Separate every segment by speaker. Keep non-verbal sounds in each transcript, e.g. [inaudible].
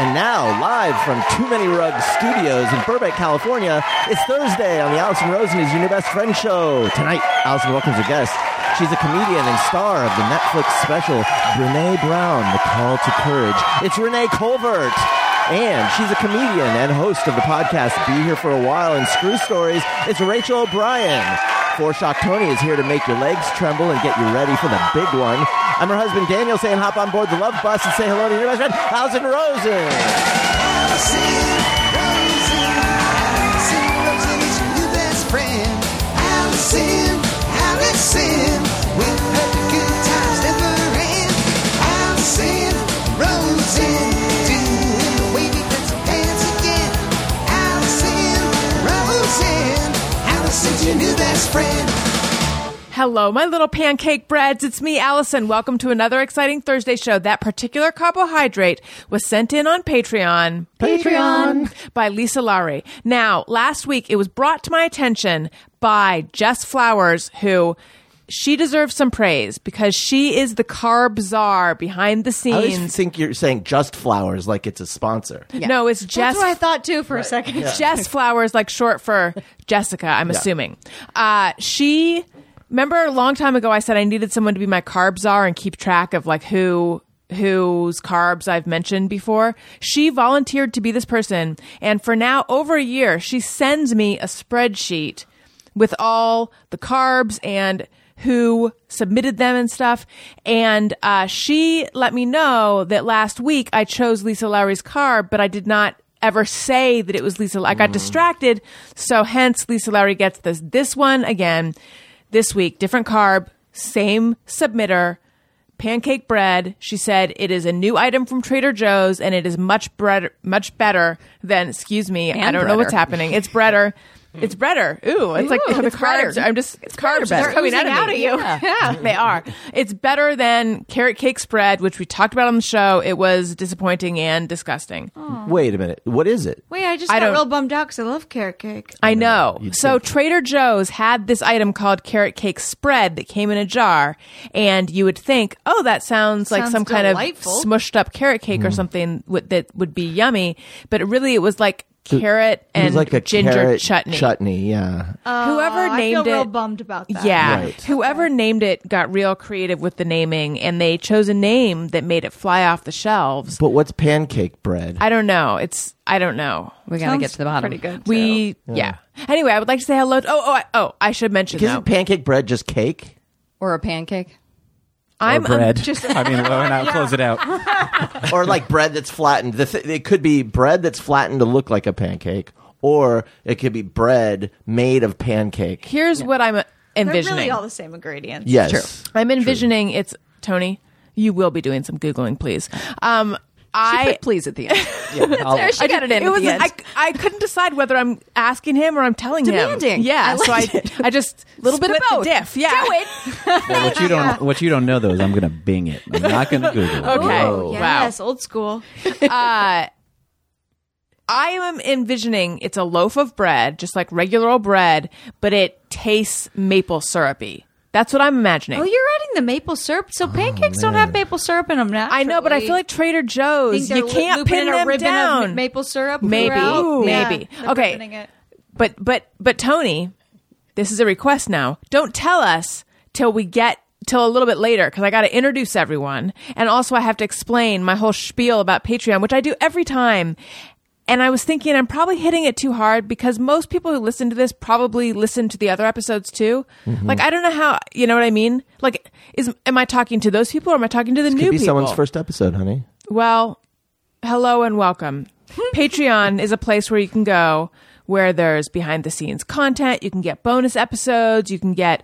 Speaker 1: And now, live from Too Many Rugs Studios in Burbank, California, it's Thursday on the Allison Rosen is Your New Best Friend show. Tonight, Allison welcomes her guest. She's a comedian and star of the Netflix special Brene Brown, The Call to Courage. It's Renee Colvert. And she's a comedian and host of the podcast Be Here for a While and Screw Stories. It's Rachel O'Brien. Four Shock Tony is here to make your legs tremble and get you ready for the big one. I'm her husband Daniel saying hop on board the love bus and say hello to your best friend, Allison Rosen.
Speaker 2: Your new best friend.
Speaker 3: Hello, my little pancake breads. It's me, Allison. Welcome to another exciting Thursday show. That particular carbohydrate was sent in on Patreon.
Speaker 1: Patreon.
Speaker 3: By Lisa Lowry. Now, last week it was brought to my attention by Jess Flowers, who she deserves some praise because she is the carb czar behind the
Speaker 1: I
Speaker 3: scenes.
Speaker 1: always think you're saying just flowers like it's a sponsor.
Speaker 3: No, it's Jess.
Speaker 4: That's what I thought too for a second.
Speaker 3: [laughs] Jess Flowers, like short for Jessica, I'm assuming. Uh, she, remember a long time ago, I said I needed someone to be my carb czar and keep track of like who whose carbs I've mentioned before. She volunteered to be this person, and for now over a year, she sends me a spreadsheet with all the carbs and who submitted them and stuff. And uh, she let me know that last week I chose Lisa Lowry's carb, but I did not ever say that it was Lisa. I got distracted, so hence Lisa Lowry gets this this one again this week. Different carb, same submitter. Pancake bread. She said it is a new item from Trader Joe's, and it is much bread, much better than. Excuse me, I
Speaker 4: And
Speaker 3: don't know
Speaker 4: breader.
Speaker 3: what's happening. It's breader. It's breader. Ooh, it's like
Speaker 4: Ooh,
Speaker 3: the
Speaker 4: it's
Speaker 3: carbs.
Speaker 4: breader.
Speaker 3: I'm just it's carbs
Speaker 4: better.
Speaker 3: are coming out
Speaker 4: Oozing
Speaker 3: of,
Speaker 4: out
Speaker 3: me.
Speaker 4: of you.
Speaker 3: Yeah. [laughs] they are. It's better than carrot cake spread, which we talked about on the show. It was disappointing and disgusting.
Speaker 1: Wait a minute. What is it?
Speaker 4: Wait, I just
Speaker 3: I
Speaker 4: got
Speaker 3: don't-
Speaker 4: real bummed out because I love carrot cake.
Speaker 3: I know. So Trader Joe's had this item called carrot cake spread that came in a jar, and you would think, oh, that sounds like
Speaker 4: Sounds
Speaker 3: some
Speaker 4: delightful.
Speaker 3: kind of smushed up carrot cake or
Speaker 1: Hmm.
Speaker 3: something w- that would be yummy, but really it was like carrot
Speaker 1: It
Speaker 3: and
Speaker 1: was like a
Speaker 3: ginger
Speaker 1: carrot
Speaker 3: chutney.
Speaker 1: Chutney, yeah.
Speaker 3: Whoever
Speaker 4: Oh, I
Speaker 3: named
Speaker 4: feel real
Speaker 3: it
Speaker 4: bummed about that.
Speaker 3: Yeah.
Speaker 1: Right.
Speaker 3: Whoever named it got real creative with the naming and they chose a name that made it fly off the shelves.
Speaker 1: but what's pancake bread?
Speaker 3: I don't know. It's I don't know.
Speaker 5: We gotta get to the bottom.
Speaker 3: We yeah. Anyway, I would like to say hello. To, oh oh I- oh! I should mention
Speaker 1: Isn't
Speaker 3: though.
Speaker 1: pancake bread just cake?
Speaker 5: or a pancake.
Speaker 3: I'm,
Speaker 6: or bread.
Speaker 3: I'm [laughs] just
Speaker 6: I mean, why not close it
Speaker 3: [laughs]
Speaker 6: out?
Speaker 1: or like bread that's flattened. The th- it could be bread that's flattened to look like a pancake, or it could be bread made of pancake.
Speaker 3: here's what I'm
Speaker 4: They're
Speaker 3: envisioning.
Speaker 4: really all the same ingredients.
Speaker 1: Yes,
Speaker 3: [laughs] I'm envisioning it's Tony. You will be doing some googling, please. Um, I
Speaker 5: please at the end.
Speaker 4: There, she
Speaker 3: I
Speaker 4: got
Speaker 3: did-
Speaker 4: it in.
Speaker 3: It
Speaker 4: at
Speaker 3: was.
Speaker 4: the end.
Speaker 3: I, I couldn't decide whether I'm asking him or I'm telling him.
Speaker 5: Demanding.
Speaker 3: Yeah.
Speaker 5: I
Speaker 3: so
Speaker 5: liked
Speaker 3: I,
Speaker 5: it.
Speaker 3: I just little
Speaker 5: bit of both.
Speaker 3: diff. Yeah. Do it.
Speaker 6: Well, what you don't what you don't know though is I'm gonna Bing it. I'm not gonna Google. it.
Speaker 3: Okay.
Speaker 1: Whoa.
Speaker 3: Wow.
Speaker 4: Oh, Yes, old school.
Speaker 3: I am envisioning it's a loaf of bread, just like regular old bread, but it tastes maple syrupy. That's what I'm imagining.
Speaker 4: Oh, you're adding the maple syrup. So pancakes don't have maple syrup in them now.
Speaker 3: I know, but I feel like Trader Joe's. You can't pin
Speaker 4: a
Speaker 3: them
Speaker 4: ribbon
Speaker 3: down.
Speaker 4: Of maple syrup.
Speaker 3: Maybe.
Speaker 4: throughout.
Speaker 3: Ooh.
Speaker 4: Yeah,
Speaker 3: Maybe.
Speaker 4: they're
Speaker 3: Okay.
Speaker 4: ribboning it.
Speaker 3: But but but Tony, this is a request now. Don't tell us till we get till a little bit later because I got to introduce everyone, and also I have to explain my whole spiel about Patreon, which I do every time. And I was thinking I'm probably hitting it too hard because most people who listen to this probably listen to the other episodes too.
Speaker 1: Mm-hmm.
Speaker 3: Like I don't know how you know what I mean. Like is am I talking to those people or am I talking to the new
Speaker 1: could be
Speaker 3: people?
Speaker 1: someone's first episode, honey.
Speaker 3: Well, hello and welcome. Patreon is a place where you can go where there's behind the scenes content. You can get bonus episodes. You can get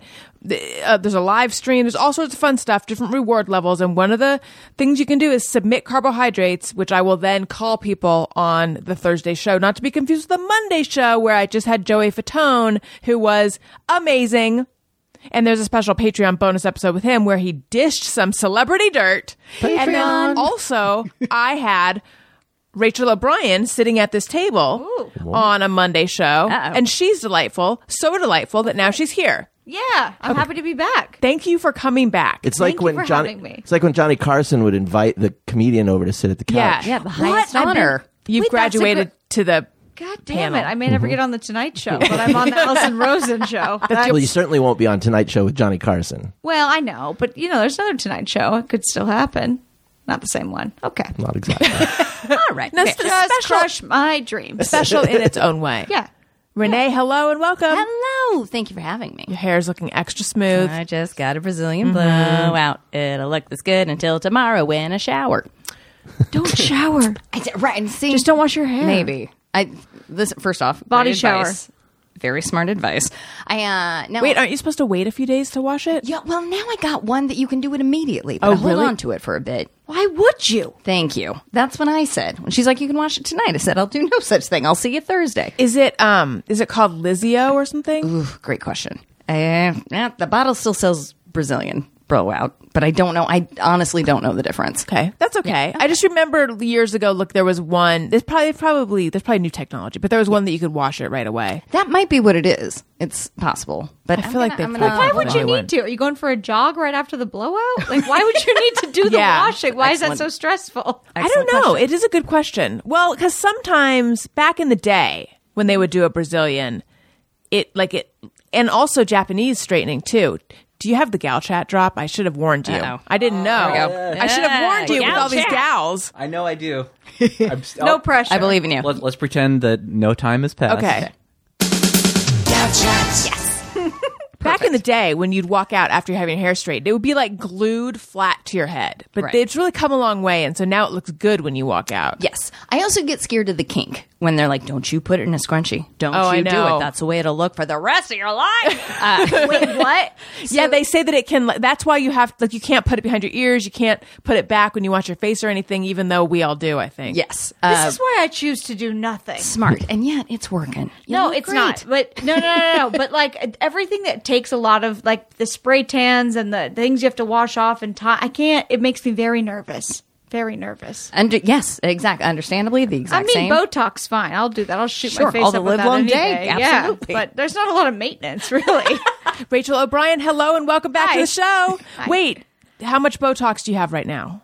Speaker 3: uh, there's a live stream. There's all sorts of fun stuff, different reward levels. And one of the things you can do is submit carbohydrates, which I will then call people on the Thursday show, not to be confused with the Monday show where I just had Joey Fatone, who was amazing. And there's a special Patreon bonus episode with him where he dished some celebrity dirt. And then
Speaker 4: [laughs]
Speaker 3: also, I had Rachel O'Brien sitting at this table on a Monday show. And she's delightful, so delightful that now she's here.
Speaker 4: Yeah, I'm happy to be back.
Speaker 3: Thank you for coming back.
Speaker 1: It's
Speaker 4: Thank
Speaker 1: like
Speaker 4: you
Speaker 1: when
Speaker 4: for
Speaker 1: Johnny.
Speaker 4: having me.
Speaker 1: It's like when Johnny Carson would invite the comedian over to sit at the
Speaker 3: yeah,
Speaker 1: couch.
Speaker 5: Yeah, the highest
Speaker 4: I've been-
Speaker 5: honor.
Speaker 3: You've
Speaker 4: Wait, that's a
Speaker 3: graduated
Speaker 4: gr-
Speaker 3: to the.
Speaker 4: God damn
Speaker 3: Panel.
Speaker 4: it! I may never get on the Tonight Show, but I'm [laughs] on the Ellison Rosen show. That's-
Speaker 1: Well, you certainly won't be on Tonight Show with Johnny Carson.
Speaker 4: well, I know, but you know, there's another Tonight Show. It could still happen. Not the same one. Okay.
Speaker 1: Not exactly.
Speaker 5: [laughs] All right.
Speaker 3: No,
Speaker 5: fair.
Speaker 3: spe-
Speaker 4: Just
Speaker 3: special-
Speaker 4: crush my dreams.
Speaker 3: special in its own way.
Speaker 4: [laughs] Yeah.
Speaker 3: Renee, hello and welcome.
Speaker 5: Hello. Thank you for having me.
Speaker 3: Your hair's looking extra smooth.
Speaker 5: I just got a Brazilian blowout. It'll look this good until tomorrow in a shower.
Speaker 4: Don't shower.
Speaker 5: I d- right, and see,
Speaker 4: Just don't wash your hair.
Speaker 5: Maybe I. This first off,
Speaker 4: Body
Speaker 5: great
Speaker 4: shower.
Speaker 5: advice. Very smart advice. I uh, now
Speaker 3: Wait, aren't you supposed to wait a few days to wash it?
Speaker 5: Yeah, well, now I got one that you can do it immediately. But
Speaker 3: Oh,
Speaker 5: hold
Speaker 3: really?
Speaker 5: on to it for a bit.
Speaker 4: Why would you?
Speaker 5: Thank you. That's what I said. When she's like, "You can watch it tonight," I said, "I'll do no such thing. I'll see you Thursday."
Speaker 3: Is it um? Is it called Lizio or something?
Speaker 5: Ooh, [sighs] great question. Uh, eh, the bottle still sells Brazilian bro out, but I don't know. I honestly don't know the difference.
Speaker 3: Okay, that's okay. I just remember years ago. Look, there was one. There's probably probably there's probably new technology, but there was one that you could wash it right away.
Speaker 5: That might be what it is. It's possible, but I
Speaker 3: feel like they fucked
Speaker 4: Why
Speaker 3: up
Speaker 4: would you
Speaker 3: Probably
Speaker 4: need to? Are you going for a jog right after the blowout? Like, why would you need to [laughs] do the
Speaker 3: Yeah.
Speaker 4: washing? Why is that so stressful?
Speaker 3: I don't know. It is a good question. Well, because sometimes back in the day when they would do a Brazilian, it like it, and also Japanese straightening too. Do you have the gal chat drop? I should have warned you.
Speaker 5: Uh-oh. Oh,
Speaker 3: I didn't know.
Speaker 5: go.
Speaker 3: I should have
Speaker 5: Yeah,
Speaker 3: warned you with
Speaker 5: gal
Speaker 3: all these
Speaker 5: chat.
Speaker 3: gals.
Speaker 6: I know I do. [laughs]
Speaker 4: No pressure.
Speaker 5: I believe in you.
Speaker 6: Let, us pretend that no time has passed.
Speaker 3: Okay.
Speaker 2: Gal chats.
Speaker 3: Back in the day, when you'd walk out after you're having your hair straightened, it would be like glued flat to your head. But
Speaker 5: Right.
Speaker 3: it's really come a long way, and so now it looks good when you walk out.
Speaker 5: Yes. I also get scared of the kink when they're like, don't you put it in a scrunchie. Don't
Speaker 3: Oh, I
Speaker 5: you do
Speaker 3: know.
Speaker 5: it. That's the way it'll look for the rest of your life. Uh,
Speaker 4: Wait, [laughs] what?
Speaker 3: yeah, they say that it can. like, That's why you have like you can't put it behind your ears. You can't put it back when you watch your face or anything. Even though we all do, I think.
Speaker 5: yes.
Speaker 4: This
Speaker 5: Uh,
Speaker 4: is why I choose to do nothing.
Speaker 5: smart. And yet it's working. You
Speaker 4: No,
Speaker 5: look
Speaker 4: it's
Speaker 5: great.
Speaker 4: not. But no, no, no, no. but like everything that takes a lot of like the spray tans and the things you have to wash off and tie, I can't. It makes me very nervous. Very nervous.
Speaker 5: Under, yes, exactly. Understandably, the
Speaker 4: I
Speaker 5: exact
Speaker 4: mean,
Speaker 5: same.
Speaker 4: Botox, fine. I'll do that. I'll shoot
Speaker 5: Sure,
Speaker 4: my face
Speaker 5: all
Speaker 4: up
Speaker 5: the
Speaker 4: without
Speaker 5: livelong day,
Speaker 4: anything.
Speaker 5: absolutely.
Speaker 4: Yeah, but there's not a lot of maintenance, [laughs] really.
Speaker 3: Rachel O'Brien, hello and welcome back to
Speaker 4: [laughs] Hi.
Speaker 3: the show. Wait, how much Botox do you have right now?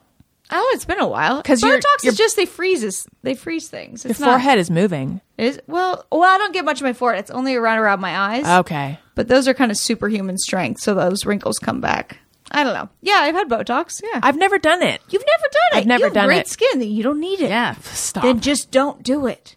Speaker 4: oh, it's been a while.
Speaker 3: 'Cause your-
Speaker 4: Botox
Speaker 3: your-
Speaker 4: is just they freezes. They freeze things.
Speaker 3: Your
Speaker 4: It's not-
Speaker 3: forehead is moving.
Speaker 4: is well. Well, I don't get much of my forehead. It's only around around my eyes.
Speaker 3: Okay.
Speaker 4: But those are kind of superhuman strength, so those wrinkles come back. I don't know. Yeah, I've had Botox. Yeah,
Speaker 3: I've never done it.
Speaker 4: You've never done it.
Speaker 3: I've never
Speaker 4: you have
Speaker 3: done
Speaker 4: great
Speaker 3: it.
Speaker 4: skin. You don't need it.
Speaker 5: yeah.
Speaker 3: [laughs] Stop.
Speaker 4: [laughs] Then just don't do [laughs] it.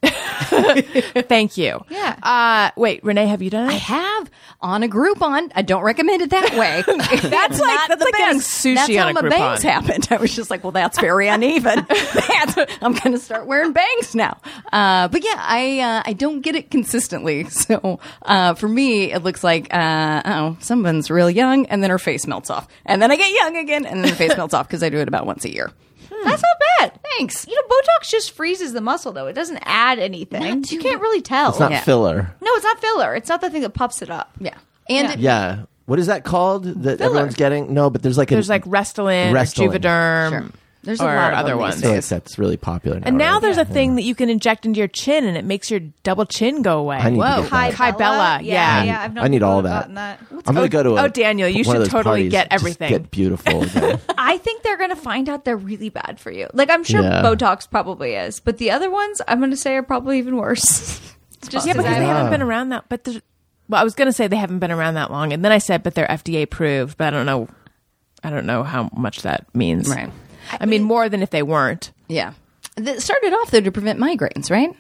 Speaker 3: Thank you.
Speaker 4: Yeah.
Speaker 3: Uh, wait, Renee, have you done
Speaker 5: I
Speaker 3: it?
Speaker 5: have on a Groupon. I don't recommend it that [laughs] way. that's
Speaker 3: like- that's like getting sushi
Speaker 5: that's
Speaker 3: on
Speaker 5: how
Speaker 3: a
Speaker 5: my
Speaker 3: Groupon.
Speaker 5: bangs happened. [laughs] I was just like, well, that's very [laughs] uneven. That's- I'm going to start wearing bangs now. Uh, but yeah, I uh, I don't get it consistently. [laughs] So uh, for me, it looks like uh, oh, someone's real young, and then her face melts off, and then I get young again, and then her face melts off because I do it about once a year.
Speaker 4: Hmm. That's not bad.
Speaker 5: Thanks.
Speaker 4: You know, Botox just freezes the muscle, though. It doesn't add anything.
Speaker 5: Not
Speaker 4: You
Speaker 5: too
Speaker 4: can't really tell. [laughs]
Speaker 1: It's not
Speaker 5: Yeah.
Speaker 1: filler.
Speaker 4: no, it's not filler. It's not the thing that puffs it up.
Speaker 5: [laughs] Yeah, and
Speaker 4: Yeah.
Speaker 5: It,
Speaker 1: Yeah. What is that called that everyone's getting? No, but there's like
Speaker 3: There's
Speaker 1: a,
Speaker 3: like Restylane,
Speaker 1: Restylane.
Speaker 3: Or Juvederm,
Speaker 5: Sure. There's a
Speaker 3: or
Speaker 5: lot of
Speaker 3: other
Speaker 5: them
Speaker 3: ones.
Speaker 5: these
Speaker 1: So it's that's really popular. Now,
Speaker 3: And now
Speaker 1: right?
Speaker 3: there's a thing that you can inject into your chin, and it makes your double chin go away.
Speaker 1: I need to
Speaker 5: Whoa.
Speaker 1: get
Speaker 4: Hi,
Speaker 1: that.
Speaker 3: Hi, Bella. Yeah.
Speaker 4: Yeah, yeah. I've not
Speaker 1: I need all
Speaker 4: thought
Speaker 1: that.
Speaker 4: about that.
Speaker 1: I'm gonna go to. A,
Speaker 3: oh, Daniel, you
Speaker 1: one of
Speaker 3: should
Speaker 1: those
Speaker 3: totally
Speaker 1: parties,
Speaker 3: get
Speaker 1: just
Speaker 3: everything.
Speaker 1: Get beautiful. again.
Speaker 4: I think they're going to find out they're really bad for you. Like, I'm sure
Speaker 1: Yeah.
Speaker 4: Botox probably is, but the other ones, I'm going to say, are probably even worse. just
Speaker 3: Yeah,
Speaker 4: as
Speaker 3: because
Speaker 4: I-
Speaker 3: they haven't been around that. But the, well, I was going to say they haven't been around that long, and then I said, but they're FDA approved. But I don't know, I don't know how much that means.
Speaker 5: Right.
Speaker 3: I mean, more than if they weren't.
Speaker 5: Yeah. That started off though to prevent migraines, right?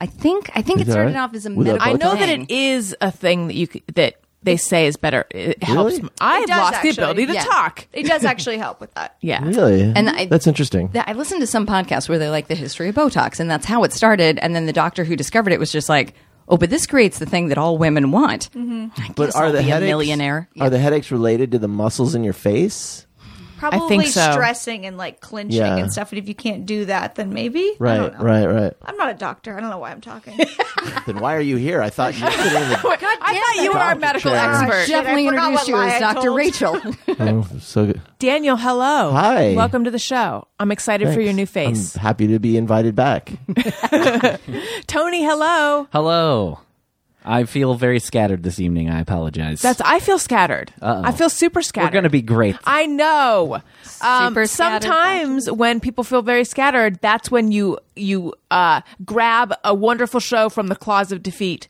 Speaker 5: I think I think
Speaker 1: Is
Speaker 5: it
Speaker 1: that
Speaker 5: started
Speaker 1: right?
Speaker 5: off as a
Speaker 1: With a
Speaker 5: medical.
Speaker 3: I know that
Speaker 5: thing.
Speaker 3: it is a thing that you c- that they say is better. It helps.
Speaker 1: Really?
Speaker 3: I
Speaker 4: It does,
Speaker 3: lost
Speaker 4: actually.
Speaker 3: the ability to
Speaker 5: Yeah.
Speaker 3: talk.
Speaker 4: it does actually help with that.
Speaker 3: Yeah.
Speaker 1: really?
Speaker 5: And I-
Speaker 1: that's interesting.
Speaker 5: That- I listened to some podcasts where they like the history of Botox, and that's how it started. And then the doctor who discovered it was just like, "Oh, but this creates the thing that all women want."
Speaker 4: Mm-hmm.
Speaker 5: I guess
Speaker 1: but are
Speaker 5: I'll
Speaker 1: the
Speaker 5: be
Speaker 1: headaches
Speaker 5: a millionaire?
Speaker 1: Are the headaches related to the muscles in your face?
Speaker 4: Probably
Speaker 3: so.
Speaker 4: stressing and like clinching
Speaker 1: Yeah.
Speaker 4: and stuff. And if you can't do that, then maybe. I
Speaker 1: Right,
Speaker 4: don't know.
Speaker 1: right, right.
Speaker 4: I'm not a doctor. I don't know why I'm talking. [laughs]
Speaker 1: then why are you here? I thought you were sitting in the.
Speaker 3: I thought you were our medical
Speaker 1: Doctor.
Speaker 3: expert.
Speaker 4: Shit, I
Speaker 5: Definitely
Speaker 4: forgot
Speaker 5: introduced
Speaker 4: what
Speaker 5: you
Speaker 4: lie I
Speaker 5: as Dr.
Speaker 4: told.
Speaker 5: Rachel.
Speaker 4: [laughs]
Speaker 1: Oh, so good.
Speaker 3: Daniel, hello.
Speaker 1: Hi.
Speaker 3: Welcome to the show. I'm excited for your
Speaker 1: Thanks. Um,
Speaker 3: new face. [laughs]
Speaker 1: I'm happy to be invited back.
Speaker 3: Tony, hello.
Speaker 6: Hello. I feel very scattered this evening. I apologize.
Speaker 3: That's I feel scattered. I feel super scattered.
Speaker 6: We're going to be great.
Speaker 3: I know. Um,
Speaker 5: Super scattered.
Speaker 3: sometimes when people feel very scattered, that's when you you uh, grab a wonderful show from the claws of defeat.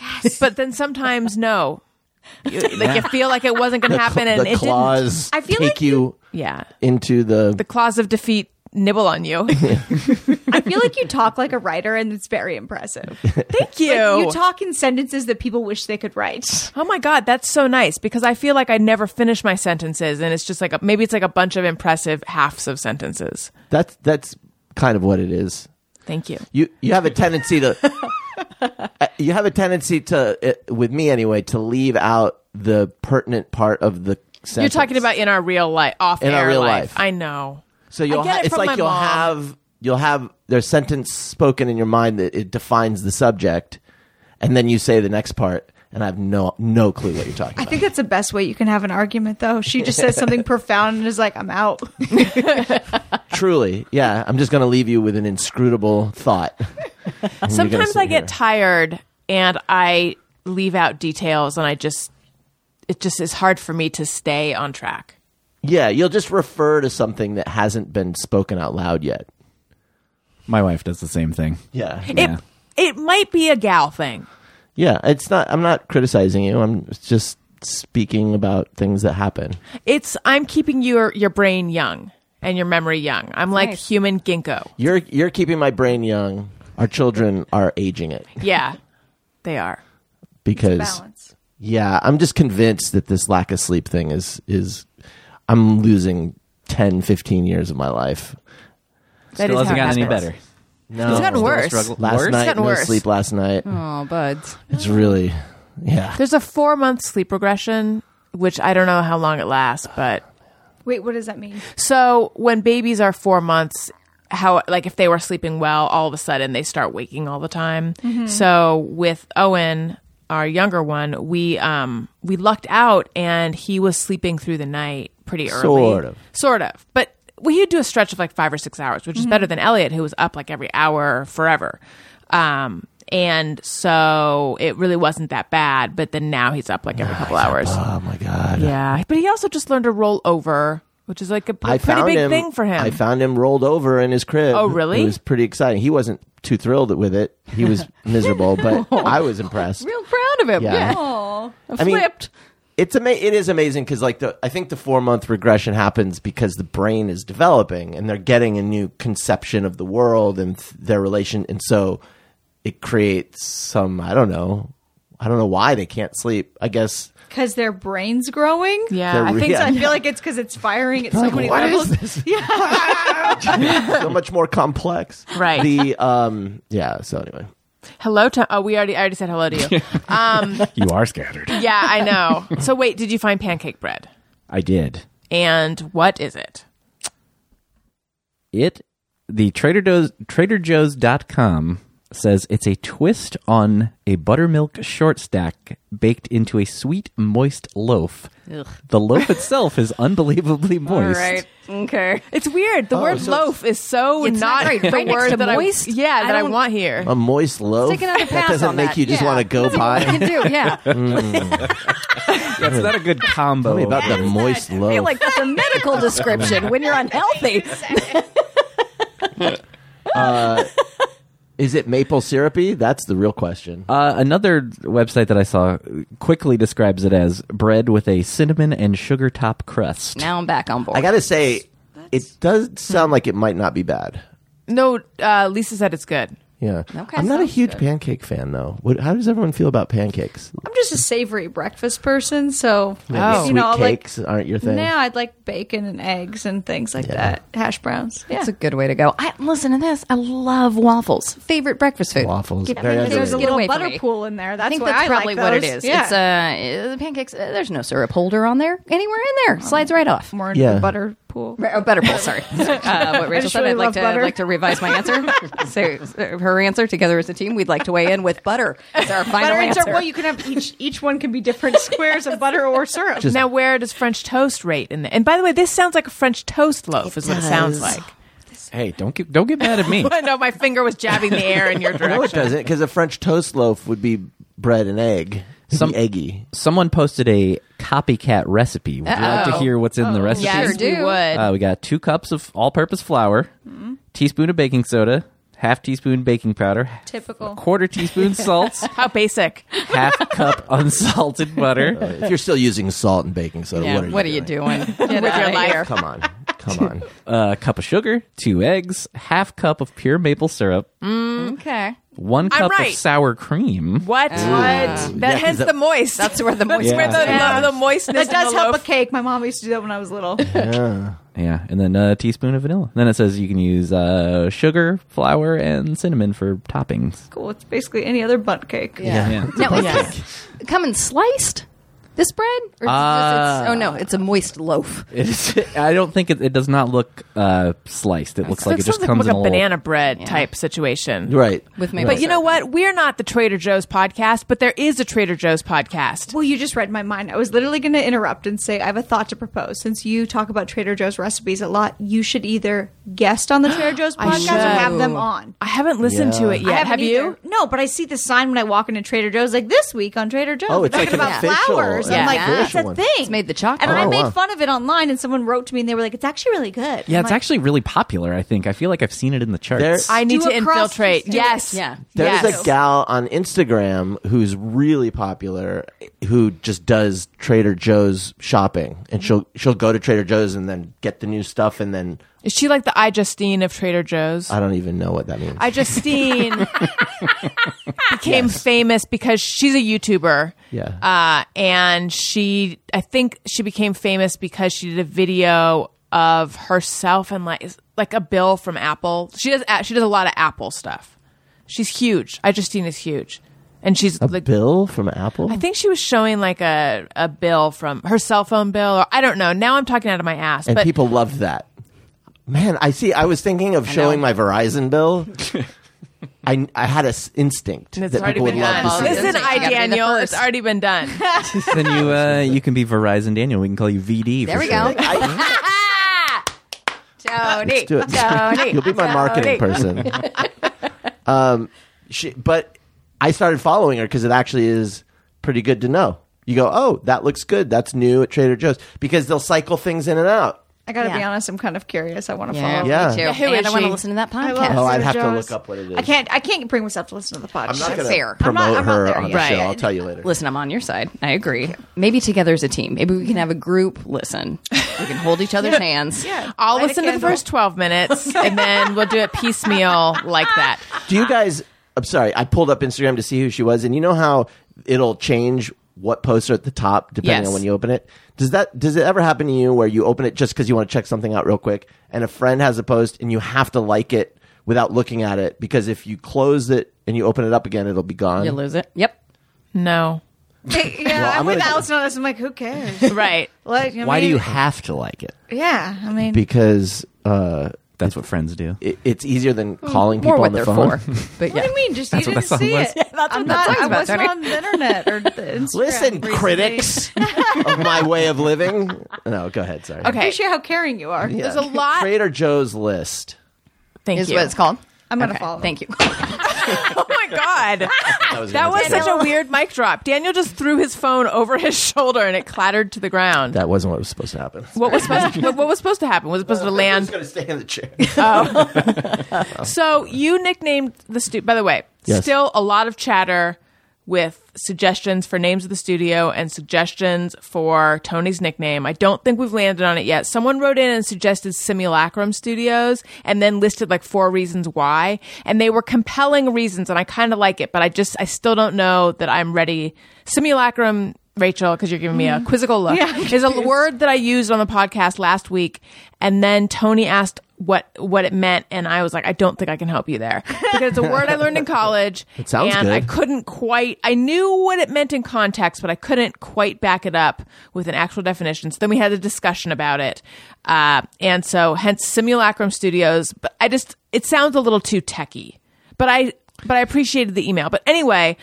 Speaker 3: Yes. But then sometimes no, you, like you feel like it wasn't going to happen,
Speaker 1: the
Speaker 3: and it didn't.
Speaker 1: claws
Speaker 4: I feel
Speaker 1: take
Speaker 4: like
Speaker 1: you
Speaker 3: Yeah,
Speaker 1: into the,
Speaker 3: the claws of defeat nibble
Speaker 1: [laughs]
Speaker 3: on you. Thank
Speaker 4: I feel like you talk like a writer, and it's
Speaker 1: [laughs]
Speaker 4: very impressive.
Speaker 3: you.
Speaker 4: You talk in sentences that people wish they could write.
Speaker 3: Oh my god, that's so nice because I feel like I never finish my sentences, and it's just like a, maybe it's like a bunch of impressive halves of sentences.
Speaker 1: that's that's kind of what it is.
Speaker 3: Thank you.
Speaker 1: You you have a tendency to
Speaker 3: [laughs]
Speaker 1: Uh, you have a tendency to uh, with me anyway to leave out the pertinent part of the sentence.
Speaker 3: You're talking about in our real life, off
Speaker 1: In
Speaker 3: air
Speaker 1: our real life.
Speaker 3: I know.
Speaker 1: So you'll
Speaker 3: I get
Speaker 1: ha-
Speaker 3: it
Speaker 1: it's
Speaker 3: from
Speaker 1: like
Speaker 3: my
Speaker 1: you'll
Speaker 3: mom.
Speaker 1: have you'll have there's sentence spoken in your mind that it defines the subject, and then you say the next part, and I have no no clue what you're talking
Speaker 4: I
Speaker 1: about.
Speaker 4: think that's the best way you can have an argument, though. She just
Speaker 1: [laughs]
Speaker 4: says something profound and is like, "I'm out."
Speaker 1: Truly, yeah, I'm just going to leave you with an inscrutable thought. And you're gonna
Speaker 3: Sometimes
Speaker 1: sit
Speaker 3: I get
Speaker 1: here.
Speaker 3: tired and I leave out details, and I just it just is hard for me to stay on track.
Speaker 1: yeah, you'll just refer to something that hasn't been spoken out loud yet.
Speaker 6: My wife does the same thing.
Speaker 1: Yeah,
Speaker 6: Yeah.
Speaker 3: It it might be a gal thing.
Speaker 1: yeah. It's not. I'm not criticizing you. I'm just speaking about things that happen.
Speaker 3: It's I'm keeping your your brain young and your memory young. I'm like
Speaker 5: Nice.
Speaker 3: human ginkgo.
Speaker 1: You're you're keeping my brain young. Our children are aging it
Speaker 3: Yeah, they are.
Speaker 1: because
Speaker 4: Balance.
Speaker 1: Yeah, I'm just convinced that this lack of sleep thing is is I'm losing 10, 15 years of my life.
Speaker 3: That
Speaker 6: Still
Speaker 3: is how it
Speaker 6: hasn't gotten any
Speaker 3: happens.
Speaker 6: better.
Speaker 1: No,
Speaker 3: It's gotten worse.
Speaker 1: Last
Speaker 6: Worse?
Speaker 1: night,
Speaker 3: gotten
Speaker 1: no
Speaker 3: worse.
Speaker 1: sleep. Last night,
Speaker 5: Oh, buds.
Speaker 1: it's really yeah.
Speaker 3: There's a four month sleep regression, which I don't know how long it lasts, but
Speaker 4: Wait, what does that mean?
Speaker 3: So when babies are four months, how like if they were sleeping well, all of a sudden they start waking all the time. So with Owen, our younger one, we um we lucked out and he was sleeping through the night pretty early.
Speaker 1: Sort of.
Speaker 3: Sort of. But we would do a stretch of like five or six hours, which is better than Elliot, who was up like every hour forever. Um and so it really wasn't that bad, but then now he's up like every couple hours.
Speaker 1: Oh my god.
Speaker 3: Yeah, but he also just learned to roll over, which is like a p-
Speaker 1: I
Speaker 3: pretty
Speaker 1: found
Speaker 3: big
Speaker 1: him.
Speaker 3: thing for him.
Speaker 1: I found him rolled over in his crib.
Speaker 3: Oh, really?
Speaker 1: It was pretty exciting. He wasn't too thrilled with it. He
Speaker 3: [laughs]
Speaker 1: was miserable, but I was impressed.
Speaker 5: Real proud of him.
Speaker 1: Yeah.
Speaker 5: Yeah.
Speaker 1: I mean,
Speaker 5: Flipped.
Speaker 1: it's ama- it is amazing because like the I think the four month regression happens because the brain is developing and they're getting a new conception of the world and th- their relation and so it creates some I don't know I don't know why they can't sleep I guess
Speaker 4: Because their brain's growing.
Speaker 3: yeah,
Speaker 1: They're
Speaker 3: I think
Speaker 1: real.
Speaker 4: So I feel like it's because it's firing at so many
Speaker 1: what
Speaker 4: levels.
Speaker 1: is this [laughs]
Speaker 3: [laughs]
Speaker 1: so much more complex
Speaker 3: Right.
Speaker 1: the um yeah so anyway
Speaker 3: so. Hello to oh, we already I already said
Speaker 1: [laughs]
Speaker 3: hello to you.
Speaker 6: You are scattered.
Speaker 3: yeah, I know. So wait, did you find pancake bread?
Speaker 6: I did.
Speaker 3: And what is it?
Speaker 6: It the Trader Joe's TraderJoe's.com says it's a twist on a buttermilk short stack baked into a sweet moist loaf. The loaf itself is unbelievably
Speaker 5: All
Speaker 6: moist.
Speaker 5: right. [laughs] Okay.
Speaker 3: It's weird. The word
Speaker 1: Oh, so
Speaker 3: loaf is so
Speaker 5: It's
Speaker 3: not
Speaker 5: not right. Right
Speaker 3: the
Speaker 5: next
Speaker 3: word
Speaker 5: to
Speaker 3: that
Speaker 5: moist?
Speaker 3: I yeah
Speaker 5: I
Speaker 3: that I,
Speaker 5: don't-
Speaker 3: want here.
Speaker 1: a moist loaf
Speaker 5: Take another pass
Speaker 1: that doesn't
Speaker 5: on
Speaker 1: make
Speaker 5: that.
Speaker 1: you just
Speaker 5: Yeah.
Speaker 1: want to go
Speaker 5: That's all
Speaker 1: by
Speaker 5: you can do. Yeah.
Speaker 6: That's not a good
Speaker 1: [laughs]
Speaker 6: combo.
Speaker 1: tell me about the moist
Speaker 5: I
Speaker 1: loaf
Speaker 5: feel like that's a medical description when you're unhealthy.
Speaker 1: is it maple syrupy that's the real question
Speaker 6: Uh, another website that I saw quickly describes it as bread with a cinnamon and sugar top crust.
Speaker 5: Now I'm back on board.
Speaker 1: I gotta say it does sound like it might not be bad.
Speaker 3: No, uh, Lisa said it's good.
Speaker 1: Yeah.
Speaker 5: Okay,
Speaker 1: I'm not a
Speaker 5: sounds
Speaker 1: huge
Speaker 5: good.
Speaker 1: pancake fan, though. What, how does everyone feel about pancakes?
Speaker 4: I'm just a savory breakfast person, so
Speaker 3: Oh.
Speaker 4: you
Speaker 1: Sweet
Speaker 4: know, I'll, like
Speaker 1: cakes aren't your thing.
Speaker 4: now I'd like bacon and eggs and things like that, hash browns. Yeah,
Speaker 5: That's a good way to go. I listen to this. I love waffles. Favorite breakfast food.
Speaker 1: Waffles. very
Speaker 5: think
Speaker 1: underrated.
Speaker 4: there's a
Speaker 5: Get
Speaker 4: little
Speaker 5: away from
Speaker 4: butter
Speaker 5: me.
Speaker 4: pool in there. That's
Speaker 5: I think
Speaker 4: why
Speaker 5: that's
Speaker 4: like
Speaker 5: probably what it
Speaker 4: those.
Speaker 5: is.
Speaker 4: Yeah.
Speaker 5: It's uh, uh, the pancakes. Uh, there's no syrup holder on there anywhere in there. Slides right off.
Speaker 4: more into
Speaker 1: Yeah.
Speaker 4: the butter pool.
Speaker 5: Or butter bowl, sorry. Uh, what Rachel
Speaker 4: just
Speaker 5: said,
Speaker 4: really
Speaker 5: I'd like
Speaker 4: love
Speaker 5: to
Speaker 4: butter.
Speaker 5: I'd like to revise my answer. so uh, her answer, together as a team, we'd like to weigh in with butter. It's our final
Speaker 4: Butter and
Speaker 5: answer.
Speaker 4: syrup. Well, you can have each. Each one can be
Speaker 5: [laughs]
Speaker 4: different squares of butter or syrup.
Speaker 3: Now where does French toast rate in there? And by the way, this sounds like a French toast loaf is what it sounds
Speaker 5: does.
Speaker 3: like. [laughs]
Speaker 6: Hey, don't get
Speaker 5: [laughs]
Speaker 6: don't get mad at me.
Speaker 1: [laughs]
Speaker 3: I know my finger was jabbing the air in your
Speaker 1: no, it
Speaker 3: direction.
Speaker 1: doesn't, because a French toast loaf would be bread and egg. Maybe
Speaker 6: Some-
Speaker 1: eggy.
Speaker 6: Someone posted a copycat recipe. Would you like to
Speaker 3: Uh-oh.
Speaker 6: hear what's in the recipe?
Speaker 5: Oh. Yes,
Speaker 3: Sure do.
Speaker 5: we would.
Speaker 6: Uh, we got two cups of all-purpose flour, teaspoon of baking soda, half teaspoon baking powder,
Speaker 4: Typical.
Speaker 3: [laughs]
Speaker 6: quarter teaspoon salt,
Speaker 3: How basic.
Speaker 6: half cup unsalted butter.
Speaker 1: If you're still using salt and baking soda,
Speaker 5: yeah,
Speaker 1: what are you doing?
Speaker 5: doing? Get
Speaker 3: With your
Speaker 5: outta
Speaker 3: life.
Speaker 5: here.
Speaker 1: Come on. Come on.
Speaker 6: a uh, cup of sugar, two eggs, half cup of pure maple syrup,
Speaker 5: Okay.
Speaker 6: one
Speaker 3: Mm. I'm
Speaker 6: cup
Speaker 3: right.
Speaker 6: of sour cream.
Speaker 3: What? what? That
Speaker 1: Yeah,
Speaker 3: has
Speaker 1: that-
Speaker 3: the moist. That's where the moist. where the,
Speaker 4: Yeah.
Speaker 3: the, the moistness.
Speaker 4: That does
Speaker 3: in the
Speaker 4: help a
Speaker 3: loaf.
Speaker 4: cake. My mom used to do that when I was little.
Speaker 6: Yeah, and then a teaspoon of vanilla. Then it says you can use uh, sugar, flour, and cinnamon for toppings.
Speaker 4: cool. It's basically any other bunt cake.
Speaker 5: Yeah.
Speaker 6: Yeah.
Speaker 5: Now, is this coming sliced? This bread? Or is it just,
Speaker 6: Uh,
Speaker 5: it's, oh no, it's a moist loaf.
Speaker 6: It is, [laughs] I don't think it, it does not look uh, sliced. It looks like it
Speaker 3: sounds
Speaker 6: just comes
Speaker 3: like
Speaker 6: in
Speaker 3: a
Speaker 6: a
Speaker 3: banana bread type situation.
Speaker 1: Right.
Speaker 5: With maple
Speaker 3: But you know
Speaker 5: syrup.
Speaker 3: what? We're not the Trader Joe's podcast, but there is a Trader Joe's podcast.
Speaker 4: Well, you just read my mind. I was literally going to interrupt and say I have a thought to propose. Since you talk about Trader Joe's recipes a lot, you should either guest
Speaker 5: [gasps]
Speaker 4: on the Trader Joe's podcast
Speaker 3: should.
Speaker 4: or have them on.
Speaker 3: I haven't listened to it
Speaker 4: I
Speaker 3: yet.
Speaker 4: haven't
Speaker 3: Have you?
Speaker 4: either. No, but I see the sign when I walk into Trader Joe's, like this week on Trader Joe's.
Speaker 1: Oh, it's
Speaker 4: They're
Speaker 1: like
Speaker 4: talking
Speaker 1: an
Speaker 4: about
Speaker 1: official-
Speaker 4: flowers.
Speaker 1: an
Speaker 4: I'm like,
Speaker 5: official
Speaker 4: that's a
Speaker 1: one.
Speaker 4: thing.
Speaker 5: It's made the chocolate.
Speaker 4: And I
Speaker 1: Oh,
Speaker 4: made
Speaker 1: wow.
Speaker 4: fun of it online, and someone wrote to me and they were like, it's actually really good.
Speaker 6: Yeah,
Speaker 4: I'm
Speaker 6: it's
Speaker 4: like,
Speaker 6: actually really popular. I think I feel like I've seen it in the charts.
Speaker 1: There-
Speaker 6: [laughs]
Speaker 3: I need
Speaker 4: Do
Speaker 3: to
Speaker 4: a cross-
Speaker 3: infiltrate.
Speaker 4: do it.
Speaker 3: Yes.
Speaker 5: Yeah.
Speaker 1: There's
Speaker 3: yes.
Speaker 1: a gal on Instagram who's really popular who just does Trader Joe's shopping and she'll she'll go to Trader Joe's and then get the new stuff and then
Speaker 3: Is she like the I Justine of Trader Joe's?
Speaker 1: I don't even know what that means. [laughs]
Speaker 3: I Justine became famous because she's a YouTuber.
Speaker 1: Yeah.
Speaker 3: Uh, and she, I think she became famous because she did a video of herself and like like a bill from Apple. She does a- she does a lot of Apple stuff. She's huge. I Justine is huge, and she's
Speaker 1: a
Speaker 3: like.
Speaker 1: bill from Apple?
Speaker 3: I think she was showing like a, a bill from her cell phone bill, or I don't know. Now I'm talking out of my ass,
Speaker 1: and
Speaker 3: but
Speaker 1: people loved that. Man, I see. I was thinking of showing my Verizon
Speaker 3: [laughs]
Speaker 1: bill. I, I had an instinct
Speaker 3: it's
Speaker 1: that
Speaker 3: already
Speaker 1: people would
Speaker 3: been
Speaker 1: love
Speaker 3: done.
Speaker 1: to see.
Speaker 5: Listen,
Speaker 1: it.
Speaker 3: Listen,
Speaker 5: You
Speaker 3: I
Speaker 5: gotta be the
Speaker 3: Daniel,
Speaker 5: first.
Speaker 3: it's already been done.
Speaker 6: then you [laughs] uh, you can be Verizon Daniel. We can call you VD.
Speaker 5: There
Speaker 6: for [laughs]
Speaker 5: we go.
Speaker 6: sure.
Speaker 1: I,
Speaker 5: Tony.
Speaker 1: do it. [laughs]
Speaker 5: Tony.
Speaker 1: You'll be my marketing
Speaker 5: [laughs]
Speaker 1: person. Um, she, but I started following her because it actually is pretty good to know. You go, oh, that looks good. That's new at Trader Joe's because they'll cycle things in and out.
Speaker 4: I got to be
Speaker 5: Yeah.
Speaker 4: honest, I'm kind of curious. I want to
Speaker 5: Yeah,
Speaker 4: follow.
Speaker 1: Yeah.
Speaker 5: Me too.
Speaker 1: Yeah,
Speaker 3: who is
Speaker 5: and I want
Speaker 3: she?
Speaker 5: to listen to that
Speaker 4: I
Speaker 5: podcast.
Speaker 4: love
Speaker 1: Oh, I'd
Speaker 4: Trader
Speaker 1: have to
Speaker 4: Joe's.
Speaker 1: look up what it is.
Speaker 4: I can't. I can't bring myself to listen to the podcast.
Speaker 1: I'm not going to
Speaker 5: fair. I'm not-
Speaker 1: promote
Speaker 4: I'm not
Speaker 1: her
Speaker 4: there
Speaker 1: on the
Speaker 4: yet.
Speaker 1: show.
Speaker 5: Right.
Speaker 1: I'll tell you later.
Speaker 5: Listen, I'm on your side. I agree. Maybe together as a team. Maybe we can have a group listen. We can hold each other's hands.
Speaker 4: [laughs] Yeah.
Speaker 3: I'll
Speaker 4: Light a
Speaker 3: listen to the
Speaker 4: candle.
Speaker 3: first 12 minutes and then we'll do it piecemeal like that.
Speaker 1: Do you guys? I'm sorry. I pulled up Instagram to see who she was, and you know how it'll change what posts are at the top depending
Speaker 3: Yes.
Speaker 1: on when you open it. Does that? Does it ever happen to you where you open it just because you want to check something out real quick, and a friend has a post and you have to like it without looking at it because if you close it and you open it up again, it'll be gone.
Speaker 5: You lose it. Yep.
Speaker 3: No.
Speaker 4: [laughs] yeah,
Speaker 1: Well,
Speaker 4: I'm,
Speaker 1: I'm
Speaker 4: with
Speaker 1: gonna-
Speaker 4: Allison on this. I'm like, who cares?
Speaker 3: Right.
Speaker 4: Like, you know,
Speaker 6: Why do
Speaker 4: maybe-
Speaker 6: you have to like it?
Speaker 4: Yeah, I mean,
Speaker 1: Because uh,
Speaker 6: That's what friends do.
Speaker 1: it, it's easier than calling
Speaker 5: Mm, More
Speaker 1: people
Speaker 5: what
Speaker 1: on
Speaker 5: they're
Speaker 1: the phone.
Speaker 5: for. [laughs]
Speaker 4: what
Speaker 5: But
Speaker 4: do
Speaker 5: yeah.
Speaker 4: you mean? Just you
Speaker 6: what that
Speaker 4: didn't
Speaker 6: song
Speaker 4: see
Speaker 6: was.
Speaker 4: it.
Speaker 6: Yeah,
Speaker 5: that's
Speaker 4: I'm
Speaker 5: what that
Speaker 4: not.
Speaker 5: song's
Speaker 4: I
Speaker 5: about,
Speaker 4: wasn't
Speaker 5: Tony.
Speaker 4: on the
Speaker 1: [laughs]
Speaker 4: internet or the
Speaker 1: [laughs]
Speaker 4: Instagram
Speaker 1: Listen,
Speaker 4: recently.
Speaker 1: critics of my way of living. No, go ahead. Sorry.
Speaker 4: I
Speaker 3: Okay.
Speaker 4: appreciate how caring you are.
Speaker 3: There's a lot.
Speaker 1: Trader Joe's list.
Speaker 3: Thank
Speaker 5: Is
Speaker 3: you.
Speaker 5: what it's called.
Speaker 4: I'm gonna
Speaker 5: Okay,
Speaker 4: follow.
Speaker 5: Thank you.
Speaker 3: Oh my
Speaker 5: [laughs]
Speaker 3: God.
Speaker 1: That was,
Speaker 3: That
Speaker 1: gonna
Speaker 3: was
Speaker 1: take-
Speaker 3: such a weird mic drop. Daniel just threw his phone over his [laughs] shoulder and it clattered to the ground.
Speaker 1: That wasn't what was supposed to happen.
Speaker 3: What was supposed what, what was supposed to happen? Was it supposed to
Speaker 1: I'm just
Speaker 3: land?
Speaker 1: gonna stay in the chair.
Speaker 3: [laughs] So you nicknamed the studio. By the way,
Speaker 1: Yes.
Speaker 3: still a lot of chatter with suggestions for names of the studio and suggestions for Tony's nickname. I don't think we've landed on it yet. Someone wrote in and suggested Simulacrum Studios and then listed like four reasons why, and they were compelling reasons, and I kind of like it, but I just I still don't know that I'm ready. Simulacrum. Rachel, because you're giving me a quizzical look,
Speaker 4: Mm. Yeah, I'm
Speaker 3: is a word that I used on the podcast last week, and then Tony asked what what it meant, and I was like, I don't think I can help you there because it's a word
Speaker 1: [laughs]
Speaker 3: I learned in college. It
Speaker 1: sounds
Speaker 3: and
Speaker 1: good.
Speaker 3: I couldn't quite. I knew what it meant in context, but I couldn't quite back it up with an actual definition. So then we had a discussion about it, uh, and so hence Simulacrum Studios. But I just it sounds a little too techy. But I but I appreciated the email. But anyway,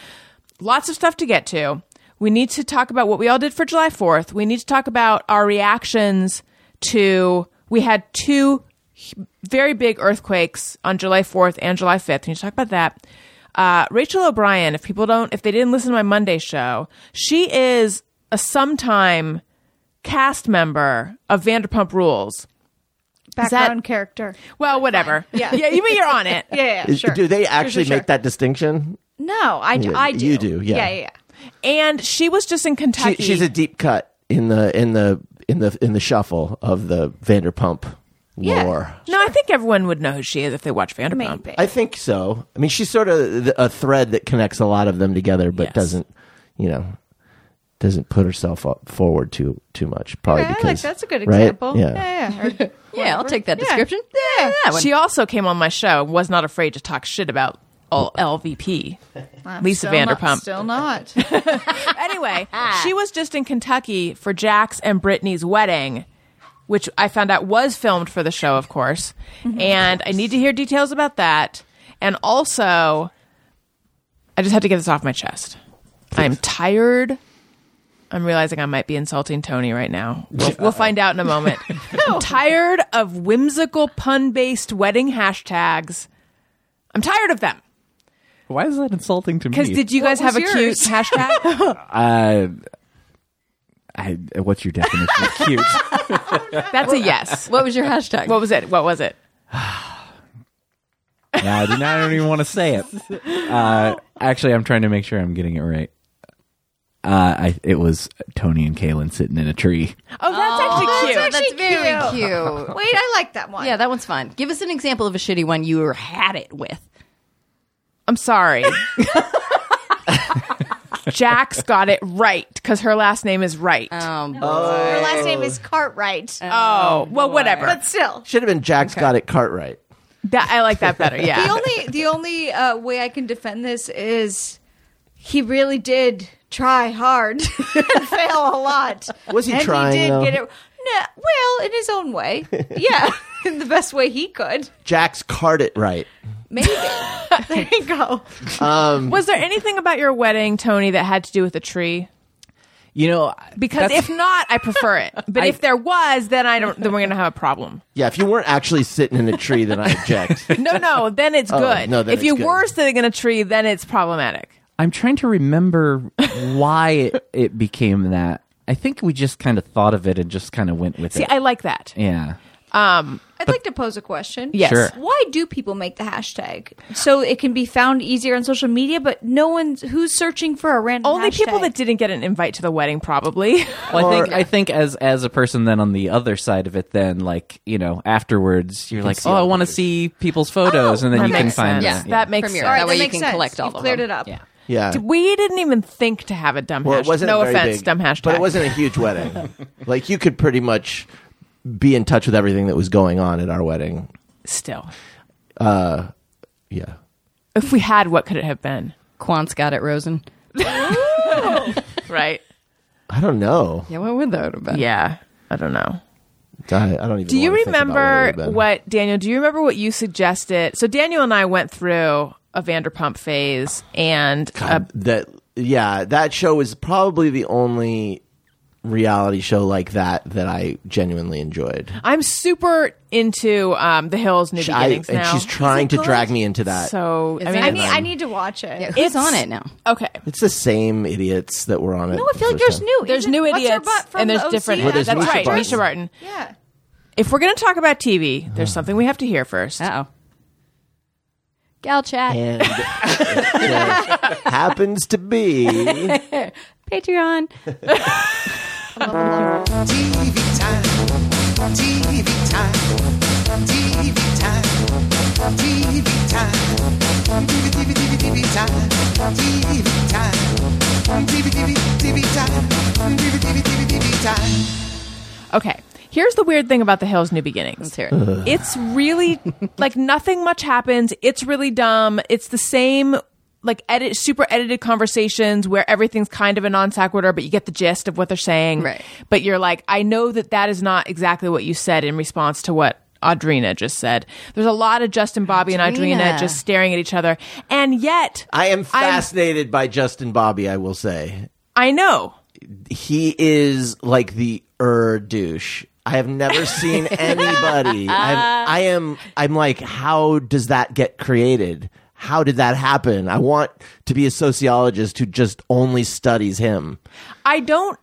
Speaker 3: lots of stuff to get to. We need to talk about what we all did for July 4th. We need to talk about our reactions to we had two h- very big earthquakes on July 4th and July 5th. We need to talk about that. Uh, Rachel O'Brien, if people don't, if they didn't listen to my Monday show, she is a sometime cast member of Vanderpump Rules.
Speaker 4: Background character.
Speaker 3: Well, whatever. Yeah. Yeah, you mean you're on it.
Speaker 4: Yeah, yeah,
Speaker 1: Is-
Speaker 4: sure.
Speaker 1: Do they actually
Speaker 4: sure.
Speaker 1: make that distinction?
Speaker 4: No, I, d-
Speaker 1: Yeah,
Speaker 4: I do.
Speaker 1: you do, yeah.
Speaker 4: yeah, yeah.
Speaker 3: And she was just in
Speaker 1: She,
Speaker 3: Kentucky.
Speaker 1: she's a deep cut in the in the in the in the shuffle of the Vanderpump
Speaker 4: Yeah.
Speaker 1: lore.
Speaker 3: No, I think everyone would know who she is if they watch
Speaker 4: yeah.
Speaker 3: Vanderpump.
Speaker 4: Maybe.
Speaker 1: Um, I think so. I mean, she's sort of th- a thread that connects a lot of them together, but
Speaker 3: Yes.
Speaker 1: doesn't, you know, doesn't put herself up forward too too much. Probably
Speaker 4: Yeah, I
Speaker 1: because
Speaker 4: like that's a good
Speaker 1: right?
Speaker 4: example.
Speaker 1: Yeah. [laughs]
Speaker 4: Yeah, yeah. Or-
Speaker 5: Yeah, I'll take that
Speaker 4: Yeah.
Speaker 5: description. Yeah, that one.
Speaker 3: She also came on my show and was not afraid to talk shit about all LVP.
Speaker 4: I'm
Speaker 3: Lisa
Speaker 4: still not-
Speaker 3: Vanderpump.
Speaker 4: still not. [laughs]
Speaker 3: anyway, she was just in Kentucky for Jack's and Brittany's wedding, which I found out was filmed for the show, of course.
Speaker 4: Mm-hmm.
Speaker 3: And I need to hear details about that. And also, I just had to get this off my chest. I'm tired. I'm realizing I might be insulting Tony right now. We'll, we'll find out in a
Speaker 4: [laughs]
Speaker 3: moment. I'm tired of whimsical pun based wedding hashtags. I'm tired of them.
Speaker 6: Why is that insulting to me?
Speaker 3: Because did you guys
Speaker 4: was
Speaker 3: have a cute
Speaker 4: yours?
Speaker 3: hashtag?
Speaker 6: Uh, I, what's your definition of [laughs] cute?
Speaker 4: [laughs]
Speaker 3: That's a yes.
Speaker 5: [laughs] what was your hashtag?
Speaker 3: What was it? What was it?
Speaker 6: no, I, didn't, I don't even want to say it. Uh, actually, I'm trying to make sure I'm getting it right. Uh, I, it was Tony and Kaylin sitting in a tree.
Speaker 3: Oh, that's actually cute.
Speaker 5: that's
Speaker 4: actually
Speaker 5: very
Speaker 4: cute.
Speaker 5: cute.
Speaker 4: Wait, I like that one.
Speaker 5: yeah, that one's fun. Give us an example of a shitty one you were had it with.
Speaker 3: I'm sorry. Jax got it right because her last name is Wright. Oh,
Speaker 5: Um,
Speaker 4: Her last name is Cartwright,
Speaker 5: Oh.
Speaker 3: well, whatever.
Speaker 4: but still.
Speaker 1: Should have been Jack's got it Cartwright.
Speaker 3: That- I like that better. Yeah.
Speaker 4: The only the only uh, way I can defend this is he really did try hard [laughs] and fail a lot.
Speaker 1: Was he
Speaker 4: and
Speaker 1: trying,
Speaker 4: He did
Speaker 1: though?
Speaker 4: get it. No, well, in his
Speaker 1: [laughs]
Speaker 4: own way. Yeah, [laughs] in the best way he could.
Speaker 1: Jack's cart it right.
Speaker 5: [laughs]
Speaker 4: Maybe. there you go.
Speaker 3: Was there anything about your wedding, Tony, that had to do with a tree?
Speaker 6: You know,
Speaker 3: Because if not, I prefer [laughs] it. But if there was, then I don't. Then we're gonna have a problem.
Speaker 1: Yeah, if you weren't actually sitting in a tree, then I object.
Speaker 4: [laughs]
Speaker 3: No, no. Then
Speaker 1: [laughs]
Speaker 3: it's good.
Speaker 1: Oh, no, then
Speaker 3: if
Speaker 1: it's
Speaker 3: you
Speaker 1: good.
Speaker 3: were sitting in a tree, then it's problematic.
Speaker 6: I'm trying to remember why it, it became that. I think we just kind of thought of it and just kind of went with
Speaker 3: See,
Speaker 6: it.
Speaker 3: I like that.
Speaker 6: yeah.
Speaker 4: I'd like to pose a question.
Speaker 3: Yes.
Speaker 6: Sure.
Speaker 4: Why do people make the hashtag so it can be found easier on social media? But no one's who's searching for a random
Speaker 3: Only people
Speaker 4: hashtag?
Speaker 3: that didn't get an invite to the wedding, probably.
Speaker 6: Well, I think I think as as a person then on the other side of it, then like you know afterwards you're like,
Speaker 1: see
Speaker 6: oh, I
Speaker 1: all the
Speaker 6: want to see people's photos, and then
Speaker 3: That
Speaker 6: you can
Speaker 3: makes
Speaker 6: find
Speaker 3: sense.
Speaker 6: that.
Speaker 3: That makes
Speaker 5: From your-
Speaker 3: sense.
Speaker 4: All right,
Speaker 5: That way
Speaker 4: that
Speaker 5: you
Speaker 4: makes
Speaker 5: can
Speaker 4: sense.
Speaker 5: collect all
Speaker 4: You've
Speaker 5: of
Speaker 4: cleared
Speaker 5: them.
Speaker 4: it up.
Speaker 6: Yeah.
Speaker 1: Yeah.
Speaker 3: [laughs] We didn't even think to have a dumb
Speaker 1: Well,
Speaker 3: hashtag.
Speaker 1: it wasn't
Speaker 3: no
Speaker 1: a very
Speaker 3: offense,
Speaker 1: big-
Speaker 3: dumb hashtag.
Speaker 1: But it wasn't a huge
Speaker 3: [laughs]
Speaker 1: wedding. like you could pretty much be in touch with everything that was going on at our wedding.
Speaker 3: Still,
Speaker 1: Yeah.
Speaker 3: if we had, what could it have been?
Speaker 5: Quant's got it, Rosen.
Speaker 3: Right?
Speaker 1: I don't know.
Speaker 5: Yeah, what would that have been?
Speaker 3: yeah. I don't know.
Speaker 1: I, I don't even
Speaker 3: Do you
Speaker 1: wanna think about
Speaker 3: remember
Speaker 1: it
Speaker 3: what,
Speaker 1: would've been.
Speaker 3: Daniel? Do you remember what you suggested? So Daniel and I went through a Vanderpump phase, and uh,
Speaker 1: that yeah that show is probably the only reality show like that that i genuinely enjoyed
Speaker 3: I'm super into um, The Hills New
Speaker 1: I,
Speaker 3: Beginnings
Speaker 1: and
Speaker 3: now.
Speaker 1: she's trying to drag me into that
Speaker 3: so I
Speaker 5: it?
Speaker 3: mean,
Speaker 4: I need, I need to watch it.
Speaker 5: Yeah,
Speaker 3: It's-
Speaker 5: who's on it now?
Speaker 3: okay.
Speaker 1: it's the same idiots that were on it
Speaker 4: No, I feel like there's new.
Speaker 3: There's
Speaker 4: isn't-
Speaker 3: new
Speaker 4: what's her
Speaker 3: idiots,
Speaker 4: butt from
Speaker 3: and there's
Speaker 4: the OC?
Speaker 3: different.
Speaker 1: Well, there's
Speaker 3: that's
Speaker 1: Misha
Speaker 3: right,
Speaker 1: Barton.
Speaker 3: Misha Barton. Uh.
Speaker 4: Yeah.
Speaker 3: If we're gonna talk about TV, there's something we have to hear first.
Speaker 5: Uh oh. Gal
Speaker 3: [laughs]
Speaker 5: chat.
Speaker 1: and it just happens to be
Speaker 5: Patreon.
Speaker 2: TV time. TV time. TV time. TV time. TV TV TV TV time. TV time. TV TV TV time. TV TV TV TV time.
Speaker 3: Okay. Here's the weird thing about The Hills New Beginnings.
Speaker 5: Let's hear it.
Speaker 3: it's really like nothing much happens. It's really dumb. It's the same like edit super edited conversations where everything's kind of a non sequitur, but you get the gist of what they're saying.
Speaker 5: Right.
Speaker 3: But you're like, I know that that is not exactly what you said in response to what Audrina just said. There's a lot of Justin, Bobby, and Audrina
Speaker 5: Audrina.
Speaker 3: just staring at each other, and yet
Speaker 1: i am fascinated by justin bobby i will say
Speaker 3: I know.
Speaker 1: he is like the er douche. I have never
Speaker 3: [laughs]
Speaker 1: seen anybody. I'm, I am. I'm like, how does that get created? how did that happen? I want to be a sociologist who just only studies him.
Speaker 3: I don't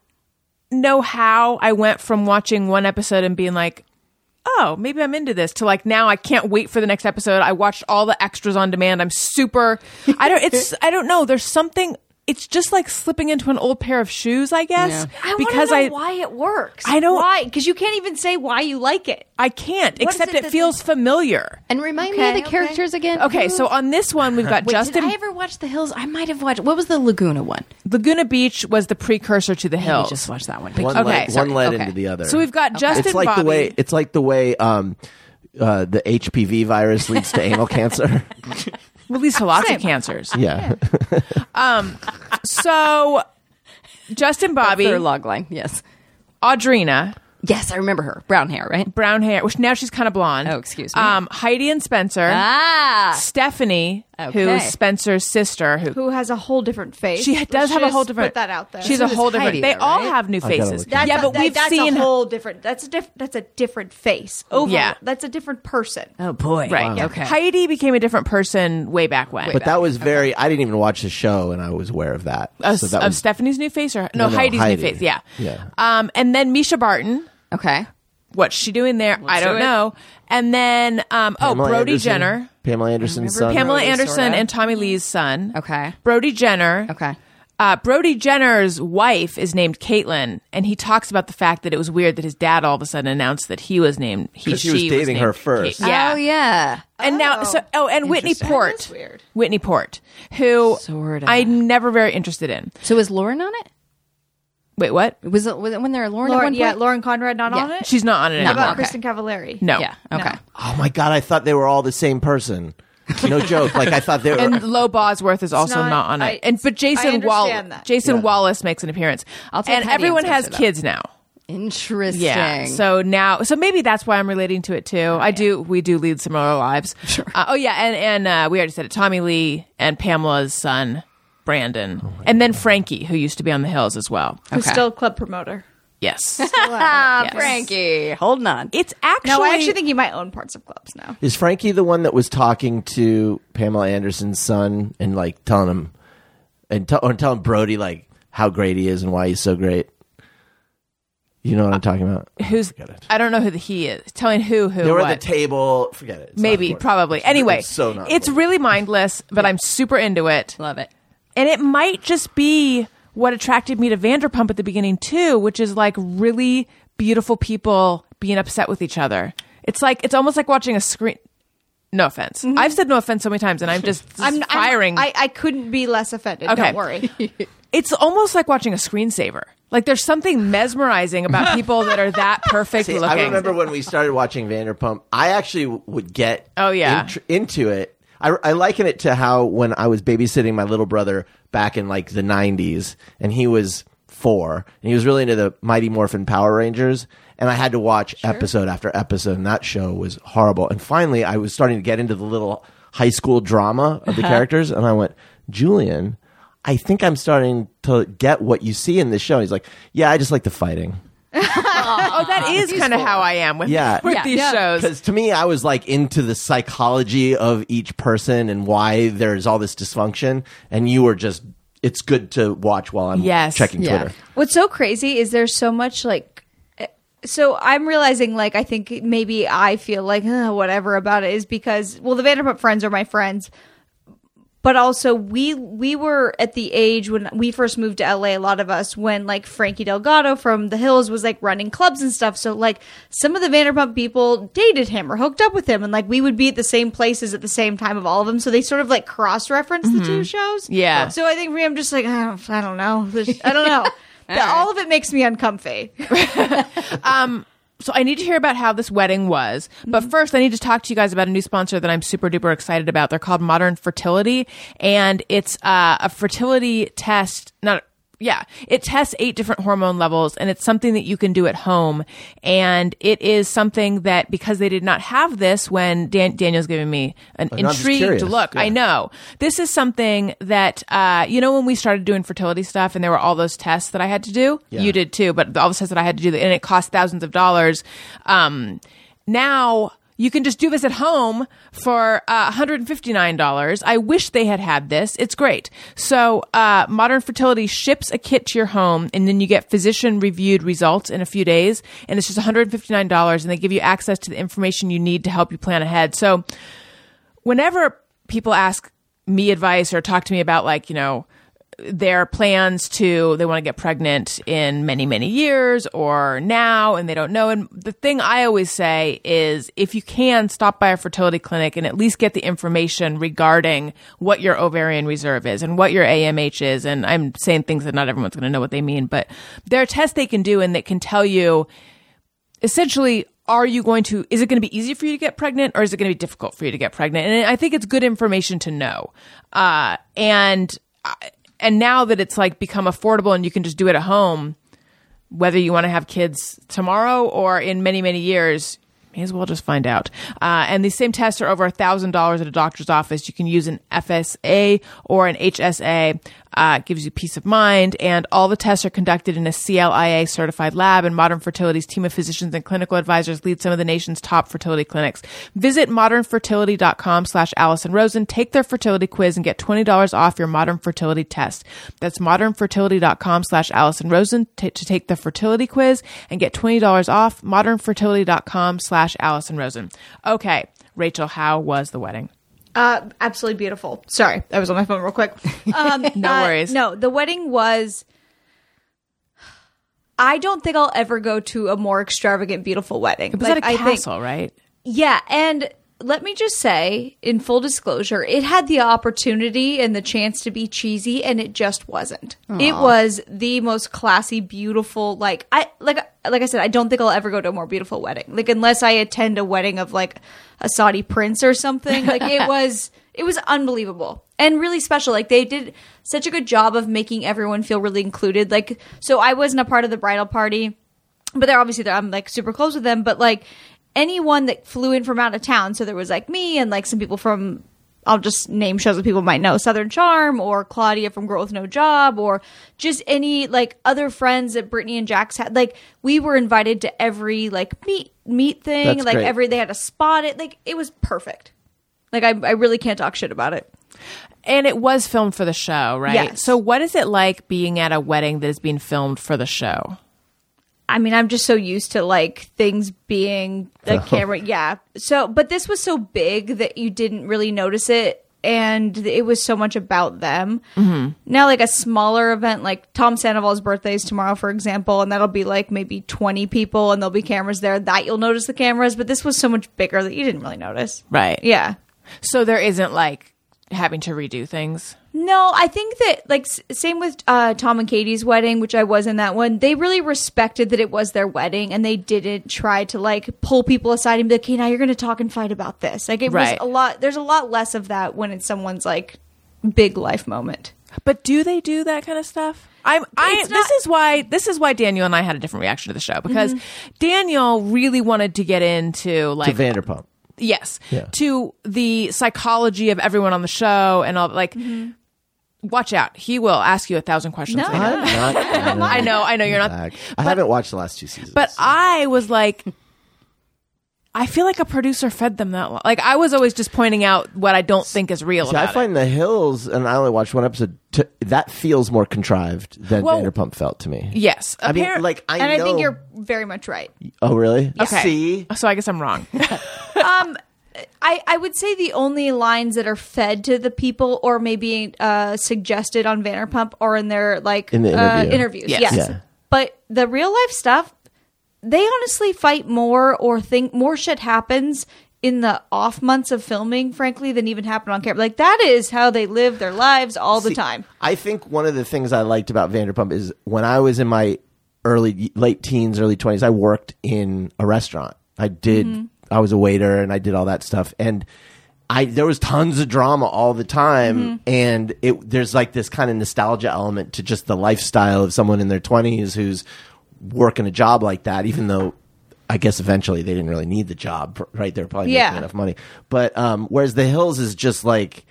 Speaker 3: know how I went from watching one episode and being like, oh, maybe I'm into this to like now I can't wait for the next episode. I watched all the extras on demand. I'm super I don't it's I don't know. There's something it's just like slipping into an old pair of shoes, I guess.
Speaker 4: I wanna
Speaker 3: because
Speaker 4: know
Speaker 3: I
Speaker 4: why it works.
Speaker 3: I don't-
Speaker 4: why because you can't even say why you like it.
Speaker 3: I can't,
Speaker 4: is
Speaker 3: except
Speaker 4: it
Speaker 3: it,
Speaker 4: that-
Speaker 3: feels familiar.
Speaker 5: And remind
Speaker 4: Okay,
Speaker 5: me of
Speaker 4: okay.
Speaker 5: the characters again.
Speaker 3: Okay,
Speaker 5: Who-
Speaker 3: so on this one we've got
Speaker 5: Wait,
Speaker 3: Justin
Speaker 5: Did I ever watch The Hills? I might have watched. What was the Laguna one?
Speaker 3: Laguna Beach was the precursor to the
Speaker 5: I
Speaker 3: hills.
Speaker 5: just watched that one.
Speaker 1: One
Speaker 3: Okay,
Speaker 1: led,
Speaker 3: sorry,
Speaker 1: one led
Speaker 5: okay.
Speaker 1: into the other.
Speaker 3: so we've got Justin
Speaker 1: it's like
Speaker 3: Bobby.
Speaker 1: the way it's like the way um, uh, the HPV virus leads to anal
Speaker 3: [laughs]
Speaker 1: cancer.
Speaker 3: well, at least to lots of cancers.
Speaker 1: Yeah,
Speaker 3: So Justin Bobby,
Speaker 5: Their log line. Yes.
Speaker 3: Audrina,
Speaker 5: Yes, I remember her. Brown hair, right?
Speaker 3: brown hair, which now she's kind of blonde.
Speaker 5: Oh, excuse me.
Speaker 3: Um, Heidi and Spencer.
Speaker 5: Ah.
Speaker 3: Stephanie,
Speaker 5: Okay.
Speaker 3: who's Spencer's sister, who,
Speaker 4: Who has a whole different face?
Speaker 3: she does
Speaker 4: Let's
Speaker 3: have a
Speaker 4: just
Speaker 3: whole different.
Speaker 4: Put that out there.
Speaker 3: She's
Speaker 5: So
Speaker 3: a
Speaker 5: does
Speaker 3: whole different.
Speaker 5: Heidi,
Speaker 3: they
Speaker 5: though,
Speaker 3: all
Speaker 5: right?
Speaker 3: have new
Speaker 1: gotta
Speaker 3: faces.
Speaker 1: look
Speaker 4: That's
Speaker 3: Yeah,
Speaker 4: a-
Speaker 3: but
Speaker 4: that-
Speaker 3: we've
Speaker 4: that's
Speaker 3: seen
Speaker 4: a whole different. That's a diff, That's a different face. Overall,
Speaker 3: Yeah. Uh,
Speaker 4: that's a different person.
Speaker 5: Oh boy.
Speaker 3: right.
Speaker 5: Yeah. Okay.
Speaker 3: Heidi became a different person way back when.
Speaker 1: but that was very. I didn't even watch the show, and I was aware of that.
Speaker 3: of,
Speaker 1: so that
Speaker 3: of
Speaker 1: was
Speaker 3: Stephanie's new face or no,
Speaker 1: No, no,
Speaker 3: Heidi's
Speaker 1: Heidi.
Speaker 3: new face. Yeah.
Speaker 1: Yeah.
Speaker 3: Um, and then Misha Barton.
Speaker 5: Okay.
Speaker 3: What's she doing there? I don't
Speaker 5: do it.
Speaker 3: know. And then um, oh,
Speaker 1: Pamela
Speaker 3: Brody
Speaker 1: Anderson-
Speaker 3: Jenner,
Speaker 1: Pamela Anderson's son.
Speaker 3: Pamela
Speaker 5: Brody,
Speaker 3: Anderson,
Speaker 5: sorta.
Speaker 3: and Tommy Lee's son.
Speaker 5: Okay.
Speaker 3: Brody Jenner.
Speaker 5: Okay.
Speaker 3: Uh, Brody Jenner's wife is named Caitlyn, and he talks about the fact that it was weird that his dad all of a sudden announced that he was named. He,
Speaker 1: 'Cause she was dating
Speaker 3: named
Speaker 1: her first.
Speaker 3: Cait- Yeah.
Speaker 5: Oh yeah.
Speaker 3: And now, so oh, and Whitney Port.
Speaker 4: is weird.
Speaker 3: Whitney Port, who
Speaker 5: Sorta.
Speaker 3: I'm never very interested in.
Speaker 5: So was Lauren on it?
Speaker 3: Wait, what?
Speaker 5: Was it was it when there were Lauren? at
Speaker 4: Lauren,
Speaker 5: one
Speaker 4: yeah,
Speaker 5: point?
Speaker 4: Lauren Conrad not
Speaker 5: Yeah.
Speaker 4: on it.
Speaker 3: She's not on it anymore.
Speaker 4: How about
Speaker 5: okay.
Speaker 4: Kristen Cavallari.
Speaker 3: No.
Speaker 5: Yeah. Okay.
Speaker 1: Oh my god! I thought they were all the same person.
Speaker 3: [laughs]
Speaker 1: No joke. Like I thought they were.
Speaker 3: And Lo Bosworth is also
Speaker 4: not-
Speaker 3: not, on it.
Speaker 4: I-
Speaker 3: and but Jason
Speaker 4: I
Speaker 3: Wall,
Speaker 4: understand that.
Speaker 3: Jason Wallace makes an appearance.
Speaker 5: I'll take
Speaker 3: and
Speaker 5: Heidi and
Speaker 3: everyone has
Speaker 5: Spencer, though.
Speaker 3: kids now.
Speaker 5: Interesting.
Speaker 3: Yeah. So now, so maybe that's why I'm relating to it too.
Speaker 1: Oh,
Speaker 3: I do. We do lead similar lives. Sure. Uh, oh yeah, and and uh, we already said it. Tommy Lee and Pamela's son
Speaker 1: Oh,
Speaker 3: Brandon, and then Frankie, who used to be on the Hills as well.
Speaker 4: who's
Speaker 5: Okay.
Speaker 4: still a club promoter.
Speaker 1: [laughs]
Speaker 3: Yes.
Speaker 5: Ah, Frankie, holding on.
Speaker 3: it's actually.
Speaker 4: No, I actually think he might own parts of clubs now.
Speaker 1: Is Frankie the one that was talking to Pamela Anderson's son and like telling him and tell or telling Brody like how great he is and why he's so great? You know what I'm talking about?
Speaker 3: who's.
Speaker 1: it.
Speaker 3: I don't know who the he is. Telling who who
Speaker 1: They were
Speaker 3: what.
Speaker 1: at the table. Forget it. It's not
Speaker 3: Maybe,
Speaker 1: important.
Speaker 3: probably.
Speaker 1: It's-
Speaker 3: Anyway,
Speaker 1: it's so not.
Speaker 3: it's
Speaker 1: important.
Speaker 3: really mindless, but I'm super into it.
Speaker 5: Love it.
Speaker 3: And it might just be what attracted me to Vanderpump at the beginning too, which is like really beautiful people being upset with each other. It's like it's almost like watching a screen. No offense. I've said no offense so many times, and I'm just
Speaker 4: Mm-hmm. [laughs] I'm
Speaker 3: firing.
Speaker 4: I, I couldn't be less offended.
Speaker 3: Okay.
Speaker 4: Don't worry.
Speaker 3: it's almost like watching a screensaver. Like there's something mesmerizing
Speaker 4: [laughs]
Speaker 3: about people that are that perfect
Speaker 1: See,
Speaker 3: looking.
Speaker 1: I remember when we started watching Vanderpump. I actually would get
Speaker 3: Oh, yeah.
Speaker 1: int- into it. I, I liken it to how when I was babysitting my little brother back in like the '90s, and he was four, and he was really into the Mighty Morphin Power Rangers, and I had to watch episode after episode, and that show was horrible. And finally, I was starting to get into the little high school drama of the
Speaker 3: Uh-huh.
Speaker 1: characters, and I went, Julian. I think I'm starting to get what you see in this show. He's like, "Yeah, I just like the fighting."
Speaker 3: oh, that is kind of how I am with
Speaker 1: Yeah.
Speaker 3: with
Speaker 1: Yeah.
Speaker 3: these
Speaker 5: Yeah.
Speaker 3: shows.
Speaker 1: Because to me, I was like into the psychology of each person and why there's all this dysfunction. And you were just, it's good to watch while I'm
Speaker 3: Yes.
Speaker 1: checking
Speaker 5: Yeah.
Speaker 1: Twitter.
Speaker 4: [laughs] What's so crazy is there's so much like. eh, So I'm realizing, like, I think maybe I feel like "Ugh, whatever about it is because, well, the Vanderpump friends are my friends, but also we we were at the age when we first moved to LA. A lot of us when like Frankie Delgado from The Hills was like running clubs and stuff. So like some of the Vanderpump people dated him or hooked up with him, and like we would be at the same places at the same time of all of them. So they sort of like cross reference the two shows.
Speaker 3: Yeah.
Speaker 4: So I think for me, I'm just like I don't, I don't know. I don't know. But all of it makes me uncomfy.
Speaker 3: So I need to hear about how this wedding was. But first, I need to talk to you guys about a new sponsor that I'm super duper excited about. They're called Modern Fertility, and it's uh, a fertility test. Not yeah, it tests eight different hormone levels, and it's something that you can do at home. And it is something that because they did not have this when Dan- Daniel's giving me an
Speaker 1: I'm just
Speaker 3: intrigued
Speaker 1: curious.
Speaker 3: look. I
Speaker 1: Yeah.
Speaker 3: know this is something that uh, you know when we started doing fertility stuff, and there were all those tests that I had to do.
Speaker 1: Yeah.
Speaker 3: You did too, but all the tests that I had to do, and it cost thousands of dollars. Um, now You can just do this at home for uh, $159. I wish they had had this. It's great. So, uh, Modern Fertility ships a kit to your home, and then you get physician reviewed results in a few days. And it's just $159, and they give you access to the information you need to help you plan ahead. So, whenever people ask me advice or talk to me about like you know their plans to they want to get pregnant in many many years or now and they don't know and the thing i always say is if you can stop by a fertility clinic and at least get the information regarding what your ovarian reserve is and what your amh is and i'm saying things that not everyone's going to know what they mean but there are tests they can do and that can tell you essentially are you going to is it going to be easy for you to get pregnant or is it going to be difficult for you to get pregnant and i think it's good information to know uh, and uh, and now that it's like become affordable and you can just do it at home whether you want to have kids tomorrow or in many many years may as well just find out uh, and these same tests are over $1000 at a doctor's office you can use an fsa or an hsa uh, it gives you peace of mind and all the tests are conducted in a clia certified lab and modern fertility's team of physicians and clinical advisors lead some of the nation's top fertility clinics visit modernfertility.com slash allison rosen take their fertility quiz and get $20 off your modern fertility test that's modernfertility.com slash allison rosen t- to take the fertility quiz and get $20 off modernfertility.com slash allison rosen okay rachel how was the wedding
Speaker 4: Uh, absolutely beautiful. Sorry, I was on my phone real
Speaker 3: [laughs]
Speaker 4: quick. Um,
Speaker 3: No
Speaker 4: uh,
Speaker 3: worries.
Speaker 4: No, the wedding was. I don't think I'll ever go to a more extravagant, beautiful wedding.
Speaker 3: it was at
Speaker 4: Like,
Speaker 3: a
Speaker 4: I think-
Speaker 3: castle right
Speaker 4: yeah, and let me just say, in full disclosure, it had the opportunity and the chance to be cheesy, and it just wasn't. It was the most classy, beautiful. Like I like like I said, I don't think I'll ever go to a more beautiful wedding. Like unless I attend a wedding of like a Saudi prince or something. Like it was it was unbelievable and really special. Like they did such a good job of making everyone feel really included. Like so, I wasn't a part of the bridal party but they're obviously there. I'm like super close with them, but like anyone that flew in from out of town, so there was like me and like some people from I'll just name shows that people might know, Southern Charm or Claudia from Girl with No Job or just any like other friends that Brittany and Jax had. Like we were invited to every like meet meet thing,
Speaker 1: That's
Speaker 4: like
Speaker 1: great.
Speaker 4: every they had a spot it like it was perfect. Like I I really can't talk shit about it.
Speaker 3: And it was filmed for the show, right?
Speaker 4: Yes.
Speaker 3: So what is it like being at a wedding that is being filmed for the show?
Speaker 4: I mean, I'm just so used to like things being the camera. Yeah. So, but this was so big that you didn't really notice it. And it was so much about them. Mm-hmm. Now, like a smaller event, like Tom Sandoval's birthday is tomorrow, for example, and that'll be like maybe 20 people and there'll be cameras there. That you'll notice the cameras, but this was so much bigger that you didn't really notice.
Speaker 3: Right.
Speaker 4: Yeah.
Speaker 3: So there isn't like having to redo things.
Speaker 4: No, I think that like s- same with uh, Tom and Katie's wedding, which I was in that one. They really respected that it was their wedding, and they didn't try to like pull people aside and be like, "Okay, now you're going to talk and fight about this." Like it
Speaker 3: Right.
Speaker 4: was a lot. There's a lot less of that when it's someone's like big life moment.
Speaker 3: But do they do that kind of stuff? I'm I
Speaker 4: It's
Speaker 3: this
Speaker 4: not-
Speaker 3: is why this is why Daniel and I had a different reaction to the show because
Speaker 4: Mm-hmm.
Speaker 3: Daniel really wanted to get into like
Speaker 1: Vanderpump.
Speaker 3: yes
Speaker 1: Yeah.
Speaker 3: to the psychology of everyone on the show and all like watch out he will ask you a thousand questions
Speaker 4: Mm-hmm. No.
Speaker 3: later.
Speaker 1: I'm
Speaker 3: [laughs]
Speaker 1: not.
Speaker 3: I know I know you're not
Speaker 1: back. I haven't watched the last two seasons.
Speaker 3: But I was like, I feel like a producer fed them that. Long. Like I was always just pointing out what I don't think is real.
Speaker 1: See, I
Speaker 3: about it.
Speaker 1: find The Hills, and I only watched one episode. T- that feels more contrived than
Speaker 3: Well-
Speaker 1: Vanderpump felt to me.
Speaker 3: Yes,
Speaker 1: I mean,
Speaker 3: appar-
Speaker 1: like I
Speaker 4: and
Speaker 1: know-
Speaker 4: I think you're very much right.
Speaker 1: Oh, really?
Speaker 3: Okay.
Speaker 1: See,
Speaker 3: So I guess I'm wrong.
Speaker 4: I, I would say the only lines that are fed to the people or maybe uh, suggested on Vanderpump are in their like
Speaker 1: In the interview.
Speaker 4: Uh, interviews.
Speaker 3: Yes.
Speaker 4: Yes.
Speaker 1: Yeah.
Speaker 4: But the real life stuff, they honestly fight more or think more shit happens in the off months of filming, frankly, than even happen on camera. Like that is how they live their lives all the
Speaker 1: See,
Speaker 4: time.
Speaker 1: I think one of the things I liked about Vanderpump is when I was in my early late teens, early twenties, I worked in a restaurant. I did.
Speaker 4: Mm-hmm.
Speaker 1: I was a waiter and I did all that stuff. And I there was tons of drama all the time.
Speaker 4: Mm-hmm.
Speaker 1: And it there's like this kind of nostalgia element to just the lifestyle of someone in their twenties who's working a job like that, even though. I guess eventually they didn't really need the job, right? They're probably
Speaker 4: Yeah.
Speaker 1: making enough money. But um, whereas The Hills is just like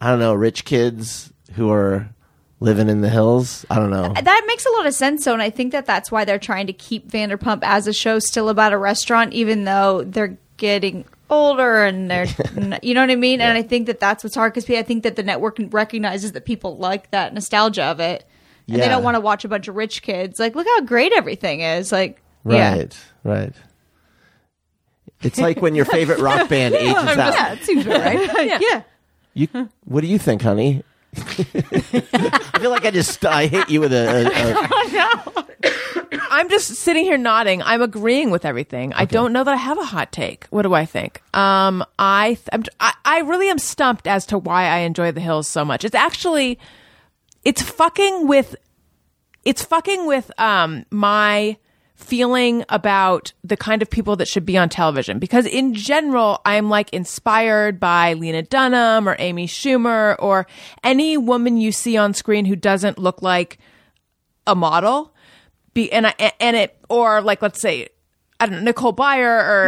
Speaker 1: I don't know, rich kids who are living in the hills. I don't know.
Speaker 4: That makes a lot of sense, though, and I think that that's why they're trying to keep Vanderpump as a show still about a restaurant, even though they're getting older and
Speaker 5: [laughs]
Speaker 4: they're n- you know what i mean and i think that that's what's hard because i think that the network recognizes that people like that nostalgia of it and they
Speaker 1: Yeah.
Speaker 4: don't want to watch a bunch of rich kids like look how great everything is like yeah. [laughs]
Speaker 1: Right, right. It's like when your favorite rock band ages out.
Speaker 5: Yeah, it seems about [laughs] right.
Speaker 4: yeah
Speaker 1: You, what do you think, honey? [laughs] I feel like I just I hit you with a, a, a
Speaker 3: I'm just sitting here nodding. I'm agreeing with everything. I don't know that I have a hot take. What do I think? Um, I, th- I'm, I I really am stumped as to why I enjoy the hills so much. It's actually, it's fucking with, it's fucking with um my feeling about the kind of people that should be on television because in general I'm like inspired by Lena Dunham or Amy Schumer or any woman you see on screen who doesn't look like a model be and I and it or like let's say I don't know Nicole Byer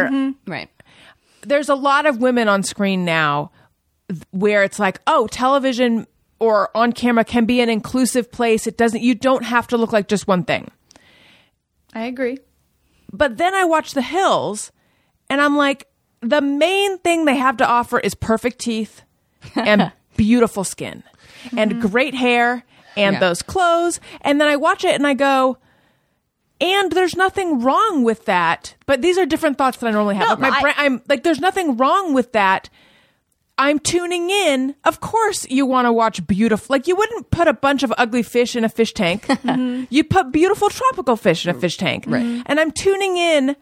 Speaker 3: or
Speaker 4: Mm-hmm.
Speaker 5: Right.
Speaker 3: there's a lot of women on screen now th- where it's like oh television or on camera can be an inclusive place it doesn't you don't have to look like just one thing
Speaker 4: i agree
Speaker 3: but then I watch The Hills and I'm like the main thing they have to offer is perfect
Speaker 4: [laughs]
Speaker 3: teeth and beautiful skin and
Speaker 4: Mm-hmm.
Speaker 3: great hair and
Speaker 5: Yeah.
Speaker 3: those clothes and then I watch it and I go and there's nothing wrong with that. But these are different thoughts that I normally have.
Speaker 4: No,
Speaker 3: Like, my
Speaker 4: I-
Speaker 3: brain, I'm like, there's nothing wrong with that. I'm tuning in. Of course, you want to watch beautiful. Like, you wouldn't put a bunch of ugly fish in a fish
Speaker 4: [laughs]
Speaker 3: tank. [laughs] You'd put beautiful tropical fish in a fish tank. Right. And I'm tuning in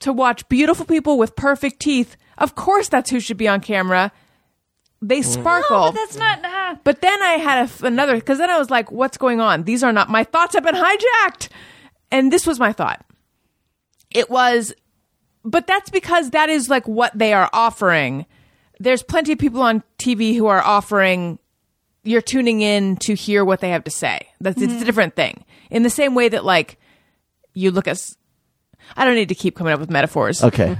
Speaker 3: to watch beautiful people with perfect teeth. Of course, that's who should be on camera. They sparkle.
Speaker 4: oh but that's not ah.
Speaker 3: But then I had a f another because then I was like, "What's going on? These are not my thoughts. have been hijacked." And this was my thought. It was, but that's because that is like what they are offering. There's plenty of people on TV who are offering. You're tuning in to hear what they have to say. That's it's a different thing. In the same way that like you look at. s- I don't need to keep coming up with metaphors.
Speaker 1: okay.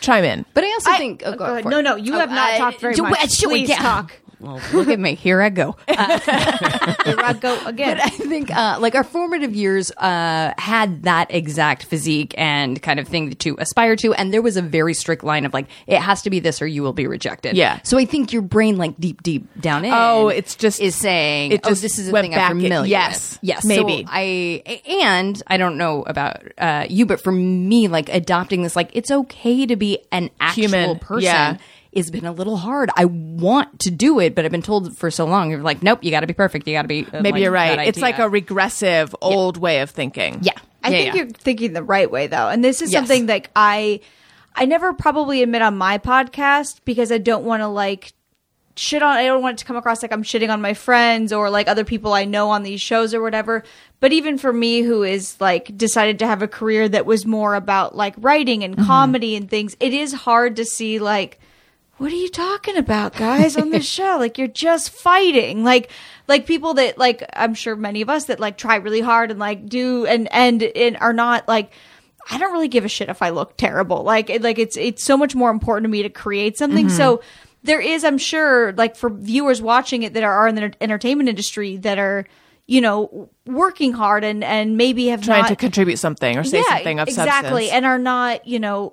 Speaker 3: Chime in.
Speaker 5: But I also think. Oh, go
Speaker 4: ahead.
Speaker 5: for
Speaker 4: No,
Speaker 5: it.
Speaker 4: no, you
Speaker 5: Oh,
Speaker 4: have not
Speaker 5: [laughs] I-
Speaker 4: talked very
Speaker 5: do-
Speaker 4: much.
Speaker 5: sure,
Speaker 4: Please
Speaker 5: yeah.
Speaker 4: talk.
Speaker 5: Well, look at me. Here I go.
Speaker 4: Here I
Speaker 5: [laughs]
Speaker 4: go again.
Speaker 5: I think uh, like our formative years uh, had that exact physique and kind of thing to aspire to, and there was a very strict line of like it has to be this or you will be rejected.
Speaker 3: Yeah.
Speaker 5: So I think your brain, like deep, deep down in,
Speaker 3: Oh, it's just-
Speaker 5: is saying,
Speaker 3: it
Speaker 5: oh,
Speaker 3: just
Speaker 5: this is a
Speaker 3: went
Speaker 5: thing
Speaker 3: back
Speaker 5: I'm
Speaker 3: in-
Speaker 5: familiar.
Speaker 3: yes,
Speaker 5: with. yes,
Speaker 3: maybe.
Speaker 5: So I and I don't know about uh, you, but for me, like adopting this, like it's okay to be an actual
Speaker 3: Human,
Speaker 5: person
Speaker 3: yeah.
Speaker 5: has been a little hard. I want to do it, but I've been told for so long, you're like, nope, you got to be perfect. You got to be. uh,
Speaker 3: Maybe
Speaker 5: like
Speaker 3: you're right.
Speaker 5: that
Speaker 3: It's like
Speaker 5: idea.
Speaker 3: a regressive old way of thinking.
Speaker 5: yeah.
Speaker 4: I
Speaker 5: Yeah,
Speaker 4: think
Speaker 5: yeah.
Speaker 4: you're thinking the right way though. And this is
Speaker 5: Yes.
Speaker 4: something like I I never probably admit on my podcast because I don't want to like shit on I don't want it to come across like I'm shitting on my friends or like other people I know on these shows or whatever. But even for me who is like decided to have a career that was more about like writing and
Speaker 5: Mm-hmm.
Speaker 4: comedy and things, it is hard to see like what are you talking about
Speaker 3: [laughs]
Speaker 4: guys on this show like you're just fighting like like people that like i'm sure many of us that like try really hard and like do and and and are not like i don't really give a shit if i look terrible like it, like it's it's so much more important to me to create something so
Speaker 3: Mm-hmm.
Speaker 4: there is i'm sure like for viewers watching it that are in the entertainment industry that are you know working hard and and maybe have
Speaker 3: Trying
Speaker 4: not,
Speaker 3: to contribute something or say something of
Speaker 4: exactly,
Speaker 3: substance.
Speaker 4: and are not you know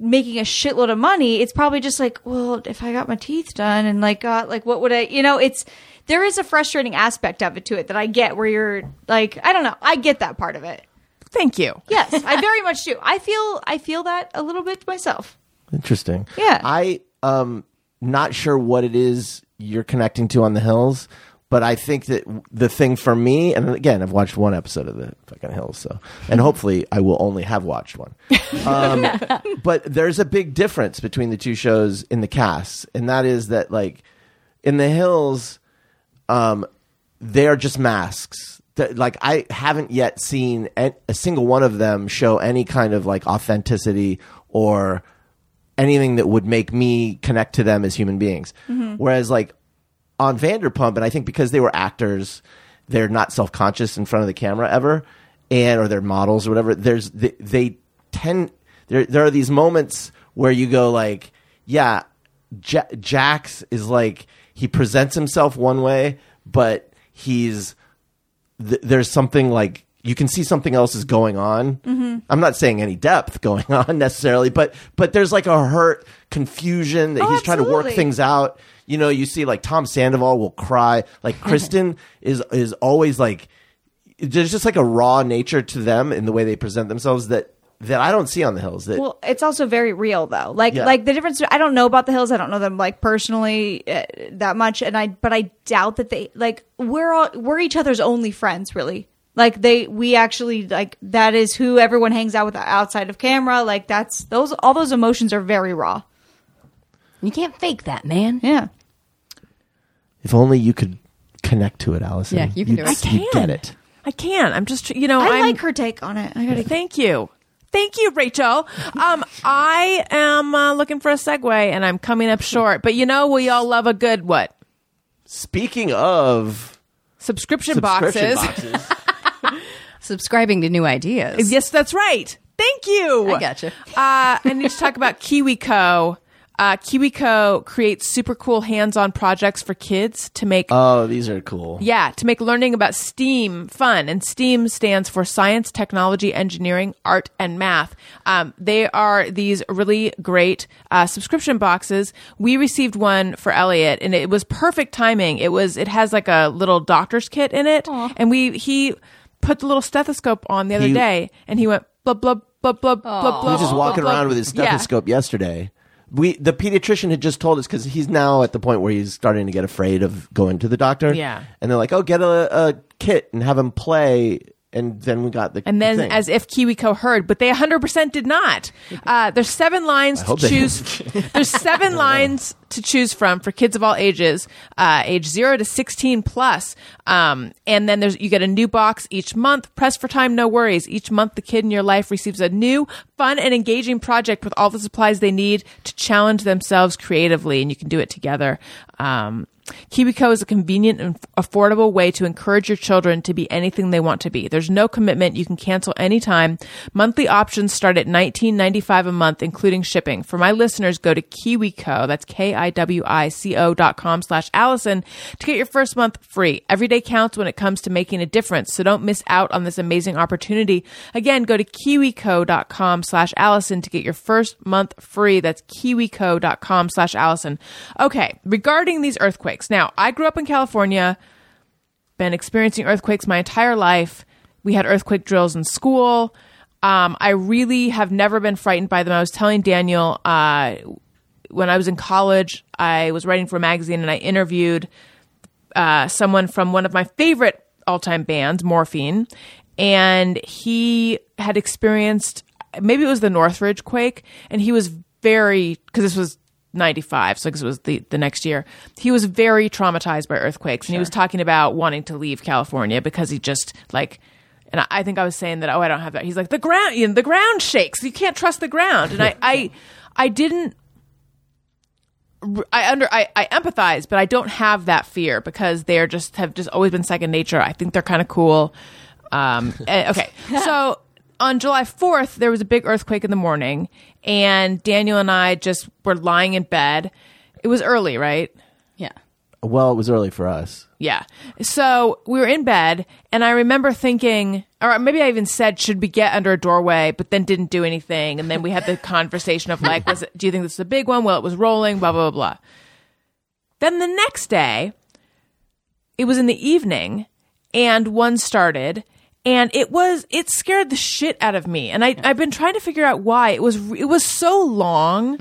Speaker 4: making a shitload of money. It's probably just like, well, if I got my teeth done and like got like what would I, you know, it's there is a frustrating aspect of it to it that I get where you're like, I don't know, I get that part of it.
Speaker 3: Thank you.
Speaker 4: Yes, I very [laughs] much do. I feel I feel that a little bit myself.
Speaker 1: Interesting.
Speaker 4: Yeah.
Speaker 1: I um not sure what it is you're connecting to on the hills, but I think that w- the thing for me, and again, I've watched one episode of the fucking hills, so and hopefully I will only have watched one. Um, but there's a big difference between the two shows in the casts, and that is that like in the hills, um, they are just masks. That- Like I haven't yet seen a a single one of them show any kind of like authenticity or anything that would make me connect to them as human beings. Whereas like on Vanderpump, and I think because they were actors, they're not self conscious in front of the camera ever, and or they're models or whatever. There's they, they tend there there are these moments where you go like, yeah, ja- Jax is like he presents himself one way, but he's th- there's something like you can see something else is going on.
Speaker 4: Mm-hmm.
Speaker 1: I'm not saying any depth going [laughs] on necessarily, but but there's like a hurt, confusion that
Speaker 4: Oh,
Speaker 1: he's trying to work
Speaker 4: absolutely.
Speaker 1: things out. You know, you see like Tom Sandoval will cry. Like
Speaker 4: [laughs]
Speaker 1: Kristen is is always like there's just like a raw nature to them in the way they present themselves that that I don't see on the hills. That
Speaker 4: Well, it's also very real though. Like
Speaker 1: Yeah.
Speaker 4: like the difference. I don't know about the hills. I don't know them like personally uh, that much, and I but I doubt that they like we're all we're each other's only friends really. Like they we actually like that is who everyone hangs out with outside of camera. Like that's those all those emotions are very raw.
Speaker 5: You can't fake that, man.
Speaker 4: Yeah.
Speaker 1: if only you could connect to it, Allison.
Speaker 5: Yeah, you can
Speaker 1: You'd-
Speaker 5: do it.
Speaker 3: I
Speaker 1: you'd
Speaker 3: can.
Speaker 1: get it.
Speaker 3: I can. I'm just, tr- you know,
Speaker 4: I
Speaker 3: I'm-
Speaker 4: like her take on it. I gotta
Speaker 3: Thank you. Thank you, Rachel. Um, I am uh, looking for a segue and I'm coming up short, but you know, we all love a good what?
Speaker 1: Speaking of
Speaker 3: Subscription,
Speaker 1: subscription
Speaker 3: boxes.
Speaker 1: boxes,
Speaker 5: Subscribing to new ideas.
Speaker 3: Yes, that's right. Thank you.
Speaker 5: I gotcha.
Speaker 3: Uh, I need to talk about KiwiCo. Uh, KiwiCo creates super cool hands-on projects for kids to make
Speaker 1: oh, these are cool.
Speaker 3: Yeah, to make learning about STEAM fun. And STEAM stands for science, technology, engineering, art, and math. Um, they are these really great uh, subscription boxes. We received one for Elliot, and it was perfect timing. It was it has like a little doctor's kit in it, and we he put the little stethoscope on the other
Speaker 1: He-
Speaker 3: day, and he went blub blub blub blub blub.
Speaker 1: He
Speaker 3: blub,
Speaker 1: was just
Speaker 3: blub,
Speaker 1: walking
Speaker 3: blub.
Speaker 1: around with his
Speaker 3: Yeah.
Speaker 1: stethoscope yesterday. We the pediatrician had just told us because he's now at the point where he's starting to get afraid of going to the doctor.
Speaker 3: Yeah.
Speaker 1: and they're like, "Oh, get a, a kit and have him play." And then we got the
Speaker 3: And then,
Speaker 1: thing.
Speaker 3: as if KiwiCo heard, but they 100% did not. Uh, there's seven lines to
Speaker 1: hope they
Speaker 3: choose. [laughs] there's
Speaker 1: [laughs]
Speaker 3: seven lines to choose from for kids of all ages, uh, age zero to 16 plus. Um, and then there's you get a new box each month. Press for time, no worries. Each month, the kid in your life receives a new, fun, and engaging project with all the supplies they need to challenge themselves creatively, and you can do it together. Um, KiwiCo is a convenient and affordable way to encourage your children to be anything they want to be. There's no commitment. You can cancel anytime. Monthly options start at $19.95 a month, including shipping. For my listeners, go to KiwiCo, that's K-I-W-I-C-O dot com slash Allison to get your first month free. Every day counts when it comes to making a difference, so don't miss out on this amazing opportunity. Again, go to KiwiCo.com slash Allison to get your first month free. That's KiwiCo.com slash Allison. Okay, regarding these earthquakes. Now, I grew up in California, been experiencing earthquakes my entire life. We had earthquake drills in school. Um, I really have never been frightened by them. I was telling Daniel uh, when I was in college, I was writing for a magazine and I interviewed uh, someone from one of my favorite all time bands, Morphine, and he had experienced maybe it was the Northridge quake, and he was very because this was. 95 so 'cause it was the, the next year he was very traumatized by earthquakes and he was talking about wanting to leave california because he just like and I, I think i was saying that oh i don't have that he's like the ground you know, the ground shakes you can't trust the ground and i i i didn't I under I, I empathize, but I don't have that fear because they're just have just always been second nature. I think they're kind of cool. Um, eh, okay, so on July fourth, there was a big earthquake in the morning, and Daniel and I just were lying in bed. It was early, right?
Speaker 5: Yeah.
Speaker 1: well, it was early for us.
Speaker 3: Yeah. So we were in bed, and I remember thinking, or maybe I even said, should we get under a doorway, but then didn't do anything. And then we had the conversation of like, was it, do you think this is a big one? Well, it was rolling, blah, blah, blah, blah. Then the next day, it was in the evening, and one started. And it was it scared the shit out of me, and I I've been trying to figure out why it was it was so long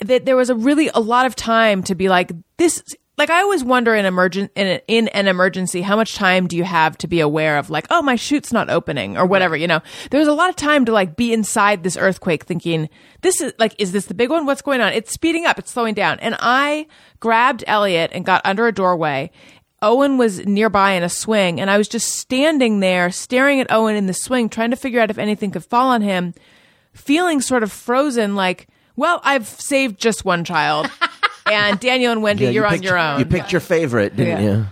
Speaker 3: that there was a really a lot of time to be like this. Like I always wonder in emergent in, a, in an emergency, how much time do you have to be aware of like oh my chute's not opening or whatever you know? There was a lot of time to like be inside this earthquake, thinking this is like is this the big one? What's going on? It's speeding up, it's slowing down, and I grabbed Elliot and got under a doorway Owen was nearby in a swing, and I was just standing there staring at Owen in the swing, trying to figure out if anything could fall on him, feeling sort of frozen like, well, I've saved just one child. and Daniel and Wendy,
Speaker 1: Yeah, you
Speaker 3: you're on
Speaker 1: picked-
Speaker 3: your own.
Speaker 1: You picked your favorite, didn't you?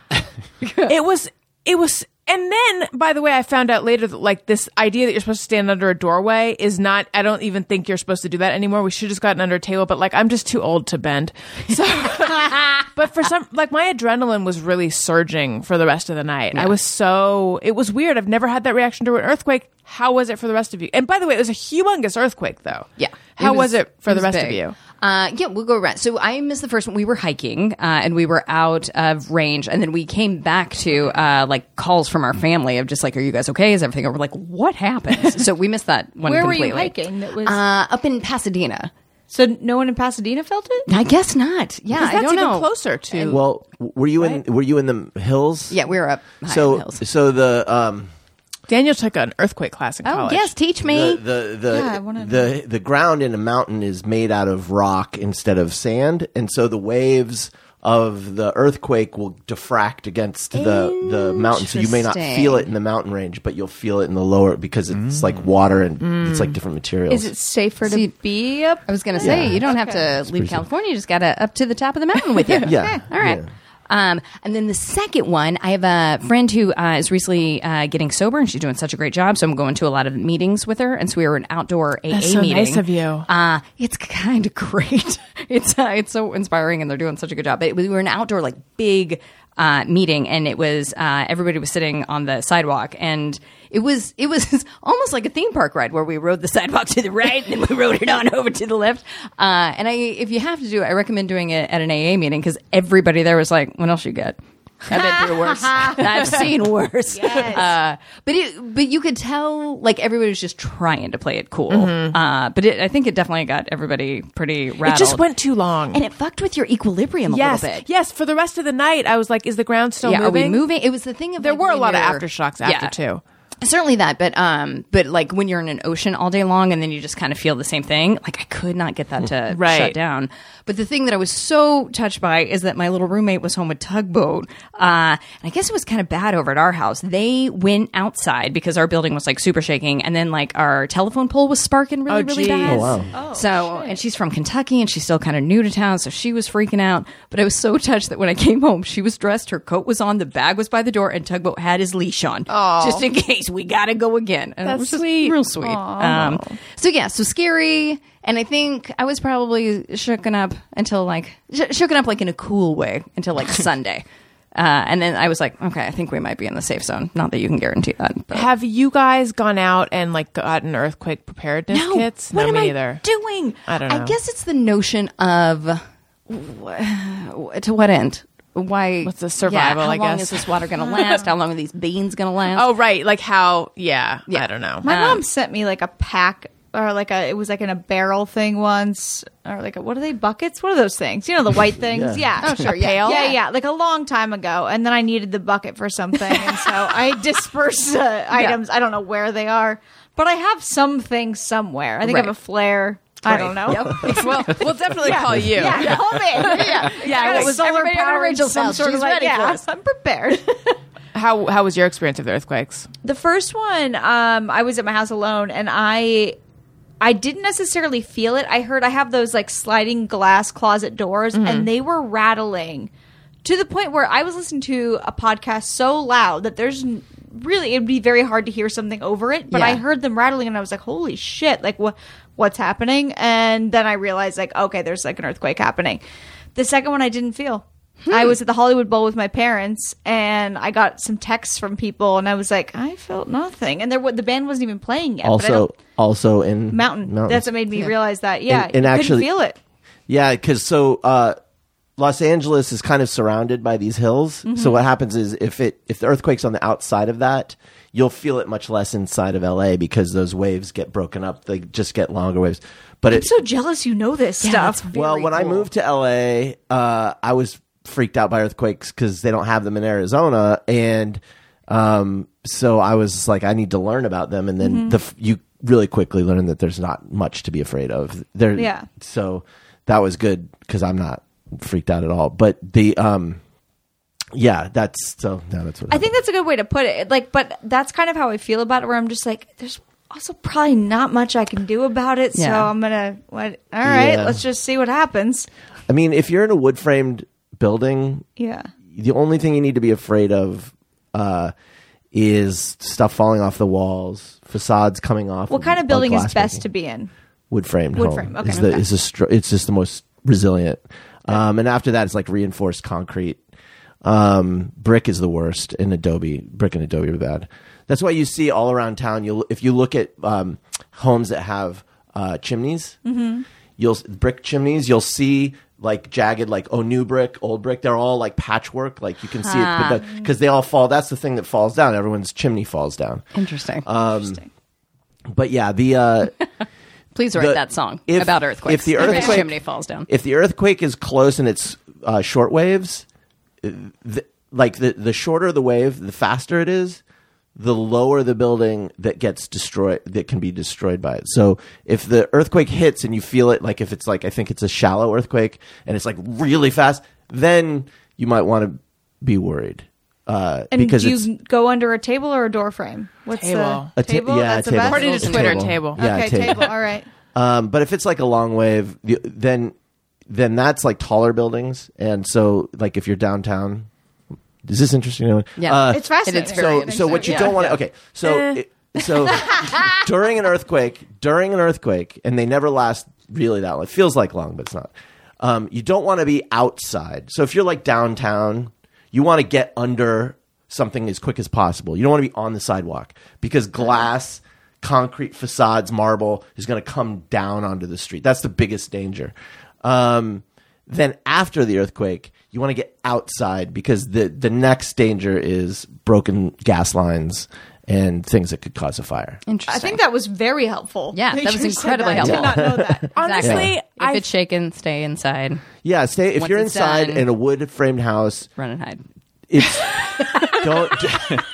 Speaker 3: it was, it was, And then, by the way, I found out later that like this idea that you're supposed to stand under a doorway is not. I don't even think you're supposed to do that anymore. We should have just gotten under a table, but like I'm just too old to bend. So, [laughs] but for some, like my adrenaline was really surging for the rest of the night. I was so it was weird. I've never had that reaction to an earthquake. How was it for the rest of you? And by the way, it was a humongous earthquake, though.
Speaker 5: Yeah.
Speaker 3: How was, it for the
Speaker 5: was
Speaker 3: rest of
Speaker 5: big.
Speaker 3: you?
Speaker 5: Uh, yeah, we'll go around. So I missed the first one. We were hiking uh, and we were out of range, and then we came back to uh, like calls from our family of just like, "Are you guys okay? Is everything?" And we're like, "What happened?"
Speaker 3: [laughs]
Speaker 5: so we missed that one.
Speaker 4: Where were
Speaker 5: completely.
Speaker 4: you hiking? That was
Speaker 5: Uh, up in Pasadena.
Speaker 4: so no one in Pasadena felt it.
Speaker 5: I guess not. Yeah,
Speaker 3: Because
Speaker 5: I
Speaker 3: that's
Speaker 5: don't
Speaker 3: even
Speaker 5: know.
Speaker 3: closer to.
Speaker 1: Well, w- were you in were you in the hills?
Speaker 5: Yeah, we were up high in the
Speaker 1: So
Speaker 5: hills.
Speaker 1: so the um
Speaker 3: Daniel took an earthquake class in
Speaker 5: Oh
Speaker 3: college.
Speaker 5: yes, teach me.
Speaker 1: the the the,
Speaker 4: Yeah, I wanna
Speaker 1: the the ground in a mountain is made out of rock instead of sand, and so the waves of the earthquake will diffract against the the mountain, so you may not feel it in the mountain range, but you'll feel it in the lower because it's like water and it's like different materials.
Speaker 4: Mm. Is it safer to be up?
Speaker 5: I was going to say, you don't have to leave California. You just got to up to the top of the mountain with you.
Speaker 1: [laughs] Yeah.
Speaker 5: All right.
Speaker 1: Yeah.
Speaker 5: Um, and then the second one, I have a friend who uh, is recently uh, getting sober, and she's doing such a great job. So I'm going to a lot of meetings with her, and so we were an outdoor AA
Speaker 3: That's so
Speaker 5: meeting.
Speaker 3: nice of you.
Speaker 5: Uh, it's kind of [laughs] great. it's uh, it's so inspiring, and they're doing such a good job. But we were an outdoor like big uh, meeting, and it was uh, everybody was sitting on the sidewalk, and it was it was [laughs] almost like a theme park ride where we rode the sidewalk to the right, and then we [laughs] rode it on over to the left. Uh, and I, if you have to do it, I recommend doing it at an AA meeting because everybody there was like, "What else you got?" I've been [laughs] through worse. I've seen worse. Uh, but it, but you could tell like everybody was just trying to play it cool.
Speaker 3: Mm-hmm.
Speaker 5: Uh, but it, I think it definitely got everybody pretty rattled.
Speaker 3: it just went too long.
Speaker 5: and it fucked with your equilibrium a
Speaker 3: yes,
Speaker 5: little bit.
Speaker 3: yes. For the rest of the night, I was like, "Is the ground still
Speaker 5: yeah,
Speaker 3: moving?"
Speaker 5: are we moving? It was the thing of
Speaker 3: There
Speaker 5: like,
Speaker 3: were a
Speaker 5: when
Speaker 3: lot of
Speaker 5: you're-
Speaker 3: aftershocks
Speaker 5: Yeah.
Speaker 3: after too.
Speaker 5: Certainly that, but um, but like when you're in an ocean all day long and then you just kind of feel the same thing. Like I could not get that to
Speaker 3: Right.
Speaker 5: shut down. But the thing that I was so touched by is that my little roommate was home with tugboat, uh, and I guess it was kind of bad over at our house. They went outside because our building was like super shaking, and then like our telephone pole was sparking really
Speaker 3: Oh,
Speaker 5: really
Speaker 3: geez.
Speaker 5: bad.
Speaker 3: Oh,
Speaker 1: wow.
Speaker 5: so and she's from Kentucky and she's still kind of new to town, so she was freaking out. But I was so touched that when I came home, she was dressed, her coat was on, the bag was by the door, and Tugboat had his leash on just in case we gotta go again. And
Speaker 3: That's
Speaker 5: it was just
Speaker 3: sweet.
Speaker 5: real sweet. Um, so yeah, so scary. And I think I was probably shooken up until like sh- shooken up like in a cool way
Speaker 3: [laughs]
Speaker 5: until like Sunday. Uh, and then I was like, okay, I think we might be in the safe zone. Not that you can guarantee that. But.
Speaker 3: Have you guys gone out and like gotten earthquake preparedness kits?
Speaker 5: What
Speaker 3: no,
Speaker 5: am
Speaker 3: me
Speaker 5: I
Speaker 3: either.
Speaker 5: doing?
Speaker 3: I don't know.
Speaker 5: I guess it's the notion of wh- to what end? Why?
Speaker 3: What's the survival,
Speaker 5: Yeah, how
Speaker 3: I
Speaker 5: long
Speaker 3: guess?
Speaker 5: is
Speaker 3: [laughs]
Speaker 5: this water going to last? how long are these beans going to last?
Speaker 3: Oh right, like how? Yeah,
Speaker 5: Yeah.
Speaker 3: I don't know.
Speaker 4: My mom sent me like a pack or like a it was like in a barrel thing once or like a, what are they buckets? What are those things? You know the white things? [laughs] yeah.
Speaker 5: [laughs]
Speaker 4: Oh sure.
Speaker 5: yeah.
Speaker 4: Yeah, yeah, Like a long time ago, and then I needed the bucket for something, and so [laughs] I dispersed uh, items. I don't know where they are, but I have some things somewhere. I think I
Speaker 5: Right.
Speaker 4: have a flare. I don't know.
Speaker 3: [laughs] well, we'll definitely call you.
Speaker 4: Yeah, [laughs] call me. Yeah,
Speaker 5: it was everybody on Rachel's
Speaker 4: some
Speaker 5: house.
Speaker 4: sort
Speaker 5: She's
Speaker 4: of like,
Speaker 5: ready for
Speaker 4: yeah,
Speaker 5: us.
Speaker 4: [laughs] I'm prepared.
Speaker 3: How how was your experience of the earthquakes?
Speaker 4: The first one, um, I was at my house alone, and I, I didn't necessarily feel it. I heard I have those like sliding glass closet doors, and they were rattling to the point where I was listening to a podcast so loud that there's n- really it'd be very hard to hear something over it. But I
Speaker 5: Yeah.
Speaker 4: heard them rattling, and I was like, "Holy shit! Like what what's happening?" And then I realized like, okay, there's like an earthquake happening. The second one, I didn't feel. I was at the Hollywood Bowl with my parents, and I got some texts from people, and I was like, I felt nothing, and there wa- the band wasn't even playing yet. but I
Speaker 1: also
Speaker 4: don't-
Speaker 1: also in
Speaker 4: mountain.
Speaker 1: mountains.
Speaker 4: That's what made me realize that. Yeah,
Speaker 1: And- and actually-
Speaker 4: couldn't feel it.
Speaker 1: Yeah, because so uh, Los Angeles is kind of surrounded by these hills. So what happens is if it if the earthquake's on the outside of that, you'll feel it much less inside of LA because those waves get broken up. They just get longer waves. But
Speaker 4: I'm
Speaker 1: it,
Speaker 4: so jealous. You know this
Speaker 5: that's
Speaker 4: stuff.
Speaker 1: well, when I moved to LA, uh, I was freaked out by earthquakes because they don't have them in Arizona, and um, so I was just like, I need to learn about them. And then the
Speaker 4: Mm-hmm.
Speaker 1: f- you really quickly learn that there's not much to be afraid of. There,
Speaker 4: Yeah.
Speaker 1: So that was good because I'm not freaked out at all. But the um, yeah, that's so. No, that's what
Speaker 4: I think that's a good way to put it. Like, but that's kind of how I feel about it. Where I'm just like, there's also probably not much I can do about it. So
Speaker 5: Yeah.
Speaker 4: I'm gonna what? All right,
Speaker 1: Yeah.
Speaker 4: let's just see what happens.
Speaker 1: I mean, if you're in a wood framed building,
Speaker 4: Yeah.
Speaker 1: the only thing you need to be afraid of uh, is stuff falling off the walls, facades coming off.
Speaker 4: What kind of building is best to
Speaker 1: be?
Speaker 4: be in?
Speaker 1: wood framed
Speaker 4: Wood
Speaker 1: home.
Speaker 4: frame, okay.
Speaker 1: is the,
Speaker 4: Okay.
Speaker 1: is a str- it's just the most resilient. Um, and after that, it's like reinforced concrete. Um, brick is the worst, and adobe brick and adobe are bad. That's why you see all around town. You will if you look at um, homes that have uh, chimneys,
Speaker 4: Mm-hmm.
Speaker 1: you'll s- brick chimneys. You'll see like jagged, like oh new brick, old brick. They're all like patchwork. Like you can see it because they all fall. That's the thing that falls down. Everyone's chimney falls down.
Speaker 5: Interesting.
Speaker 1: But yeah, the uh,
Speaker 5: Please write
Speaker 1: the-
Speaker 5: that song
Speaker 1: if-
Speaker 5: about earthquakes.
Speaker 1: if the
Speaker 5: a
Speaker 1: earthquake-
Speaker 5: chimney falls down.
Speaker 1: if the earthquake is close and it's uh, short waves, the, like the the shorter the wave, the faster it is, the lower the building that gets destroyed that can be destroyed by it. So if the earthquake hits and you feel it, like if it's like I think it's a shallow earthquake and it's like really fast, then you might want to be worried uh,
Speaker 4: And
Speaker 1: because
Speaker 4: do
Speaker 1: it's
Speaker 4: you go under a table or a door frame? What's
Speaker 3: Table.
Speaker 4: the
Speaker 1: a ta-
Speaker 4: table?
Speaker 1: yeah,
Speaker 4: That's
Speaker 1: a
Speaker 4: the
Speaker 1: table.
Speaker 4: best.
Speaker 3: According to
Speaker 1: It's a
Speaker 3: Twitter, table.
Speaker 1: Yeah,
Speaker 4: okay,
Speaker 1: table.
Speaker 4: table. All right.
Speaker 1: Um, but if it's like a long wave, the- then then that's like taller buildings, and so like if you're downtown, is this interesting? to anyone?
Speaker 5: Yeah.
Speaker 1: Uh,
Speaker 4: It's fascinating.
Speaker 5: It's very
Speaker 1: [laughs]
Speaker 5: Eh.
Speaker 1: so so what you don't want to okay so it- so [laughs] during an earthquake during an earthquake and they never last really that long it feels like long but it's not um, you don't want to be outside so if you're like downtown you want to get under something as quick as possible you don't want to be on the sidewalk because glass concrete facades marble is going to come down onto the street that's the biggest danger um, then after the earthquake, you want to get outside because the the next danger is broken gas lines and things that could cause a fire.
Speaker 5: Interesting.
Speaker 4: I think that was very helpful. [laughs]
Speaker 5: Yeah, that
Speaker 4: That
Speaker 5: was incredibly
Speaker 4: I did
Speaker 5: helpful.
Speaker 4: not know that.
Speaker 5: Exactly.
Speaker 3: Honestly,
Speaker 5: if
Speaker 3: I
Speaker 5: it's shaken, stay inside.
Speaker 1: Yeah, stay if
Speaker 5: Once
Speaker 1: you're
Speaker 5: it's
Speaker 1: inside
Speaker 5: done-
Speaker 1: in a wood framed house,
Speaker 5: Run and hide.
Speaker 1: it's don't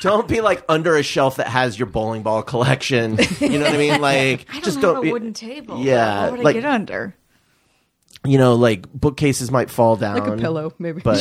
Speaker 1: don't be like under a shelf that has your bowling ball collection. You know what I mean? Like
Speaker 4: I don't
Speaker 1: just
Speaker 4: have
Speaker 1: don't
Speaker 4: a
Speaker 1: be-
Speaker 4: wooden table.
Speaker 1: Yeah,
Speaker 4: How would I
Speaker 1: like
Speaker 4: get under?
Speaker 1: you know, like bookcases might fall down,
Speaker 5: Like a pillow, maybe.
Speaker 3: [laughs]
Speaker 1: But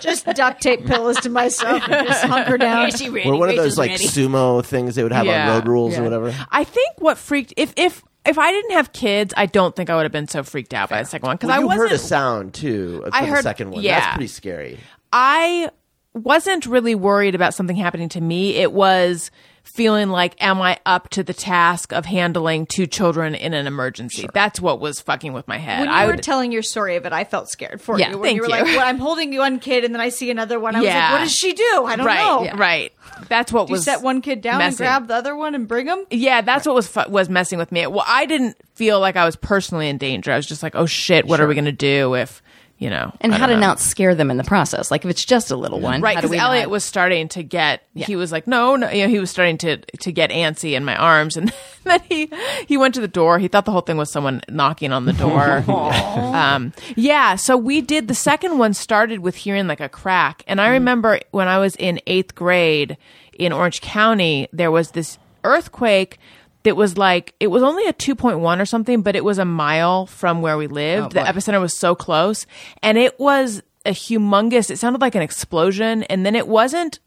Speaker 4: Just duct tape pillows to myself and just hunker down.
Speaker 1: or one of those like sumo things they would have
Speaker 3: Yeah.
Speaker 1: on road rules or
Speaker 5: Yeah.
Speaker 1: whatever.
Speaker 3: I think what freaked if if if I didn't have kids, I don't think I would have been so freaked out by the second one because
Speaker 1: Well, you
Speaker 3: I wasn't.
Speaker 1: heard a sound too. uh, For
Speaker 3: I
Speaker 1: the
Speaker 3: heard-
Speaker 1: second one. That's
Speaker 3: yeah.
Speaker 1: pretty scary.
Speaker 3: I wasn't really worried about something happening to me. It was feeling like, am I up to the task of handling two children in an emergency? That's what was fucking with my head.
Speaker 4: When you
Speaker 3: I
Speaker 4: were
Speaker 3: would-
Speaker 4: telling your story of it, I felt scared for
Speaker 5: Yeah,
Speaker 4: you. When
Speaker 3: thank
Speaker 4: you were
Speaker 3: you.
Speaker 4: like, well, I'm holding you one kid, and then I see another one. I was
Speaker 3: Yeah.
Speaker 4: like, what does she do? I don't
Speaker 3: right,
Speaker 4: know.
Speaker 3: right. That's what
Speaker 4: Do you
Speaker 3: was
Speaker 4: set one kid down and
Speaker 3: messing.
Speaker 4: grab the other one and bring them?
Speaker 3: Yeah, that's what was fu- was messing with me. Well, I didn't feel like I was personally in danger. I was just like, oh shit, what are we gonna do if you know?
Speaker 5: [laughs] And
Speaker 3: I
Speaker 5: how
Speaker 3: don't
Speaker 5: to
Speaker 3: know.
Speaker 5: not scare them in the process. Like if it's just a little one,
Speaker 3: right
Speaker 5: How do
Speaker 3: because
Speaker 5: we
Speaker 3: Elliot
Speaker 5: not-
Speaker 3: was starting to get he was like no no you know he was starting to to get antsy in my arms and [laughs] then he he went to the door he thought the whole thing was someone knocking on the
Speaker 5: [laughs]
Speaker 3: door [laughs] um yeah so we did the second one started with hearing like a crack and I
Speaker 5: Mm.
Speaker 3: remember when I was in eighth grade in Orange County there was this earthquake. That was like it was only a 2.1 or something, but it was a mile from where we lived. the epicenter was so close, and it was a humongous it sounded like an explosion and then it wasn't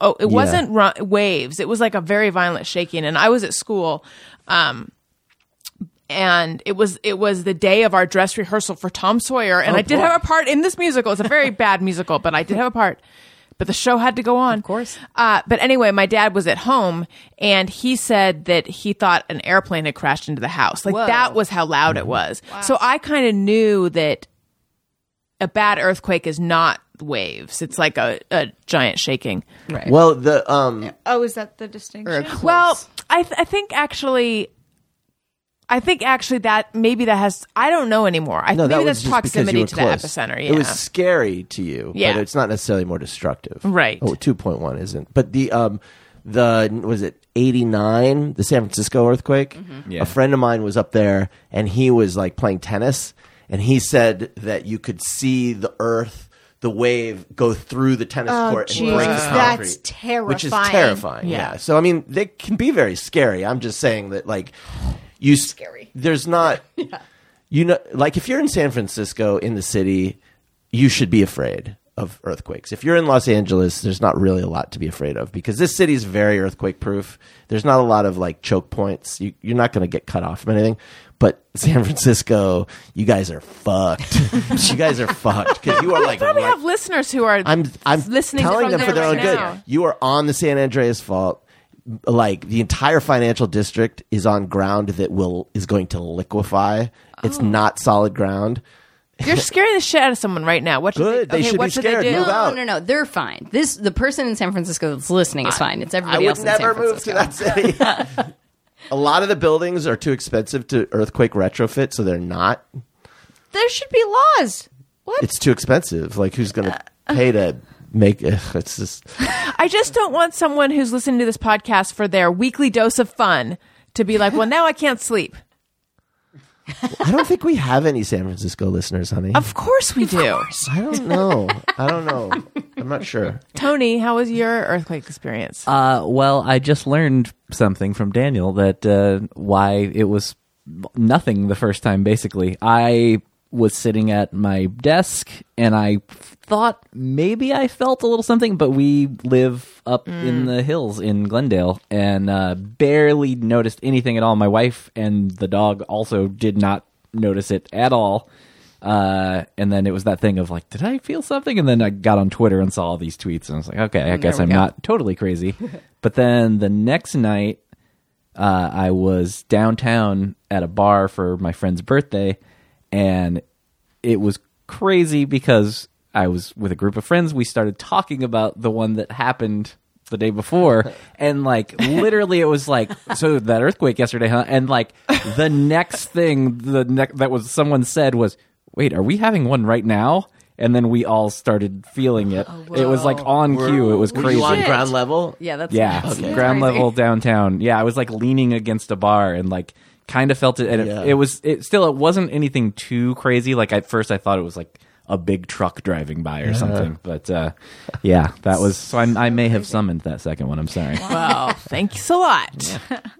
Speaker 3: oh it wasn't ru- waves it was like a very violent shaking and i was at school um and it was it was the day of our dress rehearsal for tom sawyer and i did have a part in this musical it's a very bad musical but i did have a part but the show had to go on of
Speaker 5: course.
Speaker 3: uh, but anyway my dad was at home and he said that he thought an airplane had crashed into the house like that was how loud it was so i kind of knew that a bad earthquake is not waves. It's like a, a giant shaking.
Speaker 5: Right.
Speaker 1: Well, the um,
Speaker 4: Oh, is that the distinction?
Speaker 3: Well, I, th- I think actually, I think actually that maybe that has, I don't know anymore. I
Speaker 1: no, that
Speaker 3: maybe
Speaker 1: was just
Speaker 3: that's
Speaker 1: because
Speaker 3: proximity
Speaker 1: you were
Speaker 3: to
Speaker 1: close.
Speaker 3: the epicenter.
Speaker 1: It
Speaker 3: Yeah.
Speaker 1: was scary to you,
Speaker 3: Yeah.
Speaker 1: but it's not necessarily more destructive.
Speaker 3: Right.
Speaker 1: Oh, 2.1 isn't. But the um, the was it 89, the San Francisco earthquake?
Speaker 3: Mm-hmm.
Speaker 6: Yeah.
Speaker 1: A friend of mine was up there and he was like playing tennis and he said that you could see the earth the wave go through the tennis
Speaker 3: Oh,
Speaker 1: court and break the
Speaker 4: Jesus,
Speaker 1: concrete,
Speaker 4: that's
Speaker 1: which is
Speaker 4: terrifying.
Speaker 1: terrifying. Yeah.
Speaker 3: Yeah.
Speaker 1: So I mean, they can be very scary. I'm just saying that like you scary. There's not you know like if you're in San Francisco in the city, you should be afraid. of earthquakes. If you're in Los Angeles, there's not really a lot to be afraid of because this city's very earthquake proof. There's not a lot of like choke points. You, you're not going to get cut off from anything. But San Francisco, you guys are fucked. [laughs] you guys are fucked because you are like
Speaker 3: Probably
Speaker 1: right-
Speaker 3: have listeners who are
Speaker 1: I'm I'm
Speaker 3: listening
Speaker 1: telling
Speaker 3: from
Speaker 1: them for
Speaker 3: there
Speaker 1: their own
Speaker 3: right
Speaker 1: good.
Speaker 3: now.
Speaker 1: You are on the San Andreas Fault. Like the entire financial district is on ground that will is going to liquefy. It's not solid ground. [laughs]
Speaker 3: You're scaring the shit out of someone right now. What should
Speaker 1: Good. They
Speaker 3: They, okay,
Speaker 1: should
Speaker 3: what
Speaker 1: be
Speaker 3: should
Speaker 1: scared.
Speaker 3: They do?
Speaker 1: Move
Speaker 5: no,
Speaker 1: out.
Speaker 5: no, no, They're fine. This the person in San Francisco that's listening is fine. It's everybody
Speaker 1: I would
Speaker 5: else. in San
Speaker 1: never move to
Speaker 5: Francisco.
Speaker 1: that city. A lot of the buildings are too expensive to earthquake retrofit, so they're not.
Speaker 4: There should be laws. What?
Speaker 1: It's too expensive. Like who's going to pay to make? Ugh, [laughs] it's just
Speaker 3: I just don't want someone who's listening to this podcast for their weekly dose of fun to be like, well, now I
Speaker 1: [laughs]
Speaker 3: can't sleep.
Speaker 1: I don't think we have any San Francisco listeners, honey.
Speaker 3: Of course we do.
Speaker 1: I don't know. I don't know. I'm not sure.
Speaker 3: Tony, how was your earthquake experience?
Speaker 6: Uh, well, I just learned something from Daniel that uh, why it was nothing the first time. Basically, I was sitting at my desk and I thought maybe I felt a little something, but we live up
Speaker 3: Mm.
Speaker 6: in the hills in Glendale and uh, barely noticed anything at all. My wife and the dog also did not notice it at all. Uh, and then it was that thing of like, did I feel something? And then I got on Twitter and saw all these tweets, and I was like, okay, I guess
Speaker 3: we
Speaker 6: I'm
Speaker 3: go.
Speaker 6: not totally crazy. but then the next night, uh, I was downtown at a bar for my friend's birthday, and it was crazy because I was with a group of friends. We started talking about the one that happened the day before, and like literally, it was like, so that earthquake yesterday, huh? And like the next thing the ne- that was someone said was, "Wait, are we having one right now?" And then we all started feeling it. it was like on cue. It was
Speaker 1: Were
Speaker 6: crazy.
Speaker 1: you on ground level?
Speaker 5: Yeah, that's
Speaker 6: Yeah,
Speaker 5: that's
Speaker 6: ground
Speaker 5: crazy.
Speaker 6: level downtown. Yeah, I was like leaning against a bar and like kind of felt it, and
Speaker 1: Yeah.
Speaker 6: it, it was it still it wasn't anything too crazy. Like at first, I thought it was like a big truck driving by or something. But uh, yeah, that [laughs] was so. I, I may have summoned that second one. I'm sorry.
Speaker 3: Well, thanks a lot. [laughs]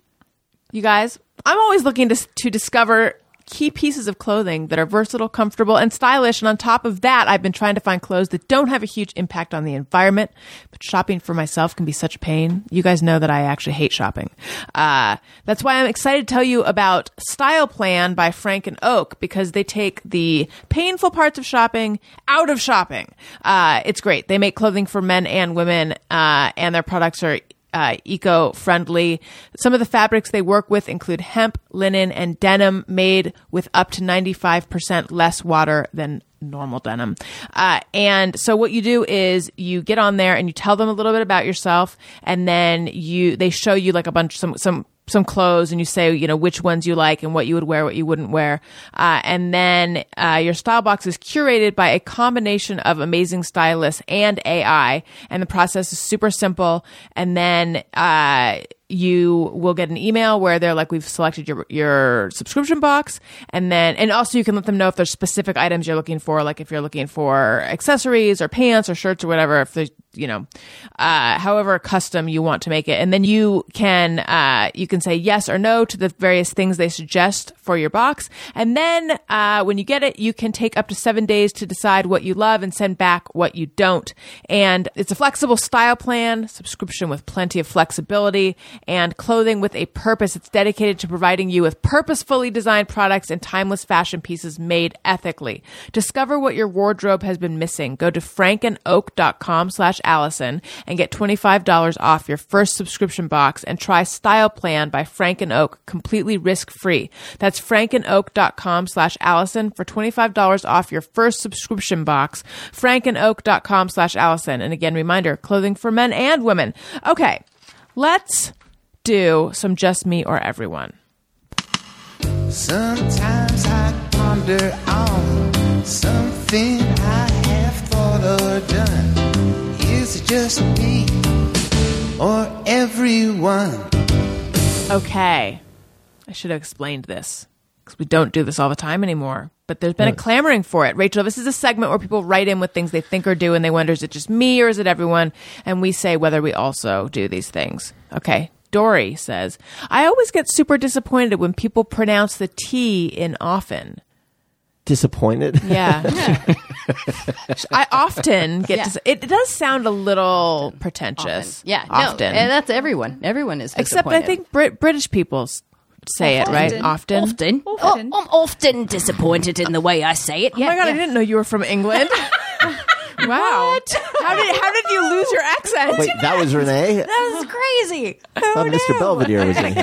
Speaker 3: You guys, I'm always looking to, to discover key pieces of clothing that are versatile, comfortable, and stylish. And on top of that, I've been trying to find clothes that don't have a huge impact on the environment. But shopping for myself can be such a pain. You guys know that I actually hate shopping. Uh, that's why I'm excited to tell you about Style Plan by Frank and Oak because they take the painful parts of shopping out of shopping. Uh, it's great. They make clothing for men and women, uh, and their products are uh, eco friendly. Some of the fabrics they work with include hemp, linen, and denim made with up to 95% less water than normal denim. Uh, and so what you do is you get on there and you tell them a little bit about yourself and then you, they show you like a bunch, some, some, some clothes and you say you know which ones you like and what you would wear what you wouldn't wear uh, and then uh, your style box is curated by a combination of amazing stylists and ai and the process is super simple and then uh, you will get an email where they're like we've selected your your subscription box and then and also you can let them know if there's specific items you're looking for like if you're looking for accessories or pants or shirts or whatever if there's you know uh, however custom you want to make it and then you can uh, you can say yes or no to the various things they suggest for your box and then uh, when you get it you can take up to seven days to decide what you love and send back what you don't and it's a flexible style plan subscription with plenty of flexibility and clothing with a purpose it's dedicated to providing you with purposefully designed products and timeless fashion pieces made ethically discover what your wardrobe has been missing go to frankandoak.com slash allison and get $25 off your first subscription box and try style plan by frank and oak completely risk-free that's frankandoak.com slash allison for $25 off your first subscription box frankandoak.com slash allison and again reminder clothing for men and women okay let's do some just me or everyone
Speaker 2: Sometimes I ponder on something I have thought or done. Is it just me or everyone?
Speaker 3: Okay. I should have explained this because we don't do this all the time anymore. But there's been a clamoring for it. Rachel, this is a segment where people write in with things they think or do, and they wonder, is it just me or is it everyone? And we say whether we also do these things. Okay. Dory says, I always get super disappointed when people pronounce the T in often. [laughs]
Speaker 1: Disappointed.
Speaker 3: Yeah. I often get
Speaker 5: Yeah.
Speaker 3: dis- it does sound a little pretentious.
Speaker 5: Yeah, no,
Speaker 3: often.
Speaker 5: and that's everyone. Everyone is
Speaker 3: Except I
Speaker 5: disappointed.
Speaker 3: think Brit- British people s- say it right often.
Speaker 7: Often.
Speaker 4: Often.
Speaker 7: Oh, I'm often disappointed in the way I say it.
Speaker 3: Oh
Speaker 7: Yeah,
Speaker 3: my god, I
Speaker 7: yeah.
Speaker 3: didn't know you were from England. [laughs] wow. How did how did you lose your
Speaker 1: [laughs]
Speaker 3: accent?
Speaker 1: Wait, that was Renee.
Speaker 5: this is crazy.
Speaker 1: I
Speaker 3: Oh,
Speaker 1: thought Mr. Belvedere was in here.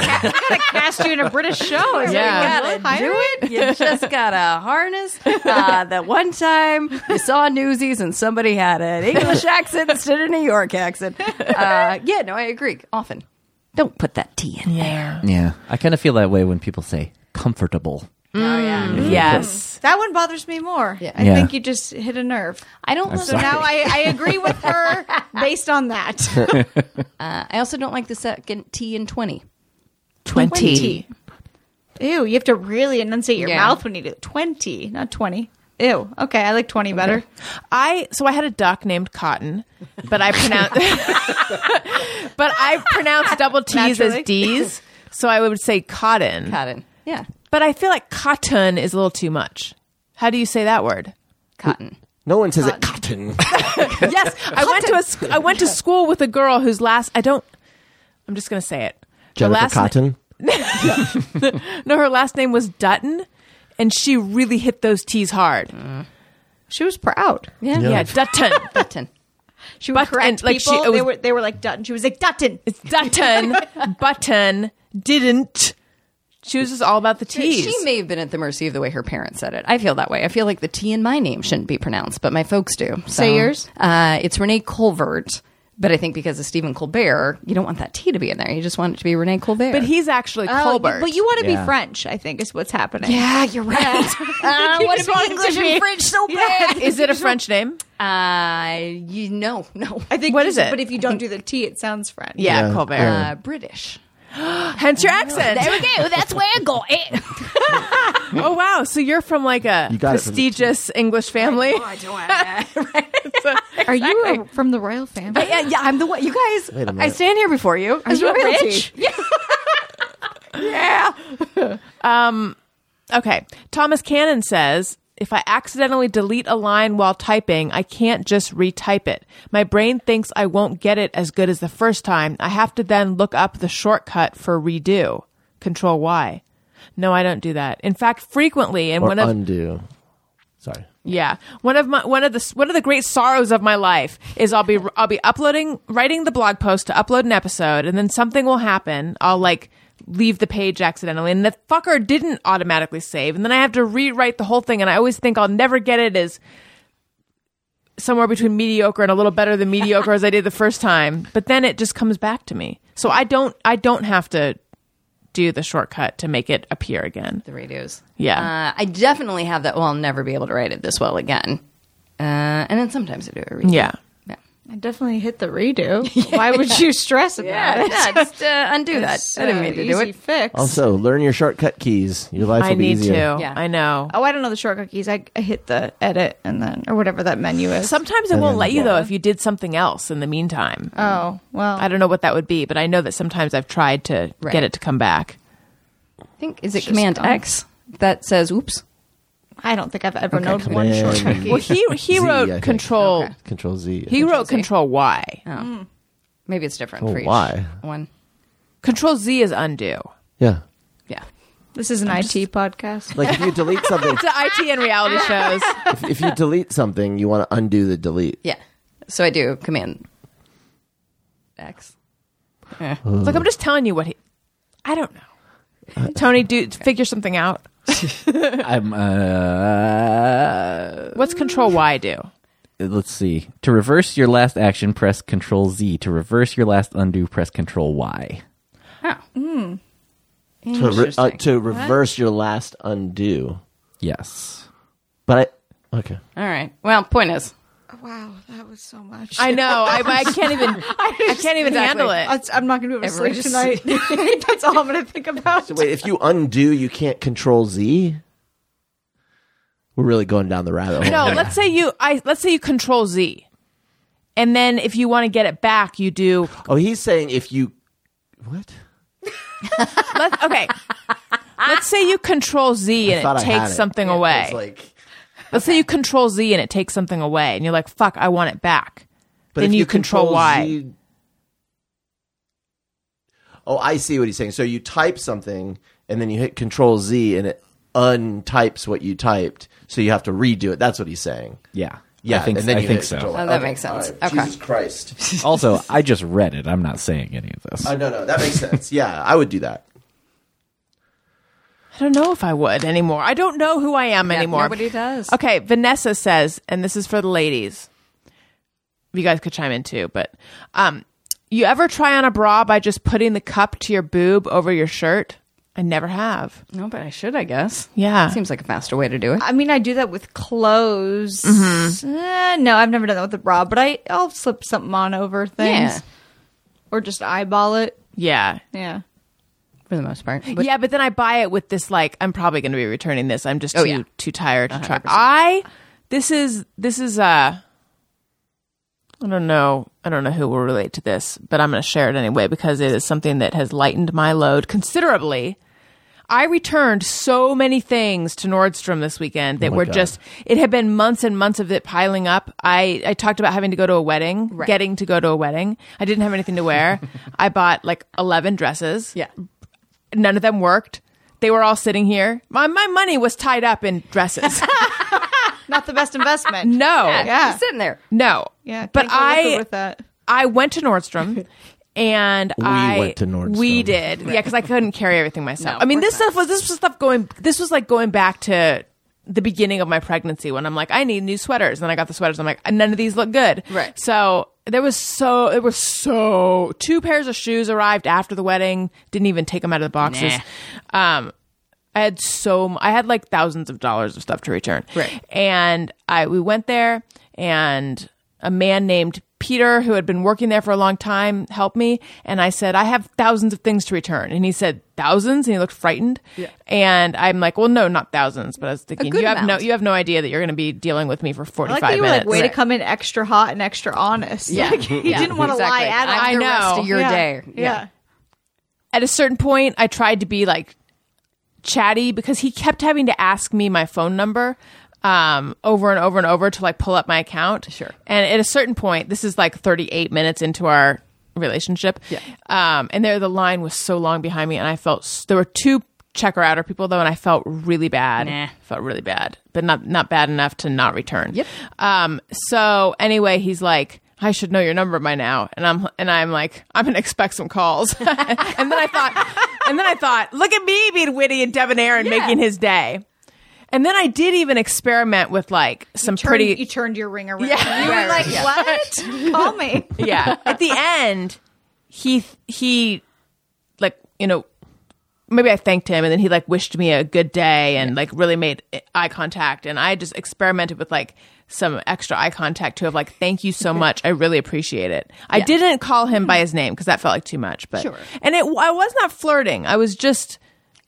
Speaker 4: Cast you in a British show. Is
Speaker 3: Yeah.
Speaker 4: what you
Speaker 5: gotta do it. You just gotta harness uh, that one time you saw Newsies and somebody had an English accent instead of a New York accent. Uh, yeah, no, I agree. Often, don't put that T in.
Speaker 3: Yeah.
Speaker 6: Yeah, I kind of feel that way when people say [laughs] comfortable.
Speaker 5: Oh yeah,
Speaker 3: Yes.
Speaker 4: That one bothers me more. I
Speaker 6: Yeah.
Speaker 4: think you just hit a nerve.
Speaker 5: I don't. love-
Speaker 4: So now I, I agree with her based on that.
Speaker 5: I also don't like the second T in twenty.
Speaker 3: 20.
Speaker 4: Ew, you have to really enunciate your
Speaker 5: Yeah.
Speaker 4: mouth when you do 20, not 20. Ew. Okay, I like 20 better.
Speaker 3: I so I had a duck named Cotton, but I pronounced [laughs] but I pronounced double T's
Speaker 4: Naturally.
Speaker 3: as D's, so I would say cotton.
Speaker 5: Cotton. Yeah,
Speaker 3: But I feel like cotton is a little too much. How do you say that word?
Speaker 5: cotton.
Speaker 1: No one says it. Cotton.
Speaker 7: [laughs]
Speaker 3: yes, I went to a sc- I went to school with a girl whose last I don't. I'm just gonna say it. Her
Speaker 1: Jennifer
Speaker 3: last na-
Speaker 1: Cotton.
Speaker 3: no, her last name was Dutton, and she really hit those T's hard.
Speaker 4: She was proud.
Speaker 5: Yeah,
Speaker 7: [laughs]
Speaker 3: Yeah, Dutton.
Speaker 5: Dutton.
Speaker 4: She would
Speaker 3: But-
Speaker 4: correct
Speaker 3: and, like, she-
Speaker 4: people.
Speaker 3: it
Speaker 4: they
Speaker 3: was-
Speaker 4: were they were like Dutton. She was like Dutton.
Speaker 3: It's Dutton. Button didn't. She was just all about the T's.
Speaker 5: She may have been at the mercy of the way her parents said it. I feel that way. I feel like the T in my name shouldn't be pronounced, but my folks do. So,
Speaker 4: Say yours.
Speaker 5: Uh, it's Renee Colvert, but I think because of Stephen Colbert, you don't want that T to be in there. You just want it to be Renee Colbert.
Speaker 3: but he's actually
Speaker 4: Oh,
Speaker 3: Colbert. [laughs]
Speaker 4: But you want to
Speaker 6: Yeah.
Speaker 4: be French, I think, is what's happening.
Speaker 5: yeah, you're [laughs] right. Uh, I want
Speaker 4: just
Speaker 5: to
Speaker 4: want
Speaker 5: be
Speaker 4: it
Speaker 5: English
Speaker 4: to be-
Speaker 5: and French so
Speaker 4: Yeah.
Speaker 7: [laughs]
Speaker 5: bad.
Speaker 3: is it a French name?
Speaker 5: Uh, you know, no.
Speaker 4: I think
Speaker 3: What
Speaker 4: she's-
Speaker 3: is it?
Speaker 4: But if you don't do the T, it sounds French.
Speaker 3: Yeah, Colbert.
Speaker 5: Uh, British.
Speaker 3: Hence your accent.
Speaker 7: Uh, There we go. That's where I got it.
Speaker 3: [laughs] Oh wow! So you're from like
Speaker 1: got
Speaker 3: a
Speaker 1: it from the
Speaker 3: prestigious English family.
Speaker 4: Are you a- from the royal family?
Speaker 5: Yeah, yeah, I'm the one. You guys,
Speaker 1: Wait a minute.
Speaker 5: I stand here before you. Are
Speaker 4: you rich?
Speaker 5: [laughs] Yeah.
Speaker 3: Okay. Thomas Cannon says if I accidentally delete a line while typing, I can't just retype it. My brain thinks I won't get it as good as the first time. I have to then look up the shortcut for redo. Control Y. No, I don't do that. In fact, frequently, and
Speaker 1: Or
Speaker 3: one of
Speaker 1: undo. Sorry.
Speaker 3: yeah, one of my one of the one of the great sorrows of my life is I'll be I'll be uploading writing the blog post to upload an episode, and then something will happen. I'll like leave the page accidentally, and the fucker didn't automatically save, and then I have to rewrite the whole thing. And I always think I'll never get it as somewhere between mediocre and a little better than mediocre as I did the first time. But then it just comes back to me, so I don't I don't have to do the shortcut to make it appear again.
Speaker 5: The radios.
Speaker 3: Yeah.
Speaker 5: Uh, I definitely have that. Well, I'll never be able to write it this well again. Uh, and then sometimes I do it. redo.
Speaker 3: Yeah.
Speaker 5: Yeah.
Speaker 4: I definitely hit
Speaker 3: [laughs]
Speaker 4: the redo. Why would you stress about
Speaker 5: Yeah,
Speaker 4: it?
Speaker 5: [laughs] yeah, just uh, undo that.
Speaker 4: It's,
Speaker 5: I didn't
Speaker 4: uh,
Speaker 5: mean to do
Speaker 4: easy
Speaker 5: it.
Speaker 4: Fix.
Speaker 1: Also, learn your shortcut keys. Your life
Speaker 3: I
Speaker 1: will be
Speaker 3: need to.
Speaker 1: easier.
Speaker 5: Yeah.
Speaker 3: I know.
Speaker 4: oh, I don't know the shortcut keys. I, I hit the edit and then or whatever that menu is.
Speaker 3: Sometimes it won't let you though if you did something else in the meantime.
Speaker 4: oh well,
Speaker 3: I don't know what that would be, but I know that sometimes I've tried to
Speaker 5: Right.
Speaker 3: get it to come back.
Speaker 5: I think is it Command X that says "Oops."
Speaker 4: I don't think I've ever known one
Speaker 1: Command
Speaker 4: shortcut key.
Speaker 3: Well, he he
Speaker 1: Z, I
Speaker 3: wrote
Speaker 1: think.
Speaker 3: control.
Speaker 1: [laughs] Control Z.
Speaker 3: He wrote control Oh. Y.
Speaker 5: Maybe it's different
Speaker 1: Oh,
Speaker 5: for each
Speaker 1: why?
Speaker 5: one.
Speaker 3: Control Z is undo.
Speaker 1: yeah.
Speaker 5: Yeah,
Speaker 4: This is an IT podcast.
Speaker 1: Like if you delete something,
Speaker 3: It's the IT and [laughs] reality shows.
Speaker 1: if, if you delete something, you want to undo the delete.
Speaker 5: yeah. So I do Command X.
Speaker 3: Look, I'm just telling you what he. I don't know. Tony, do figure something out.
Speaker 6: I'm. Uh,
Speaker 3: What's control Y do?
Speaker 6: let's see. To reverse your last action, press Control Z. To reverse your last undo, press Control Y.
Speaker 1: To, re- uh,
Speaker 5: Interesting.
Speaker 1: to reverse your last undo.
Speaker 6: Yes.
Speaker 1: But I okay.
Speaker 5: All right. Well, point is,
Speaker 4: Wow, that was so much.
Speaker 3: I know. I, [laughs] I can't even. I can't even handle it.
Speaker 4: That's- I'm not going to be able to
Speaker 5: Every-
Speaker 4: sleep tonight. [laughs] That's all I'm going to think about.
Speaker 1: So wait, if you undo, you can't Control Z. We're really going down the rabbit hole.
Speaker 3: No,
Speaker 1: here.
Speaker 3: let's say you I let's say you control Z. And then if you want to get it back, you do
Speaker 1: Oh, he's saying if you what?
Speaker 3: let, [laughs] okay. let's say you control Z
Speaker 1: I
Speaker 3: and
Speaker 1: thought
Speaker 3: it
Speaker 1: I had
Speaker 3: takes
Speaker 1: it.
Speaker 3: something
Speaker 1: Yeah,
Speaker 3: away.
Speaker 1: It's like
Speaker 3: Let's say you control Z and it takes something away, and you're like, "Fuck, I want it back."
Speaker 1: But
Speaker 3: then
Speaker 1: if
Speaker 3: you control Y.
Speaker 1: Z- Oh, I see what he's saying. So you type something and then you hit Control Z and it untypes what you typed. So you have to redo it. That's what he's saying.
Speaker 6: Yeah.
Speaker 1: Yeah,
Speaker 6: I think,
Speaker 1: and then
Speaker 6: I
Speaker 1: you
Speaker 6: think
Speaker 1: hit
Speaker 6: so.
Speaker 1: Control Y.
Speaker 5: Oh, that
Speaker 1: Okay,
Speaker 5: makes sense.
Speaker 1: all right.
Speaker 5: Okay.
Speaker 1: Jesus
Speaker 6: [laughs]
Speaker 1: Christ.
Speaker 6: also, I just read it. I'm not saying any of this.
Speaker 1: Uh, no, no, that makes sense. Yeah, I would do that.
Speaker 3: I don't know if I would anymore. I don't know who I am anymore.
Speaker 5: nobody does.
Speaker 3: Okay, Vanessa says, and this is for the ladies. You guys could chime in too, but um, you ever try on a bra by just putting the cup to your boob over your shirt? I never have.
Speaker 5: No, but I should, I guess.
Speaker 3: Yeah.
Speaker 5: Seems like a faster way to do it.
Speaker 4: I mean, I do that with clothes. Eh, no, I've never done that with a bra, but I, I'll slip something on over things
Speaker 5: Yeah.
Speaker 4: or just eyeball it.
Speaker 3: Yeah.
Speaker 4: Yeah.
Speaker 5: For the most part. But-
Speaker 3: yeah, but then I buy it with this like I'm probably going to be returning this. I'm just too
Speaker 5: Oh, yeah.
Speaker 3: too tired to try. I this is this is uh I don't know. I don't know who will relate to this, but I'm going to share it anyway because it is something that has lightened my load considerably. I returned so many things to Nordstrom this weekend
Speaker 5: Oh
Speaker 3: that were just it had been months and months of it piling up. I I talked about having to go to a wedding, getting to go to a wedding. I didn't have anything to
Speaker 5: [laughs]
Speaker 3: wear. I bought like 11 dresses
Speaker 5: Yeah.
Speaker 3: none of them worked. They were all sitting here. My my money was tied up in
Speaker 4: [laughs]
Speaker 3: dresses.
Speaker 4: Not the best investment.
Speaker 3: No,
Speaker 4: Yeah.
Speaker 5: Just sitting there.
Speaker 3: no,
Speaker 4: Yeah. can't
Speaker 3: But
Speaker 4: go liquid
Speaker 3: I
Speaker 4: with that.
Speaker 3: I went to Nordstrom. And I
Speaker 1: went to Nordstrom.
Speaker 3: We did, yeah, because I couldn't carry everything myself. I mean, this stuff was this was stuff going. This was like going back to the beginning of my pregnancy when I'm like, I need new sweaters. And then I got the sweaters. I'm like, none of these look good.
Speaker 5: Right.
Speaker 3: So there was so it was so two pairs of shoes arrived after the wedding. Didn't even take them out of the boxes. Um, I had so m- I had like thousands of dollars of stuff to return.
Speaker 5: Right.
Speaker 3: And I we went there and a man named Peter who had been working there for a long time helped me and I said I have thousands of things to return and he said thousands and he looked frightened. Yeah. And I'm like, "Well, no, not thousands, but I was thinking
Speaker 5: good
Speaker 3: you have no
Speaker 5: amount.
Speaker 3: you have no idea that you're going to be dealing with me for
Speaker 4: I
Speaker 3: 45
Speaker 4: like that you were
Speaker 3: minutes."
Speaker 4: like, way to come in extra hot and extra honest.
Speaker 5: [laughs] Yeah.
Speaker 4: [laughs] Like, you
Speaker 5: Yeah.
Speaker 4: didn't want to lie
Speaker 5: Exactly.
Speaker 4: at all.
Speaker 5: I'm
Speaker 3: I
Speaker 5: the rest
Speaker 3: know.
Speaker 5: of your
Speaker 4: yeah.
Speaker 5: day.
Speaker 4: Yeah.
Speaker 3: at a certain point I tried to be like chatty because he kept having to ask me my phone number um, over and over and over to like pull up my account.
Speaker 5: Sure.
Speaker 3: And at a certain point, this is like 38 minutes into our relationship. Yeah. Um, and there the line was so long behind me, and I felt s- there were two checker outer people though, and I felt really bad.
Speaker 5: Nah.
Speaker 3: Felt really bad, but not not bad enough to not return.
Speaker 5: Yep.
Speaker 3: Um. So anyway, he's like. I should know your number by now, and I'm and I'm like I'm gonna expect some calls, [laughs] and then I thought, and then I thought, look at me being witty and debonair and making his day, and then I did even experiment with like some
Speaker 4: Turned,
Speaker 3: pretty
Speaker 4: you turned your ring around.
Speaker 3: Yeah.
Speaker 4: You were
Speaker 3: Right,
Speaker 4: like,
Speaker 3: right, yeah.
Speaker 4: [laughs] what? Call me.
Speaker 3: yeah.
Speaker 5: [laughs]
Speaker 3: At the end, he he, like you know, maybe I thanked him, and then he like wished me a good day, and like really made eye contact, and I just experimented with like some extra eye contact too of like thank you so much i really appreciate it i didn't call him by his
Speaker 5: Hmm.
Speaker 3: name because that felt like too much but and it i was not flirting i was just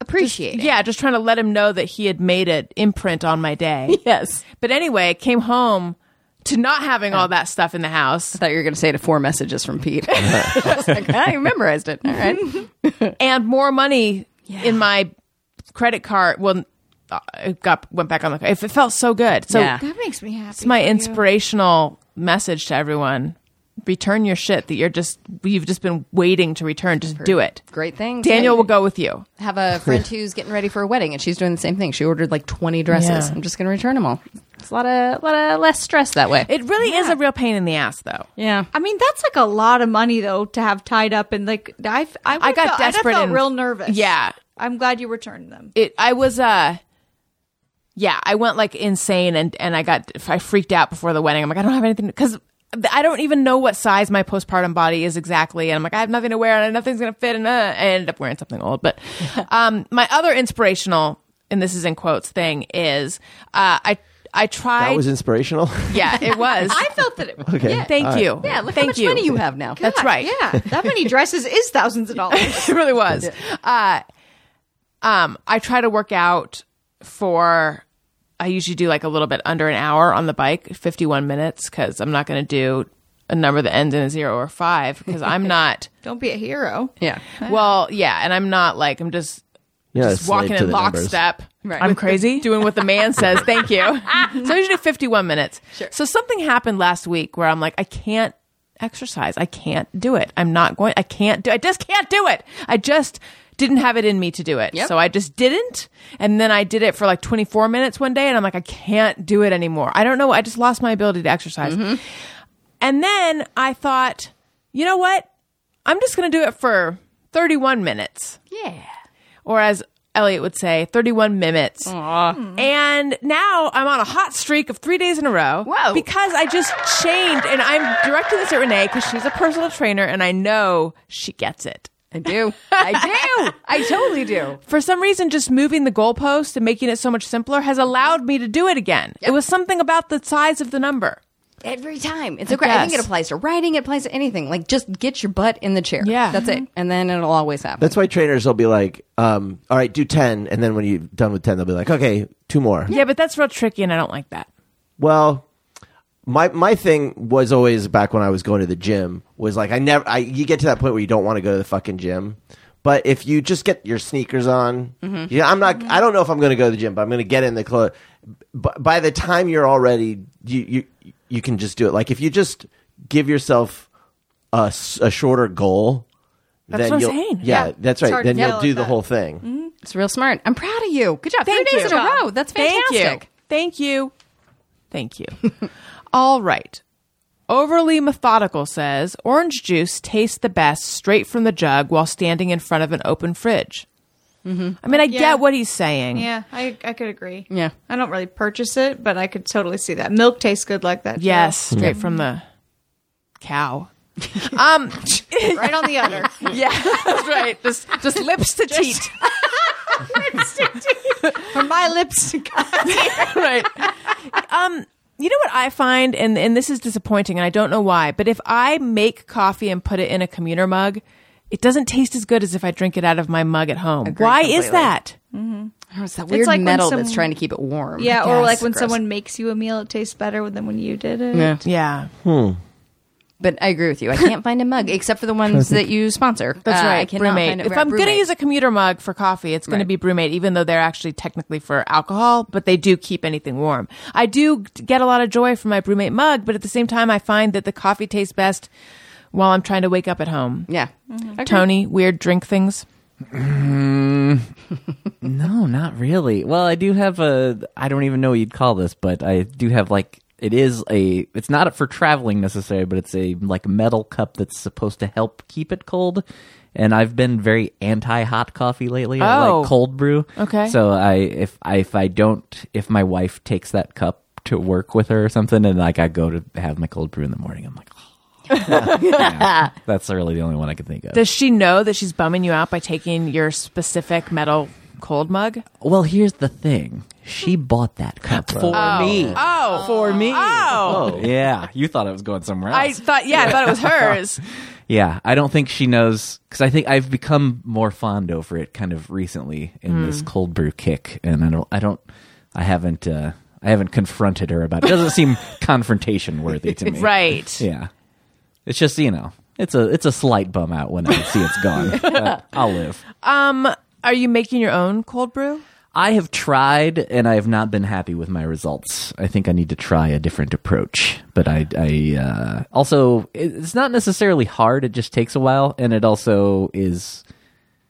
Speaker 5: Appreciate it.
Speaker 3: yeah just trying to let him know that he had made an imprint on my day
Speaker 5: [laughs] Yes.
Speaker 3: but anyway came home to not having all that stuff in the house
Speaker 5: thought you were going to say to four messages from Pete. [laughs] I was like, I memorized it. All right.
Speaker 3: and more money in my credit card. Well, uh, it got went back on the. If it felt so good, so
Speaker 5: Yeah.
Speaker 4: That makes me happy.
Speaker 3: it's my inspirational message to everyone: return your shit that you're just you've just been waiting to return. Just do it.
Speaker 5: Great thing.
Speaker 3: Daniel will go with you.
Speaker 5: Have a friend who's getting ready for a wedding, and she's doing the same thing. She ordered like twenty dresses.
Speaker 3: Yeah.
Speaker 5: I'm just going to return them all. It's a lot of lot of less stress that way.
Speaker 3: It really is a real pain in the ass, though.
Speaker 5: yeah.
Speaker 4: I mean, that's like a lot of money though to have tied up, and like I, I,
Speaker 3: I got
Speaker 4: felt, I'd have
Speaker 3: desperate
Speaker 4: felt
Speaker 3: and-
Speaker 4: real nervous.
Speaker 3: Yeah.
Speaker 4: I'm glad you returned them.
Speaker 3: It. I was. Uh. Yeah, I went like insane, and and I got I freaked out before the wedding. I'm like, I don't have anything because. I don't even know what size my postpartum body is exactly, and I'm like, I have nothing to wear, and nothing's gonna fit, and uh, I ended up wearing something old.
Speaker 5: [laughs]
Speaker 3: But um, my other inspirational, and this is in quotes, thing is uh, I I tried,
Speaker 1: That was inspirational.
Speaker 3: yeah, it
Speaker 5: [laughs]
Speaker 3: was.
Speaker 4: I felt that it.
Speaker 1: okay.
Speaker 3: Thank you,
Speaker 5: Yeah. Look
Speaker 3: Thank
Speaker 5: how much
Speaker 3: you.
Speaker 5: money you have now.
Speaker 3: That's right.
Speaker 4: [laughs] Yeah, that many dresses is thousands of
Speaker 3: [laughs]
Speaker 4: dollars.
Speaker 3: it really was. Uh, um, I try to work out for. I usually do like a little bit under an hour on the bike, fifty-one minutes, because I'm not going to do a number that ends in a zero or five because I'm not.
Speaker 4: [laughs] Don't be a hero.
Speaker 5: Yeah.
Speaker 3: well, yeah, and I'm not like I'm just
Speaker 1: Yeah,
Speaker 3: just walking in lockstep.
Speaker 5: Right.
Speaker 3: I'm crazy. Doing what the man [laughs] says. Thank you. so I usually do 51 minutes. Sure. So something happened last week where I'm like, I can't exercise. I can't do it. I'm not going. I can't do. I just can't do it. I just didn't have it in me to do it.
Speaker 5: Yep.
Speaker 3: So I just didn't. And then I did it for like 24 minutes one day, and I'm like, I can't do it anymore. I don't know. I just lost my ability to exercise. And then I thought, you know what? I'm just going to do it for 31 minutes
Speaker 5: Yeah.
Speaker 3: or as Elliot would say, 31 minutes. And now I'm on a hot streak of three days in a row.
Speaker 5: Whoa.
Speaker 3: Because I just changed, and I'm directing this at Renee because she's a personal trainer, and I know she gets it.
Speaker 5: I do. [laughs] I do. I totally do.
Speaker 3: For some reason, just moving the goalpost and making it so much simpler has allowed me to do it again. It was something about the size of the number.
Speaker 5: Every time. It's okay. I think it
Speaker 3: guess.
Speaker 5: applies to writing, it applies to anything. Like just get your butt in the chair.
Speaker 3: Yeah.
Speaker 5: That's it. And then it'll always happen.
Speaker 1: That's why trainers will be like, um, all right, do 10. And then when you're done with 10, they'll be like, okay, two more.
Speaker 3: Yeah, but that's real tricky, and I don't like that.
Speaker 1: Well, my my thing was always back when I was going to the gym was like I never I you get to that point where you don't want to go to the fucking gym. But if you just get your sneakers on,
Speaker 4: Mm-hmm.
Speaker 1: yeah, I'm not. I don't know if I'm going to go to the gym, but I'm going to get in the clothes. But by the time you're already, you you you can just do it. Like if you just give yourself a, s- a shorter goal, that's then
Speaker 3: what I'm
Speaker 1: you'll
Speaker 3: saying.
Speaker 1: Yeah,
Speaker 4: Yeah.
Speaker 1: that's
Speaker 4: It's
Speaker 1: right.
Speaker 4: hard to
Speaker 1: Then you'll
Speaker 4: deal
Speaker 1: do
Speaker 4: with
Speaker 1: the
Speaker 4: that.
Speaker 1: whole thing.
Speaker 5: It's real smart. I'm proud of you. Good job.
Speaker 3: Thank
Speaker 5: Three days
Speaker 3: you.
Speaker 5: in a row. That's fantastic.
Speaker 3: Thank you. Thank you. [laughs] Thank you. All right. Overly methodical says orange juice tastes the best straight from the jug while standing in front of an open fridge. I mean, I
Speaker 4: Yeah.
Speaker 3: get what he's saying.
Speaker 4: Yeah, I, I could agree.
Speaker 5: Yeah.
Speaker 4: I don't really purchase it, but I could totally see that. Milk tastes good like that. too.
Speaker 3: Yes, straight from the cow. um,
Speaker 4: Right [laughs] on the udder.
Speaker 3: [laughs] yeah, that's right. Just, [laughs] just lips to teat.
Speaker 4: From my [laughs] lips to God.
Speaker 3: [laughs] right. Um, you know what I find, and and this is disappointing, and I don't know why, but if I make coffee and put it in a commuter mug, it doesn't taste as good as if I drink it out of my mug at home. why is
Speaker 5: completely.
Speaker 3: that?
Speaker 5: Oh, it's that weird
Speaker 4: like when
Speaker 5: metal
Speaker 4: some-
Speaker 5: that's trying to keep it warm.
Speaker 4: Yeah, or
Speaker 3: Yes,
Speaker 4: like when
Speaker 5: gross.
Speaker 4: someone makes you a meal, it tastes better than when you did it.
Speaker 5: Yeah.
Speaker 3: Yeah,
Speaker 5: But I agree with you. I can't find a mug except for the ones that you sponsor.
Speaker 3: that's
Speaker 5: Uh,
Speaker 3: right.
Speaker 5: I cannot find
Speaker 3: Brewmate.
Speaker 5: a
Speaker 3: If I'm going to
Speaker 5: Brewmate.
Speaker 3: use a commuter mug for coffee, it's going
Speaker 5: Right.
Speaker 3: to be Brewmate, even though they're actually technically for alcohol, but they do keep anything warm. I do get a lot of joy from my Brewmate mug, but at the same time, I find that the coffee tastes best while I'm trying to wake up at home.
Speaker 5: Yeah.
Speaker 3: Mm-hmm. Tony, weird drink things.
Speaker 6: No, not really. Well, I do have a. I don't even know what you'd call this, but I do have like it is a. It's not for traveling necessarily, but it's a like metal cup that's supposed to help keep it cold. And I've been very anti hot coffee lately. I
Speaker 3: Oh.
Speaker 6: like cold brew.
Speaker 3: Okay.
Speaker 6: So I if I if I don't if my wife takes that cup to work with her or something, and like I go to have my cold brew in the morning, I'm like. "Oh."
Speaker 3: [laughs]
Speaker 6: Yeah. that's really the only one I can think of.
Speaker 3: Does she know that she's bumming you out by taking your specific metal cold mug?
Speaker 6: well, here's the thing. She bought that cup for me.
Speaker 3: Oh,
Speaker 6: for me.
Speaker 3: Oh.
Speaker 6: yeah. You thought it was going somewhere
Speaker 3: I
Speaker 6: else.
Speaker 3: thought, [laughs] yeah, I thought it was hers.
Speaker 6: yeah, I don't think she knows because I think I've become more fond over it kind of recently in
Speaker 3: Hmm.
Speaker 6: this cold brew kick, and I don't, I don't, I haven't, uh, I haven't confronted her about it. It
Speaker 3: [laughs]
Speaker 6: doesn't seem confrontation worthy to me.
Speaker 3: right.
Speaker 6: Yeah. It's just you know, it's a it's a slight bum out when I see it's gone.
Speaker 3: [laughs]
Speaker 6: but I'll live.
Speaker 3: Are you making your own cold brew?
Speaker 6: I have tried and I have not been happy with my results. I think I need to try a different approach. But I, I uh, also, it- it's not necessarily hard. It just takes a while. And it also is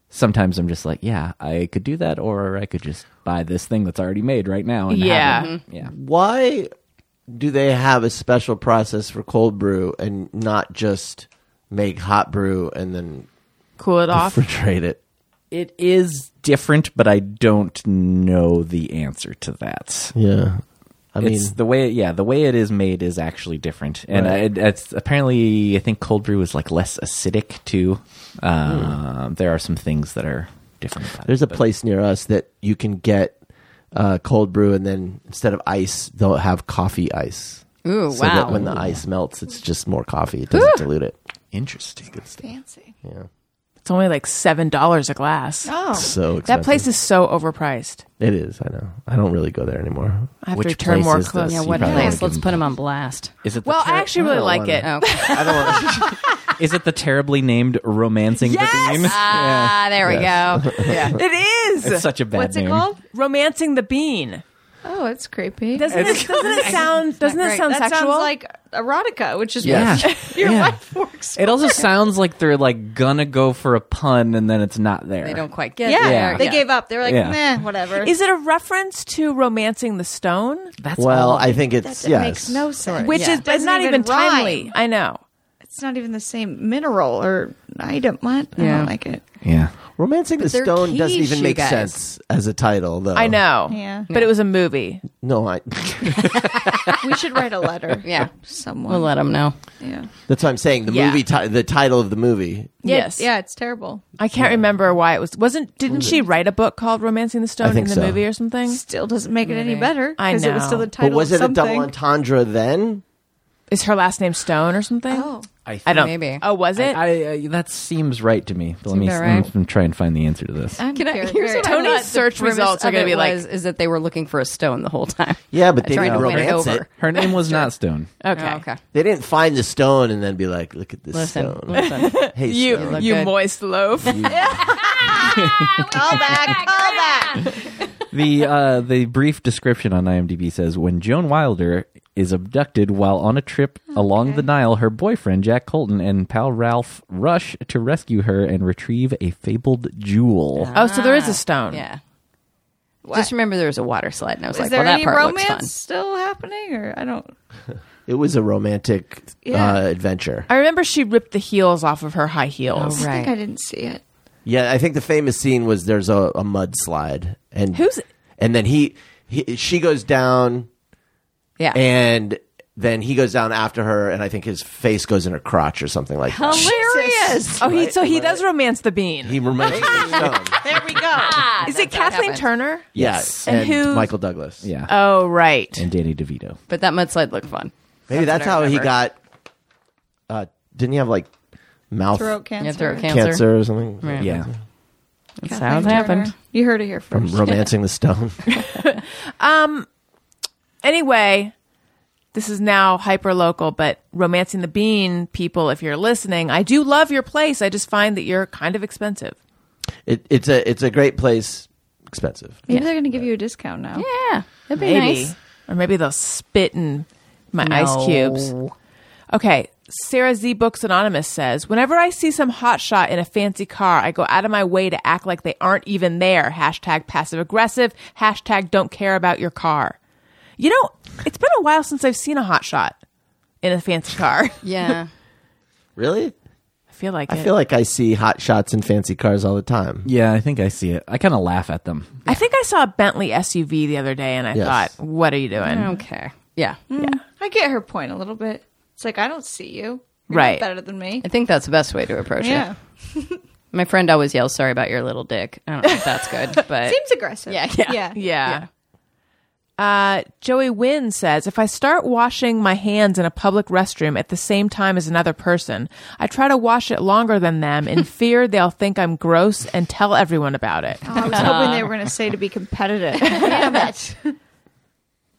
Speaker 6: sometimes I'm just like, yeah, I could do that or I could just buy this thing that's already made right now. And have
Speaker 3: Yeah.
Speaker 6: it. Yeah.
Speaker 1: why do they have a special process for cold brew and not just make hot brew and then
Speaker 3: Cool it off.
Speaker 1: refrigerate it?
Speaker 6: It is different, but I don't know the answer to that.
Speaker 1: Yeah. I mean,
Speaker 6: it's the way yeah the way it is made is actually different and I, it, it's apparently i think cold brew is like less acidic too um, there are some things that are different about it.
Speaker 1: there's a place near us that you can get uh, cold brew and then instead of ice, they'll have coffee ice.
Speaker 5: Ooh,
Speaker 1: So that
Speaker 5: wow.
Speaker 1: when the ice melts, it's just more coffee. It doesn't dilute it.
Speaker 6: interesting
Speaker 4: Fancy.
Speaker 3: It's only like $7 a glass.
Speaker 4: Oh.
Speaker 1: So expensive.
Speaker 3: that place is so overpriced.
Speaker 1: It is, I know. I don't really go there anymore.
Speaker 3: I have
Speaker 6: Which
Speaker 3: to return
Speaker 6: place
Speaker 3: more
Speaker 6: is this?
Speaker 3: clothes.
Speaker 5: Yeah,
Speaker 6: You
Speaker 5: what
Speaker 6: probably
Speaker 5: place?
Speaker 6: wanna
Speaker 5: Let's
Speaker 6: give
Speaker 5: put him on blast.
Speaker 6: is it the
Speaker 3: Well,
Speaker 6: ter-
Speaker 3: I actually really like it.
Speaker 5: Oh. [laughs]
Speaker 1: I don't want
Speaker 3: [laughs]
Speaker 6: is it the terribly named romancing the
Speaker 3: Yes! [laughs]
Speaker 6: beam
Speaker 1: [laughs]
Speaker 5: Ah, there we go. Yeah.
Speaker 3: It names.
Speaker 6: It's such a bad
Speaker 4: What's
Speaker 6: name.
Speaker 4: it called?
Speaker 3: Romancing the Bean.
Speaker 4: Oh, it's creepy.
Speaker 3: Doesn't it, doesn't it sound doesn't it
Speaker 5: great.
Speaker 3: sound
Speaker 4: that
Speaker 3: sexual?
Speaker 4: sounds like erotica, which is
Speaker 6: Yeah.
Speaker 4: what [laughs] your
Speaker 6: Yeah.
Speaker 4: life works.
Speaker 6: It also sounds like they're like gonna go for a pun and then it's not there.
Speaker 5: They don't quite get
Speaker 4: yeah,
Speaker 5: there.
Speaker 4: they gave up. They were like,
Speaker 6: Yeah.
Speaker 4: nah, whatever.
Speaker 3: is it a reference to romancing the stone?
Speaker 6: That's
Speaker 1: well,
Speaker 6: all.
Speaker 1: I think it's
Speaker 4: that
Speaker 1: yes.
Speaker 4: makes no sense.
Speaker 3: Which is but
Speaker 4: Doesn't
Speaker 3: not even,
Speaker 4: even rhyme.
Speaker 3: timely. I know.
Speaker 4: it's not even the same mineral or item. What? I
Speaker 5: Yeah.
Speaker 4: don't like it.
Speaker 6: yeah.
Speaker 1: Romancing the
Speaker 5: they're
Speaker 1: Stone doesn't
Speaker 5: quiche,
Speaker 1: even
Speaker 5: you
Speaker 1: make
Speaker 5: guys.
Speaker 1: sense as a title, though.
Speaker 3: I know.
Speaker 4: Yeah.
Speaker 3: But it was a movie.
Speaker 1: No, I.
Speaker 4: [laughs]
Speaker 1: [laughs]
Speaker 4: We should write a [laughs] letter.
Speaker 5: Yeah.
Speaker 1: uh,
Speaker 4: someone.
Speaker 5: We'll uh, let them know.
Speaker 4: yeah,
Speaker 1: That's what I'm saying. The
Speaker 3: Yeah.
Speaker 1: movie, ti- the title of the movie.
Speaker 3: Yes.
Speaker 4: yeah, it's terrible.
Speaker 3: I can't remember why it was wasn't didn't she write a book called Romancing the Stone in
Speaker 1: think
Speaker 3: the
Speaker 1: so.
Speaker 3: movie or something?
Speaker 4: Still doesn't make it any better
Speaker 3: I
Speaker 4: because it was
Speaker 3: know.
Speaker 4: still the
Speaker 3: But
Speaker 1: But
Speaker 4: title.
Speaker 1: was
Speaker 4: of
Speaker 1: it a double
Speaker 4: something.
Speaker 1: entendre then?
Speaker 3: Is her last name Stone or something?
Speaker 4: Oh,
Speaker 6: think
Speaker 3: I don't
Speaker 5: Maybe.
Speaker 3: Oh, was it?
Speaker 6: I, I, that seems right to me. But let me,
Speaker 5: Seemed
Speaker 6: let me
Speaker 5: alright.
Speaker 6: try and find the answer to this.
Speaker 4: I'm
Speaker 5: Can I,
Speaker 4: very-
Speaker 5: here's
Speaker 4: very-
Speaker 5: what I
Speaker 3: Tony's
Speaker 5: thought the
Speaker 3: search
Speaker 5: premise
Speaker 3: results are
Speaker 5: of
Speaker 3: gonna
Speaker 5: it
Speaker 3: be like-
Speaker 5: was, is that they were looking for a stone the whole time.
Speaker 1: Yeah, but they
Speaker 5: [laughs] trying
Speaker 1: didn't
Speaker 5: to win it
Speaker 1: romance
Speaker 5: over.
Speaker 1: it.
Speaker 6: Her name
Speaker 3: [laughs]
Speaker 6: was not Stone.
Speaker 3: okay.
Speaker 5: Oh, okay.
Speaker 1: They didn't find the stone and then be like, "Look at this
Speaker 5: Listen,
Speaker 1: stone."
Speaker 5: [laughs] listen.
Speaker 1: Hey,
Speaker 3: You
Speaker 1: stone.
Speaker 5: look
Speaker 3: you
Speaker 5: good.
Speaker 3: moist loaf.
Speaker 4: Call back, call back.
Speaker 6: the uh, the brief description on IMDb says when Joan Wilder is abducted while on a trip along the Nile, her boyfriend Jack Colton and pal Ralph rush to rescue her and retrieve a fabled jewel.
Speaker 3: Oh, so there is a stone.
Speaker 5: Ah. Yeah. Just remember there was a water slide, and I was
Speaker 4: Is
Speaker 5: like,
Speaker 4: there
Speaker 5: well, that
Speaker 4: any
Speaker 5: part
Speaker 4: romance
Speaker 5: looks
Speaker 4: still happening, or I don't?
Speaker 1: It was a romantic
Speaker 4: Yeah.
Speaker 1: uh, adventure.
Speaker 3: I remember she ripped the heels off of her high heels.
Speaker 5: fun.
Speaker 4: I think I didn't see it.
Speaker 1: Yeah, I think the famous scene was there's a, a mudslide and
Speaker 3: Who's-
Speaker 1: and then he, he she goes down
Speaker 5: Yeah.
Speaker 1: and then he goes down after her and I think his face goes in her crotch or something like that.
Speaker 5: Hilarious.
Speaker 3: Oh, he so he does romance the bean.
Speaker 1: He romantic stone.
Speaker 4: There we go.
Speaker 3: [laughs] is it Kathleen Turner?
Speaker 1: Yes,
Speaker 3: And
Speaker 1: and,
Speaker 3: who's-
Speaker 1: Michael Douglas.
Speaker 6: Yeah,
Speaker 3: Oh, right.
Speaker 6: and Danny DeVito.
Speaker 5: But that mudslide looked fun.
Speaker 1: maybe that's,
Speaker 5: That's what
Speaker 1: how
Speaker 5: I
Speaker 1: he
Speaker 5: remember.
Speaker 1: got. Uh, didn't he have like mouth
Speaker 4: Throat cancer.
Speaker 5: Yeah, throat
Speaker 1: cancer.
Speaker 5: cancer.
Speaker 1: or something?
Speaker 6: Yeah,
Speaker 5: That's
Speaker 4: Kathleen
Speaker 5: how it
Speaker 4: Turner.
Speaker 5: happened.
Speaker 4: You heard it here [laughs]
Speaker 1: From
Speaker 4: first.
Speaker 1: romancing the stone.
Speaker 3: anyway, this is now hyper local, but romancing the bean people, if you're listening, I do love your place. I just find that you're kind of expensive.
Speaker 1: it, it's a it's a great place. Expensive.
Speaker 4: Maybe they're going to give you a discount now.
Speaker 5: Yeah. That'd be
Speaker 3: Maybe.
Speaker 5: nice.
Speaker 3: Or maybe they'll spit in my ice cubes. Okay. Sarah Z Books Anonymous says, Whenever I see some hotshot in a fancy car, I go out of my way to act like they aren't even there. Hashtag passive aggressive. Hashtag don't care about your car. You know, it's been a while since I've seen a hotshot in a fancy car. [laughs]
Speaker 5: [laughs] Yeah.
Speaker 1: Really?
Speaker 3: I feel like
Speaker 1: I
Speaker 3: it.
Speaker 1: feel like I see hot shots in fancy cars all the time.
Speaker 6: yeah. I think I see it. I kind of laugh at them.
Speaker 3: I think I saw a Bentley SUV the other day and I
Speaker 1: Yes.
Speaker 3: thought, what are you doing?
Speaker 5: okay. Yeah.
Speaker 4: Mm. I get her point a little bit. It's like I don't see you. You're
Speaker 3: Right.
Speaker 4: not better than me.
Speaker 5: I think that's the best way to approach
Speaker 4: Yeah,
Speaker 5: it. My friend always yells, "Sorry about your little dick." I don't know if
Speaker 4: [laughs]
Speaker 5: that's good, but
Speaker 4: seems aggressive.
Speaker 5: Yeah,
Speaker 3: [laughs]
Speaker 5: yeah.
Speaker 4: yeah.
Speaker 3: Yeah. Uh, Joey Wynn says, if I start washing my hands in a public restroom at the same time as another person, I try to wash it longer than them in fear they'll think I'm gross and tell everyone about it.
Speaker 4: Oh, I was hoping they were going to say to
Speaker 3: [laughs]
Speaker 4: be competitive. Damn it.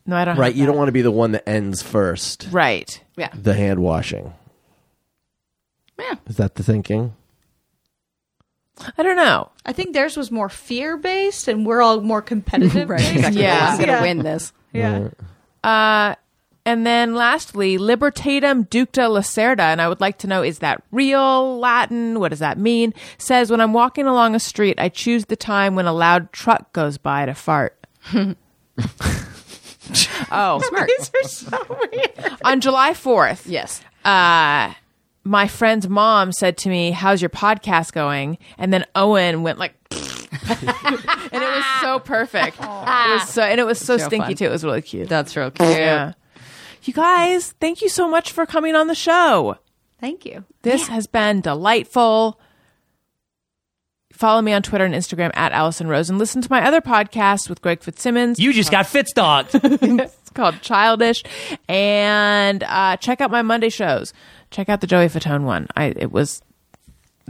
Speaker 3: No, I don't.
Speaker 1: Right, you
Speaker 3: have
Speaker 1: don't want to be the one that ends first.
Speaker 3: that. Right.
Speaker 5: yeah,
Speaker 1: The hand washing.
Speaker 5: Yeah.
Speaker 1: Is that the thinking?
Speaker 3: I don't know.
Speaker 4: I think theirs was more fear based, and we're all more
Speaker 3: [laughs]
Speaker 4: competitive.
Speaker 5: right. Exactly.
Speaker 3: Yeah.
Speaker 5: I'm gonna
Speaker 4: Yeah.
Speaker 5: win this.
Speaker 4: Yeah.
Speaker 3: Uh, and then lastly, Libertatum Ducta Lacerda, and I would like to know is that real Latin? What does that mean? Says, when I'm walking along a street, I choose the time when a loud truck goes by to fart. oh, smart.
Speaker 4: [laughs] These are so weird.
Speaker 3: On July 4th,
Speaker 5: Yes.
Speaker 3: my friend's mom said to me, How's your podcast going? And then Owen went like, [laughs] and it was so perfect. It was so, and it was so,
Speaker 5: So
Speaker 3: stinky
Speaker 5: fun.
Speaker 3: too. It was really cute.
Speaker 5: That's real cute.
Speaker 3: Yeah. You guys, thank you so much for coming on the show.
Speaker 4: Thank you.
Speaker 3: This has been delightful. Follow me on Twitter and Instagram at Allison Rose and listen to my other podcast with Greg Fitzsimmons.
Speaker 8: You just got fit dogged.
Speaker 3: [laughs] It's called Childish. And uh, check out my Monday shows. Check out the Joey Fatone one. I it was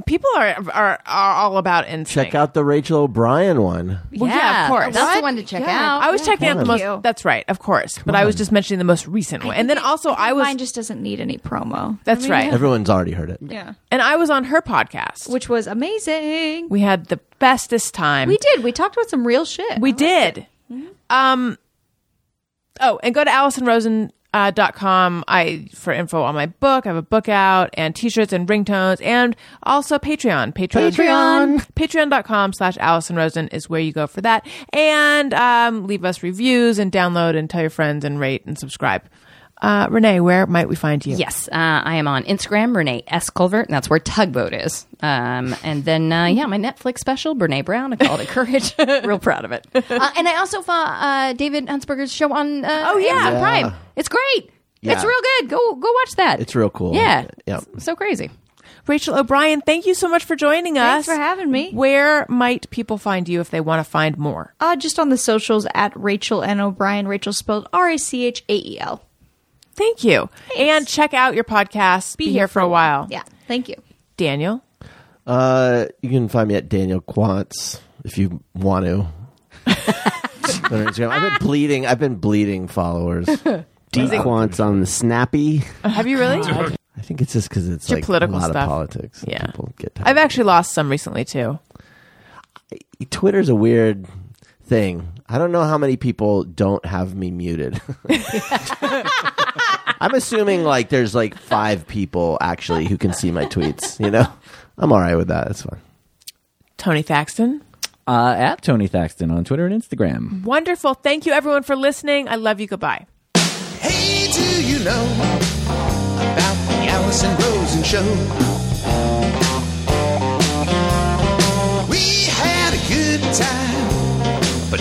Speaker 3: people are are, are all about NSYNC.
Speaker 1: Check out the Rachel O'Brien one.
Speaker 3: Well, yeah, of course.
Speaker 5: That's
Speaker 3: What?
Speaker 5: the one to check
Speaker 4: Yeah.
Speaker 5: out.
Speaker 3: I was checking out the most.
Speaker 4: Thank you.
Speaker 3: That's right, of course. but I was just mentioning the most recent one, and then also I, was.
Speaker 4: mine just doesn't need any promo.
Speaker 3: that's right,
Speaker 1: Everyone's already heard it.
Speaker 4: Yeah,
Speaker 3: and I was on her podcast.
Speaker 4: which was amazing.
Speaker 3: we had the bestest time.
Speaker 4: We did. We talked about some real shit.
Speaker 3: We did.
Speaker 4: Mm-hmm.
Speaker 3: Um. Oh, and go to AllisonRosen. Uh, dot com I for info on my book. I have a book out and t-shirts and ringtones and also Patreon. Patreon.
Speaker 1: Patreon.
Speaker 3: Patreon.com slash Allison Rosen is where you go for that. And um, leave us reviews and download and tell your friends and rate and subscribe. Uh, Renee, where might we find you?
Speaker 5: Yes, uh, I am on Instagram, Renee S. Culvert, and that's where Tugboat is. Um, and then, uh, yeah, my Netflix special, Brene Brown, I called it [laughs] Courage. Real proud of it. Uh, and I also saw uh, David Huntsberger's show on uh,
Speaker 3: Oh, yeah.
Speaker 5: Amazon
Speaker 1: Yeah.
Speaker 5: Prime. It's great.
Speaker 1: Yeah.
Speaker 5: It's real good. Go go watch that.
Speaker 1: It's real cool.
Speaker 5: Yeah.
Speaker 1: Yeah.
Speaker 5: It's So crazy.
Speaker 3: Rachel O'Brien, thank you so much for joining us.
Speaker 4: Thanks for having me.
Speaker 3: Where might people find you if they want to find more?
Speaker 4: Uh, just on the socials at Rachel N O'Brien. Rachel spelled R A C H A E L.
Speaker 3: Thank you. And check out your podcast, Be, Here for a While.
Speaker 4: Yeah, thank you.
Speaker 3: Daniel.
Speaker 1: Uh, you can find me at Daniel Quantz if you want
Speaker 3: [laughs]
Speaker 1: to. On Instagram. I've been bleeding. I've been bleeding
Speaker 3: [laughs]
Speaker 1: followers.
Speaker 8: D Quants on the Snappy.
Speaker 3: Have you [laughs] really?
Speaker 1: I think it's just because it's
Speaker 3: Your
Speaker 1: like
Speaker 3: political
Speaker 1: a lot
Speaker 3: stuff.
Speaker 1: of politics. and
Speaker 3: Yeah.
Speaker 1: people get. tired.
Speaker 3: I've actually lost some recently too.
Speaker 1: Twitter's a weird thing. I don't know how many people don't have me
Speaker 3: [laughs]
Speaker 1: muted. I'm assuming like there's like five people actually who can see my tweets. You know, I'm all right with that. It's fine.
Speaker 3: Tony Thaxton.
Speaker 6: Uh, at Tony Thaxton on Twitter and Instagram.
Speaker 3: Wonderful. Thank you everyone for listening. I love you. Goodbye.
Speaker 2: Hey, do you know about the Allison Rosen show? We had a good time, but